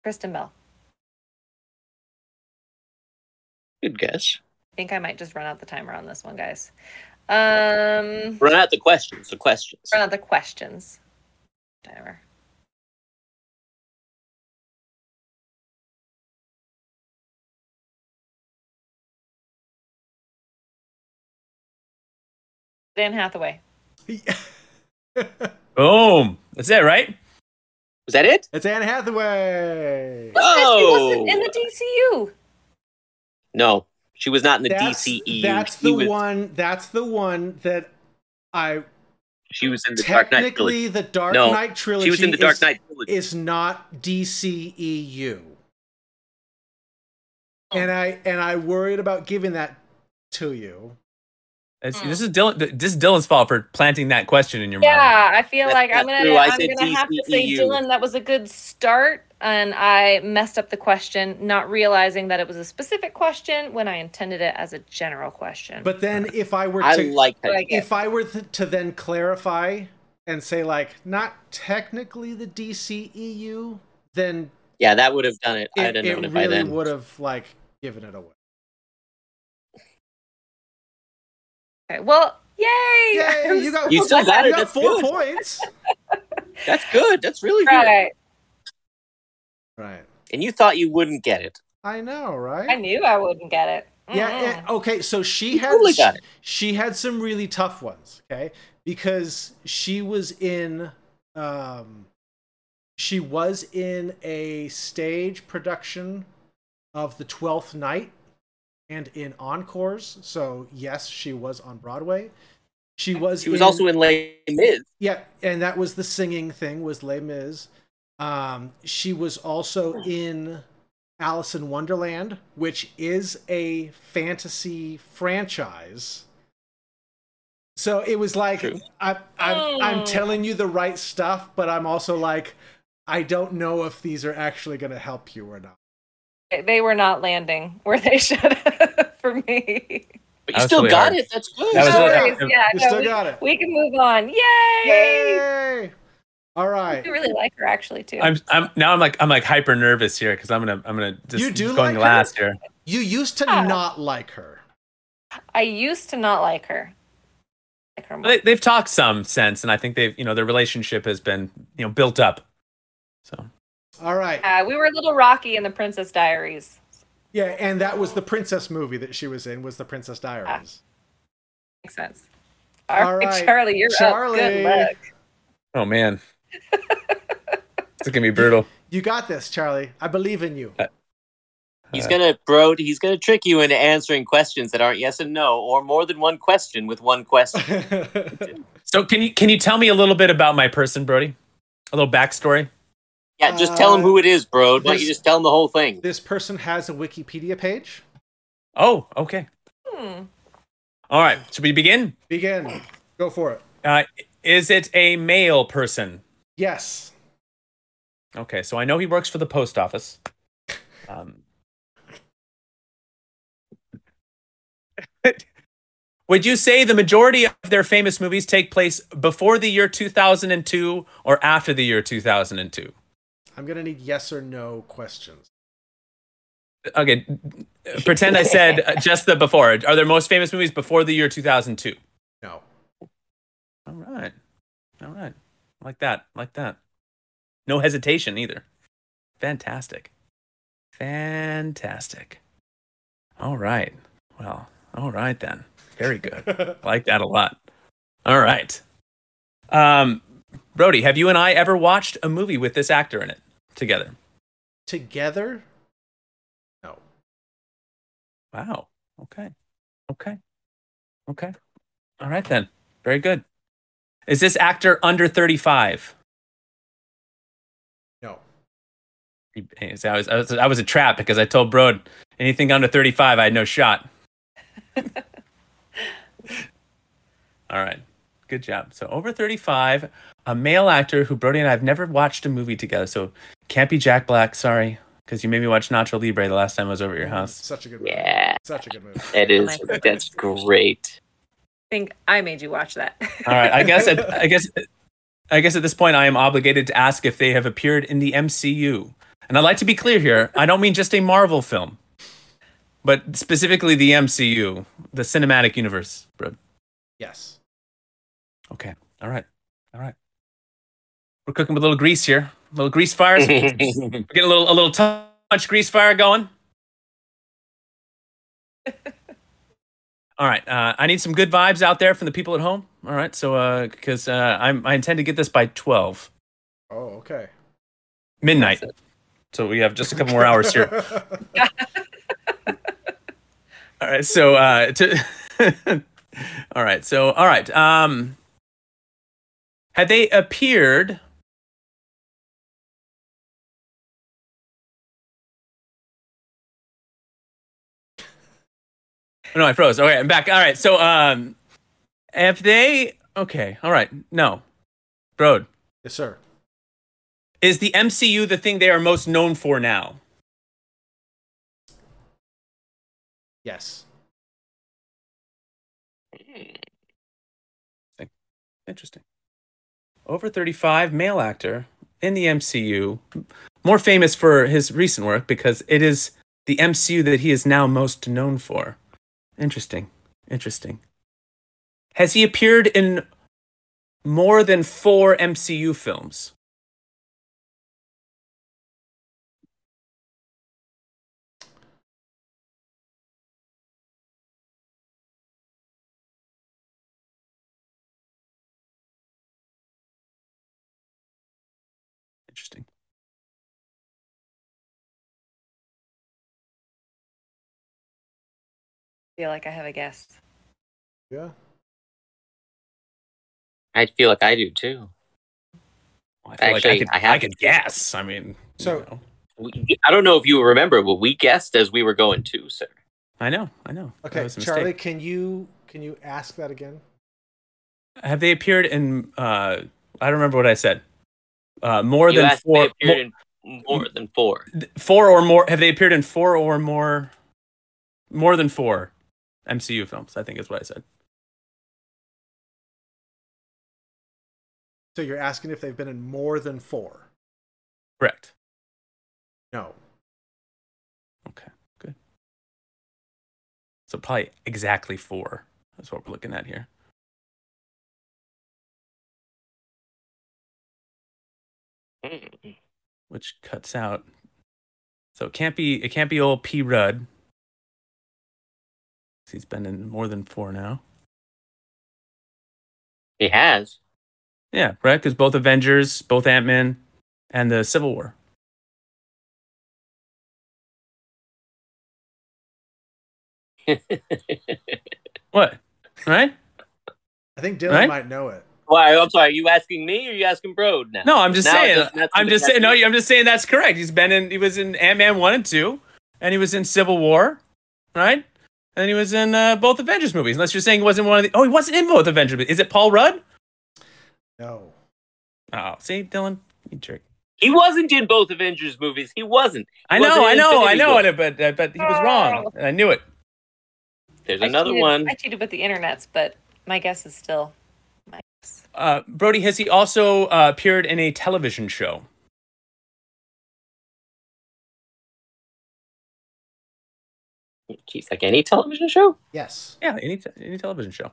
Speaker 4: Kristen Bell.
Speaker 5: Good guess.
Speaker 4: I think I might just run out the timer on this one, guys. Um,
Speaker 5: Run out the questions. The questions.
Speaker 4: run out the questions. Timer. Dan Hathaway.
Speaker 1: it's
Speaker 3: Boom. That's it, right?
Speaker 5: Was that it?
Speaker 1: Anne Hathaway.
Speaker 4: What's that? She wasn't in
Speaker 5: Oh.
Speaker 4: the DCU.
Speaker 5: No, she was not in the
Speaker 1: That's-
Speaker 5: DCEU.
Speaker 1: That's
Speaker 5: she
Speaker 1: the
Speaker 5: was,
Speaker 1: one. That's the one that I
Speaker 5: She was in the Dark Knight trilogy.
Speaker 1: technically the Dark
Speaker 5: No,
Speaker 1: Knight trilogy.
Speaker 5: She was in the Dark
Speaker 1: is-
Speaker 5: Knight trilogy.
Speaker 1: is not DCEU.
Speaker 4: Oh.
Speaker 1: And I and I worried about giving that to you.
Speaker 3: It's,
Speaker 4: Hmm.
Speaker 3: This is Dylan. th- This is Dylan's fault for planting that question in your mind.
Speaker 4: Yeah, I feel
Speaker 5: That's
Speaker 4: like I'm
Speaker 5: not
Speaker 4: gonna
Speaker 5: true. I
Speaker 4: I'm
Speaker 5: said
Speaker 4: gonna have to say
Speaker 5: DCEU.
Speaker 4: Dylan, that was a good start, and I messed up the question, not realizing that it was a specific question when I intended it as a general question.
Speaker 1: But then if I were
Speaker 5: I
Speaker 1: to
Speaker 5: like
Speaker 4: But I
Speaker 5: that.
Speaker 4: get-
Speaker 1: if I were th- to then clarify and say like not technically the DCEU, then
Speaker 5: Yeah, that would have done it. I'd have
Speaker 1: it, it
Speaker 5: known it by
Speaker 1: really
Speaker 5: then.
Speaker 1: would have like given it away.
Speaker 4: okay, well, yay!
Speaker 1: Yay, you got
Speaker 5: You still got it,
Speaker 1: (laughs) You got
Speaker 5: that's
Speaker 1: four
Speaker 5: good.
Speaker 1: points.
Speaker 5: That's good. That's really good.
Speaker 4: Right.
Speaker 1: Right.
Speaker 5: And you thought you wouldn't get it.
Speaker 1: I know, right?
Speaker 4: I knew I wouldn't get it.
Speaker 1: Yeah,
Speaker 4: Mm-mm.
Speaker 1: yeah, Okay. So she
Speaker 5: Mm-hmm. You
Speaker 1: had
Speaker 5: totally
Speaker 1: she,
Speaker 5: got it.
Speaker 1: she had some really tough ones. Okay, because she was in um, she was in a stage production of The Twelfth Night and in encores. So yes, she was on Broadway. She was.
Speaker 5: She was also in Les Mis.
Speaker 1: Yeah, and that was the singing thing was Les Mis. Um, she was also in Alice in Wonderland, which is a fantasy franchise. So it was like
Speaker 5: True.
Speaker 1: I, I'm, I'm
Speaker 4: Mm.
Speaker 1: telling you the right stuff, but I'm also like I don't know if these are actually going to help you or not.
Speaker 4: They were not landing where they (laughs) should have for me.
Speaker 5: you
Speaker 3: That was
Speaker 5: still
Speaker 3: really
Speaker 5: got
Speaker 3: hard.
Speaker 5: it. That's good.
Speaker 3: That was
Speaker 4: No
Speaker 3: really
Speaker 4: worries.
Speaker 3: hard.
Speaker 4: Yeah,
Speaker 1: You
Speaker 4: no,
Speaker 1: still
Speaker 4: we,
Speaker 1: got it.
Speaker 4: we can move on. Yay!
Speaker 1: Yay! All right.
Speaker 4: I really like her actually too.
Speaker 3: I'm, I'm now I'm like I'm like hyper nervous here because I'm gonna I'm gonna just
Speaker 1: You do like
Speaker 3: going
Speaker 1: her?
Speaker 3: last here.
Speaker 1: You used to
Speaker 4: Yeah.
Speaker 1: not like her.
Speaker 4: I used to not like her. Like her more.
Speaker 3: They, they've talked some sense, and I think they've you know their relationship has been you know built up. So
Speaker 1: All right.
Speaker 4: Uh, we were a little rocky in the Princess Diaries.
Speaker 1: Yeah, and that was the princess movie that she was in was the Princess Diaries.
Speaker 4: Makes sense. All
Speaker 1: All
Speaker 4: right,
Speaker 1: right.
Speaker 4: Charlie, you're
Speaker 1: Charlie.
Speaker 4: up. Good luck.
Speaker 3: oh
Speaker 4: (laughs)
Speaker 3: man, this is gonna be brutal.
Speaker 1: You got this, Charlie. I believe in
Speaker 3: (laughs)
Speaker 1: you.
Speaker 5: He's
Speaker 3: Uh,
Speaker 5: gonna bro. He's gonna trick you into answering questions that aren't yes and no, or more than one question with one question.
Speaker 1: (laughs)
Speaker 3: So can you can you tell me a little bit about my person, Brody? A little backstory.
Speaker 5: Yeah, just tell him
Speaker 1: Uh,
Speaker 5: who it is, bro. Why don't
Speaker 1: this-
Speaker 5: you just tell him the whole thing?
Speaker 1: this person has a Wikipedia page.
Speaker 3: Oh, okay.
Speaker 4: Hmm.
Speaker 3: All right. Should we begin?
Speaker 1: Begin. Go for it.
Speaker 3: Uh, is it a male person?
Speaker 1: Yes.
Speaker 3: Okay, so I know he works for the post office. Um, (laughs) would you say the majority of their famous movies take place before the year 2002 or after the year 2002?
Speaker 1: I'm gonna need yes or no questions.
Speaker 3: Okay, pretend I said uh, just the before. Are their most famous movies before the year 2002? (laughs)
Speaker 1: No.
Speaker 3: All right. All right. Like that. Like that. No hesitation either. Fantastic. Fantastic. All right. Well, all right then. Very good. like that a lot. All right. Um Brody, have you and I ever watched a movie with this actor in it together?
Speaker 1: Together? No.
Speaker 3: Wow. Okay. Okay. Okay. All right then. Very good. Is this actor under 35?
Speaker 1: No.
Speaker 3: He- he- so I was, I was I was a trap because I told Brode anything under 35, I had no shot. All right, good job. So over 35, a male actor who Brody and I have never watched a movie together. So can't be Jack Black. Sorry, because you made me watch Nacho Libre the last time I was over at your
Speaker 1: Mm.
Speaker 3: house.
Speaker 1: Such a good movie.
Speaker 5: Yeah,
Speaker 1: Such a good movie.
Speaker 5: that is.
Speaker 4: Oh my God.
Speaker 5: That's great. (laughs)
Speaker 4: I think I made you watch that. (laughs)
Speaker 3: All right, I guess at, I guess I guess at this point I am obligated to ask if they have appeared in the MCU. And I'd like to be clear here. I don't mean just a Marvel film, but specifically the MCU, the cinematic universe. Bro.
Speaker 1: Yes.
Speaker 3: Okay. All right. All right. We're cooking with a little grease here. little grease fires.
Speaker 2: (laughs)
Speaker 3: We're getting a little a little too much grease fire going. All right. Uh, I need some good vibes out there from the people at home. All right. So, because uh, I'm I intend to get this by twelve
Speaker 1: Oh, okay.
Speaker 3: midnight. So we have just a couple more hours here. All right. So, uh, to, (laughs) all right. So, all right. Um, had they appeared? Oh, No, I froze. Okay, I'm back. All right. So, um, if they, okay. All right. No, Brode,
Speaker 1: (laughs) yes, sir.
Speaker 3: is the MCU the thing they are most known for now?
Speaker 1: Yes.
Speaker 3: Interesting. Over 35, male actor in the MCU, more famous for his recent work because it is the MCU that he is now most known for. Interesting. Interesting. Has he appeared in more than four MCU films. Interesting.
Speaker 4: feel like I have a guess.
Speaker 1: Yeah.
Speaker 5: I feel like I do too.
Speaker 3: Well, I
Speaker 5: Actually,
Speaker 3: feel like I
Speaker 5: I
Speaker 3: could, I,
Speaker 5: have-
Speaker 3: could guess. I mean,
Speaker 1: So-
Speaker 3: you know.
Speaker 5: We, I don't know if you remember, but we guessed as we were going too, sir.
Speaker 3: I know, I know. That
Speaker 1: Okay,
Speaker 3: was a mistake.
Speaker 1: Charlie, can you can you ask that again?
Speaker 3: Have they appeared in? Uh, I don't remember what I said. Uh, more
Speaker 5: you
Speaker 3: than
Speaker 5: asked if
Speaker 3: four,
Speaker 5: they appeared in more than four.
Speaker 3: mo- four or more. Have they appeared in four or more? More than four MCU films. I think is what I said.
Speaker 1: So you're asking if they've been in more than four?
Speaker 3: Correct.
Speaker 1: No.
Speaker 3: Okay, good. So probably exactly four. That's what we're looking at here.
Speaker 5: Mm.
Speaker 3: which cuts out. So it can't be it can't be old P Rudd. 'Cause He's been in more than four now.
Speaker 5: He has.
Speaker 3: Yeah, right. Because both Avengers, both Ant Man, and the
Speaker 5: (laughs)
Speaker 3: Civil War. What? Right?
Speaker 1: I think Dylan
Speaker 3: Right?
Speaker 1: might know it.
Speaker 5: Why? I'm sorry. Are you asking me or are you asking Brode now?
Speaker 3: No, I'm just
Speaker 5: Now it
Speaker 3: saying.
Speaker 5: doesn't- that's-
Speaker 3: I'm just
Speaker 5: that's-
Speaker 3: saying. No, I'm just saying that's correct. He's been in. He was in Ant Man one and two, and he was in Civil War, right? And he was in uh, both Avengers movies. Unless you're saying he wasn't one of the. Oh, he wasn't in both Avengers. movies. Is it Paul Rudd?
Speaker 1: No.
Speaker 3: Oh, see, Dylan, you jerk.
Speaker 5: He wasn't in both Avengers movies. He wasn't.
Speaker 3: I
Speaker 5: wasn't
Speaker 3: know,
Speaker 5: in
Speaker 3: I know, I
Speaker 5: Infinity
Speaker 3: know
Speaker 5: War.
Speaker 3: it, but uh, but he was wrong, and I knew it.
Speaker 5: There's
Speaker 4: I
Speaker 5: another
Speaker 4: cheated-
Speaker 5: one.
Speaker 4: I cheated with the internets, but my guess is still my guess.
Speaker 3: Uh, Brody has he also uh, appeared in a television show?
Speaker 5: Jeez, like any television show?
Speaker 1: Yes.
Speaker 3: Yeah, any te- any television show.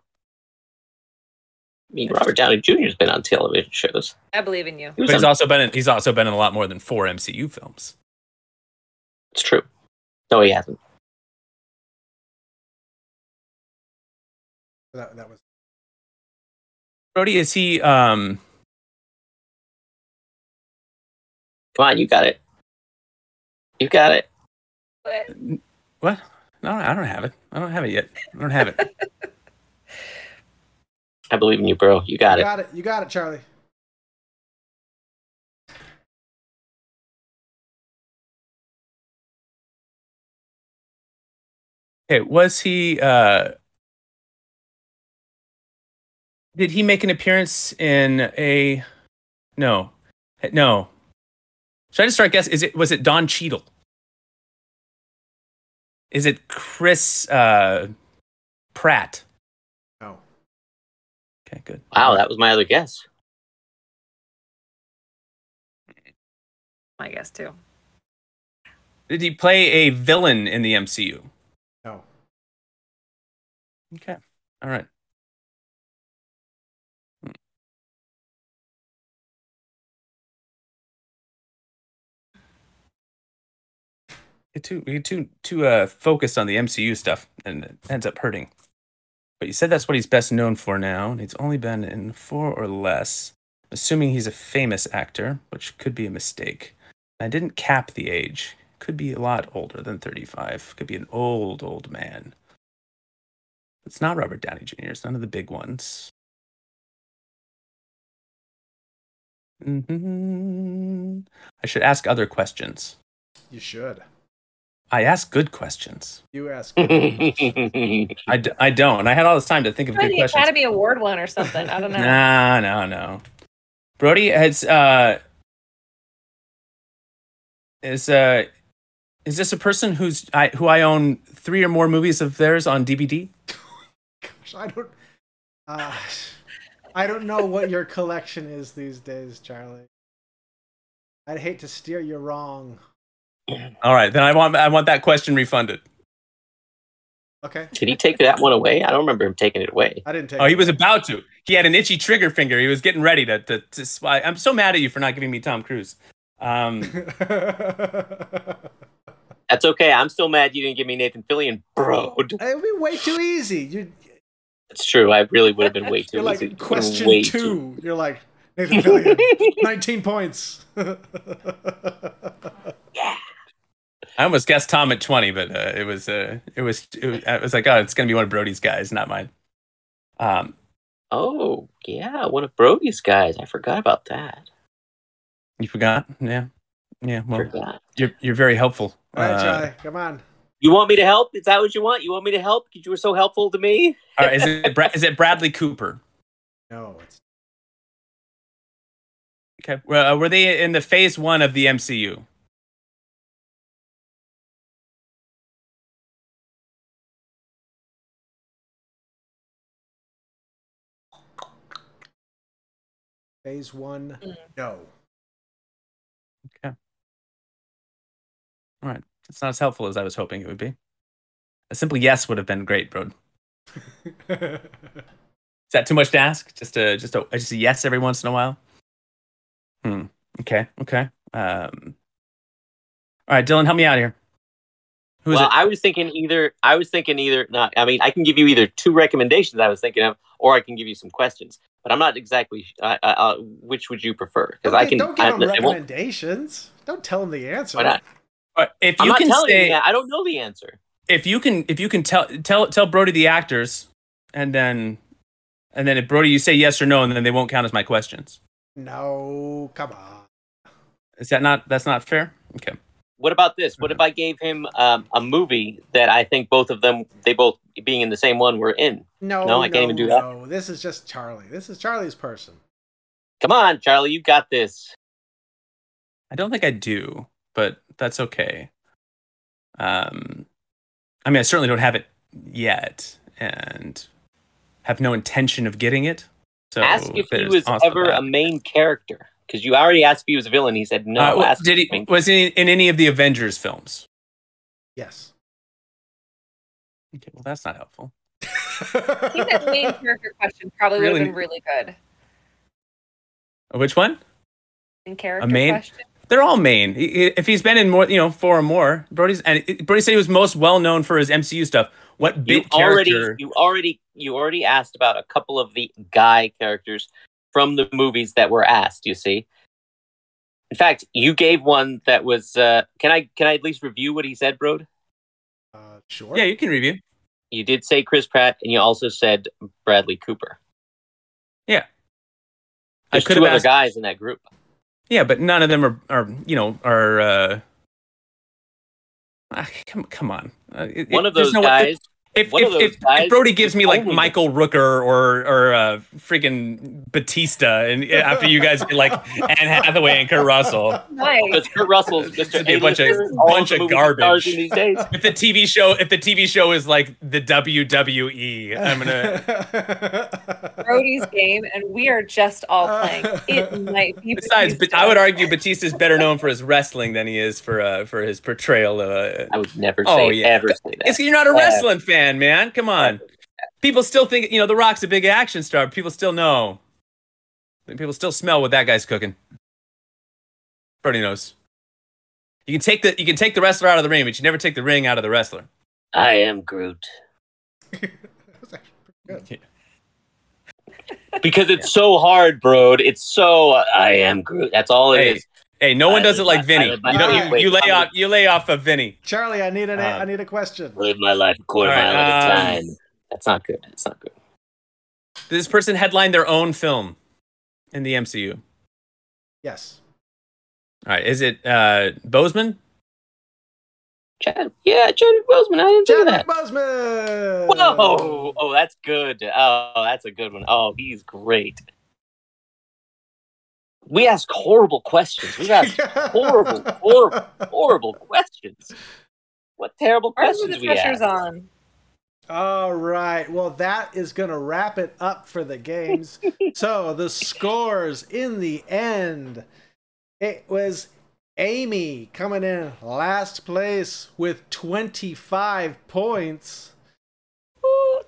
Speaker 5: I mean, Robert Downey Jr.'s been on television shows.
Speaker 4: I believe in you.
Speaker 5: He
Speaker 3: But
Speaker 5: was
Speaker 3: he's
Speaker 5: on-
Speaker 3: also been in, he's also been in a lot more than four MCU films.
Speaker 5: it's true. No, he hasn't.
Speaker 1: That, that was
Speaker 3: Brody is he? Um,
Speaker 5: Come on, you got it. You got it.
Speaker 4: But
Speaker 3: what? No, I don't have it. I don't have it yet. I don't have (laughs) it.
Speaker 5: I believe in you, bro. You got
Speaker 1: you
Speaker 5: it.
Speaker 1: got it. You got it, Charlie.
Speaker 3: okay, was he? Uh, did he make an appearance in a? No, no. Should I just start guessing? Is it was it Don Cheadle? Is it Chris uh, Pratt?
Speaker 1: No.
Speaker 3: Okay, good.
Speaker 5: Wow, that was my other guess.
Speaker 4: my guess too.
Speaker 3: Did he play a villain in the MCU?
Speaker 1: No.
Speaker 3: Okay. All right. Hmm. Get too we get too too uh, focused on the MCU stuff, and it ends up hurting. But you said that's what he's best known for now, and he's only been in four or less. Assuming he's a famous actor, which could be a mistake. I didn't cap the age. Could be a lot older than thirty-five. Could be an old old man. It's not Robert Downey Jr. It's none of the big ones. hmm I should ask other questions.
Speaker 1: You should.
Speaker 3: I ask good questions.
Speaker 1: You
Speaker 2: (laughs)
Speaker 1: ask.
Speaker 5: That's
Speaker 3: I, d- I don't. I had all this time to think of
Speaker 4: Probably
Speaker 3: good
Speaker 4: the
Speaker 3: questions.
Speaker 4: Academy Award one or something. I don't know.
Speaker 3: No, no, no. Brody has uh is uh is this a person who's I who I own three or more movies of theirs on DVD?
Speaker 1: Gosh, I don't. Uh, I don't know what your collection is these days, Charlie. I'd hate to steer you wrong.
Speaker 3: All right, then I want I want that question refunded.
Speaker 1: Okay.
Speaker 2: Did he take that one away? I don't remember him taking it away.
Speaker 1: I didn't take.
Speaker 3: Oh, he
Speaker 1: it. (laughs)
Speaker 3: (laughs) was about to. He had an itchy trigger finger. He was getting ready to. to, to swi- I'm so mad at you for not giving me Tom Cruise. Um,
Speaker 2: That's okay. I'm still mad you didn't give me Nathan Fillion, bro.
Speaker 1: it would be way too easy. You,
Speaker 2: That's true. I really would have been
Speaker 1: (laughs)
Speaker 2: way too
Speaker 1: you're like
Speaker 2: easy.
Speaker 1: question
Speaker 2: Way
Speaker 1: two.
Speaker 2: too-
Speaker 1: You're like Nathan Fillion, (laughs)
Speaker 2: (laughs)
Speaker 1: 19 points.
Speaker 3: I almost guessed Tom at 20, but uh, it was uh, it was it was, I was like, oh, it's gonna be one of Brody's guys, not mine. Um,
Speaker 2: Oh, yeah. One of Brody's guys. I forgot about that.
Speaker 3: you forgot? Yeah, yeah. Well,
Speaker 2: Forgot.
Speaker 3: you're you're very helpful.
Speaker 1: All right,
Speaker 3: Uh,
Speaker 1: Jai, come on.
Speaker 2: You want me to help? Is that what you want? You want me to help? 'Cause you were so helpful to me?
Speaker 3: all right, is it Bra- is it Bradley Cooper?
Speaker 1: No, it's
Speaker 3: Okay. Well, uh, were they in the phase one of the MCU?
Speaker 1: phase one.
Speaker 4: Mm.
Speaker 1: No.
Speaker 2: (laughs)
Speaker 3: It's not as helpful as I was hoping it would be. A simple yes would have been great, Brody. Is that too much to ask? Just a just a just a yes every once in a while. Hmm. Okay. Okay. Um. All right, Dylan, help me out here. Who's
Speaker 2: well,
Speaker 3: it?
Speaker 2: I was thinking either. I was thinking either. Not. I mean, I can give you either two recommendations I was thinking of, or I can give you some questions. But I'm not exactly. Uh, uh, uh, which would you prefer? Because
Speaker 1: Don't,
Speaker 2: I
Speaker 1: gi-
Speaker 2: can.
Speaker 1: don't give
Speaker 2: I,
Speaker 1: him
Speaker 2: I won't,
Speaker 1: recommendations. Don't tell him the answer.
Speaker 2: Why not?
Speaker 3: All right, if
Speaker 2: I'm
Speaker 3: you
Speaker 2: not
Speaker 3: can
Speaker 2: telling you
Speaker 3: say
Speaker 2: that. I don't know the answer.
Speaker 3: if you can if you can tell tell tell Brody the actors, and then and then if Brody you say yes or no, and then they won't count as my questions.
Speaker 1: No, come on.
Speaker 3: Is that not that's not fair? Okay.
Speaker 2: What about this? What if
Speaker 3: Uh-huh.
Speaker 2: I gave him um, a movie that I think both of them, they both being in the same one, were in?
Speaker 1: No,
Speaker 2: No, I can't even do that.
Speaker 1: No, this is just Charlie. This is Charlie's person.
Speaker 2: Come on, Charlie, you got this.
Speaker 3: I don't think I do, but that's okay. Um, I mean, I certainly don't have it yet, and have no intention of getting it. So
Speaker 2: Ask if he
Speaker 3: there's
Speaker 2: was
Speaker 3: also
Speaker 2: ever
Speaker 3: that.
Speaker 2: a main character. Because you already asked if he was a villain. He said no.
Speaker 3: Uh, well,
Speaker 2: ask if
Speaker 3: did he
Speaker 2: he's a main-
Speaker 3: was he in any of the Avengers films?
Speaker 1: Yes.
Speaker 3: Okay, well, that's not helpful.
Speaker 4: I think that main character question probably would
Speaker 3: Really?
Speaker 4: have been really good.
Speaker 3: Uh, Which one?
Speaker 4: In character
Speaker 3: main-
Speaker 4: question.
Speaker 3: They're all main. I- I- If he's been in more, you know, four or more, Brody's and it- Brody said he was most well known for his MCU stuff. What
Speaker 2: you
Speaker 3: big
Speaker 2: already
Speaker 3: character?
Speaker 2: you already you already asked about a couple of the guy characters from the movies that were asked you see in fact you gave one that was uh, can i can i at least review what he said brode
Speaker 1: (laughs) Uh, sure.
Speaker 3: yeah, you can review.
Speaker 2: you did say chris pratt and you also said bradley cooper
Speaker 3: Yeah. I
Speaker 2: there's
Speaker 3: could
Speaker 2: two
Speaker 3: have
Speaker 2: other
Speaker 3: asked-
Speaker 2: guys in that group
Speaker 3: Yeah, but none of them are, are you know, are. Uh, ah, come, come on. Uh, it-
Speaker 2: one
Speaker 3: it-
Speaker 2: of
Speaker 3: there's
Speaker 2: those
Speaker 3: no-
Speaker 2: guys
Speaker 3: If,
Speaker 2: one
Speaker 3: if,
Speaker 2: of those
Speaker 3: if, if
Speaker 2: guys
Speaker 3: Brody gives me like
Speaker 2: only-
Speaker 3: Michael Rooker or or uh, freaking Batista, and after you guys get like Anne Hathaway and Kurt Russell,
Speaker 4: Nice.
Speaker 2: because kurt russell's mr
Speaker 3: Be (laughs) a bunch of-
Speaker 2: A-lister in all
Speaker 3: bunch
Speaker 2: the
Speaker 3: of
Speaker 2: movies and stars
Speaker 3: garbage.
Speaker 2: in these days
Speaker 3: if the TV show if the TV show is like the WWE,
Speaker 1: (laughs)
Speaker 3: I'm gonna.
Speaker 4: Brody's game, and we are just all playing. It might be.
Speaker 3: Besides, but
Speaker 4: Batista.
Speaker 3: I would argue Batista's better known for his wrestling than he is for uh, for his portrayal. Uh,
Speaker 2: i would never say
Speaker 3: Oh, yeah.
Speaker 2: ever say that
Speaker 3: It's, you're not a
Speaker 2: Uh,
Speaker 3: wrestling fan, man. Come on. People still think, you know, The Rock's a big action star. People still know. People still smell what that guy's cooking. Bernie knows. You can take the you can take the wrestler out of the ring, but you never take the ring out of the wrestler.
Speaker 2: i am groot because it's so hard, Brode. It's so uh, I am Groot. That's all it
Speaker 3: Hey,
Speaker 2: is.
Speaker 3: Hey, no one
Speaker 2: I
Speaker 3: does it
Speaker 2: would
Speaker 3: like
Speaker 2: not- I
Speaker 3: Vinny.
Speaker 2: would not
Speaker 3: You, don't,
Speaker 1: wait,
Speaker 3: you, you lay
Speaker 2: I'm
Speaker 3: off you lay off of Vinny.
Speaker 1: Charlie, I need an. a-
Speaker 3: Uh,
Speaker 1: I need a question.
Speaker 2: Live my life a quarter
Speaker 3: All right,
Speaker 2: mile at a
Speaker 3: um,
Speaker 2: time. That's not good. That's not good.
Speaker 3: This person headlined their own film in the MCU. All
Speaker 1: Yes.
Speaker 3: right, is it uh, Bozeman?
Speaker 2: Chad, yeah, Chadwick Boseman. I didn't do
Speaker 1: Chadwick
Speaker 2: that.
Speaker 1: Boseman.
Speaker 2: Whoa! Oh, that's good. Oh, that's a good one. Oh, he's great. We ask horrible questions.
Speaker 1: (laughs)
Speaker 2: We ask horrible, horrible, horrible questions. What terrible
Speaker 4: Where's the
Speaker 2: questions we
Speaker 4: pressure's
Speaker 2: ask?
Speaker 4: on?
Speaker 1: All right. Well, that is going to wrap it up for the games. so the scores in the end. It was Amy coming in last place with 25 points,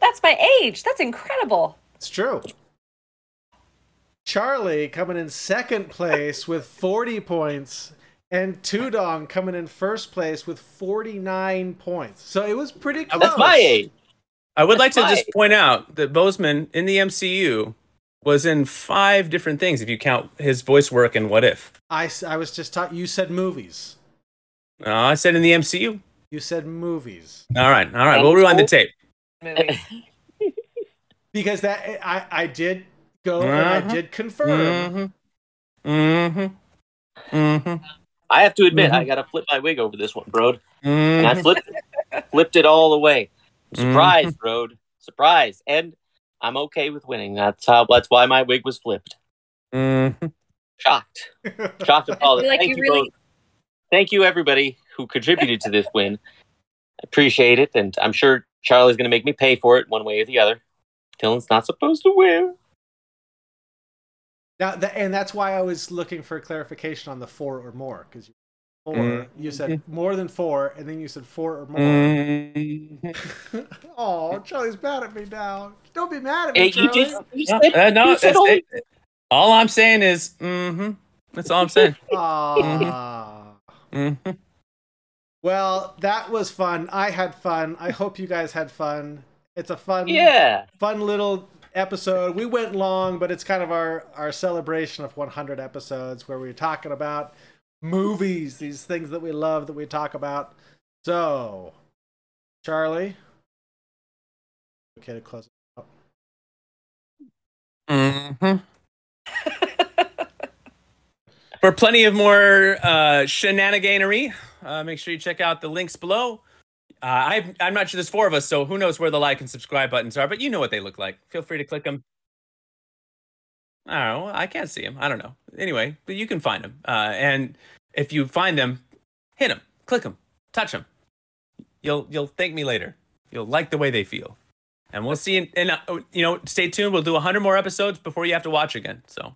Speaker 4: That's my age. That's incredible.
Speaker 1: It's true. Charlie coming in second place with 40 points, and Tudong coming in first place with 49 points. So it was pretty close.
Speaker 2: That's my age.
Speaker 3: I would like
Speaker 2: That's
Speaker 3: to just
Speaker 2: right.
Speaker 3: point out that Bozeman in the MCU was in five different things if you count his voice work and What If.
Speaker 1: I, s- I was just taught. You said movies.
Speaker 3: Uh, I said in the MCU.
Speaker 1: You said movies.
Speaker 3: All right, all right. We'll rewind the tape.
Speaker 4: Movies.
Speaker 1: Because that I, I did go and I
Speaker 3: Mhm.
Speaker 1: did confirm.
Speaker 3: Mm-hmm. Mm-hmm. Mm-hmm.
Speaker 2: (laughs) I have to admit,
Speaker 3: Mhm.
Speaker 2: I got to flip my wig over this one, Brode. And I
Speaker 3: Mm-hmm.
Speaker 2: flipped,
Speaker 4: (laughs)
Speaker 2: flipped it all away. Surprise, Brode. Surprise. And I'm okay with winning. That's how. That's why my wig was flipped.
Speaker 3: Mm-hmm.
Speaker 2: Shocked.
Speaker 1: (laughs)
Speaker 2: Shocked and
Speaker 4: (laughs) I
Speaker 2: appalled.
Speaker 4: feel
Speaker 2: Oh,
Speaker 4: like
Speaker 2: Thank
Speaker 4: you
Speaker 2: you,
Speaker 4: really
Speaker 2: Brode. Thank you, everybody who contributed to this win. I appreciate it. And I'm sure Charlie's going to make me pay for it one way or the other. Dylan's not supposed to win.
Speaker 1: Now, tha- and that's why I was looking for clarification on the four or more because you, four,
Speaker 3: Mm.
Speaker 1: you said more than four, and then you said four or more.
Speaker 3: Mm-hmm.
Speaker 1: oh, Charlie's mad at me now. Don't be mad at me,
Speaker 2: Hey, you
Speaker 1: Charlie.
Speaker 2: did, you
Speaker 3: No,
Speaker 2: said-
Speaker 3: uh, no
Speaker 2: you said
Speaker 3: it's-
Speaker 2: only-
Speaker 3: it- it- all I'm saying is, mm-hmm. That's all I'm saying.
Speaker 1: Aw.
Speaker 3: Mm-hmm.
Speaker 1: well, that was fun. I had fun. I hope you guys had fun. It's a fun,
Speaker 2: yeah.
Speaker 1: fun little episode. We went long, but it's kind of our our celebration of 100 episodes where we're talking about movies, these things that we love that we talk about. So, Charlie, okay to close.
Speaker 3: Mm-hmm. (laughs) For plenty of more uh, shenaniganery, uh, make sure you check out the links below. Uh, I, I'm not sure there's four of us, so who knows where the like and subscribe buttons are, but you know what they look like. Feel free to click them. I don't know. I can't see them. I don't know. Anyway, but you can find them. Uh, and if you find them, hit them, click them, touch them. You'll, you'll thank me later. You'll like the way they feel. And we'll see. in- And uh, you know, stay tuned. We'll do 100 more episodes before you have to watch again. So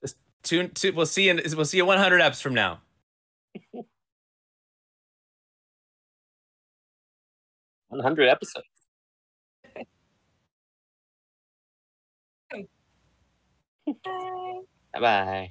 Speaker 3: just tune. To, we'll see. In, we'll see you 100 eps from now.
Speaker 2: One hundred
Speaker 4: (laughs)
Speaker 2: episodes. Bye bye.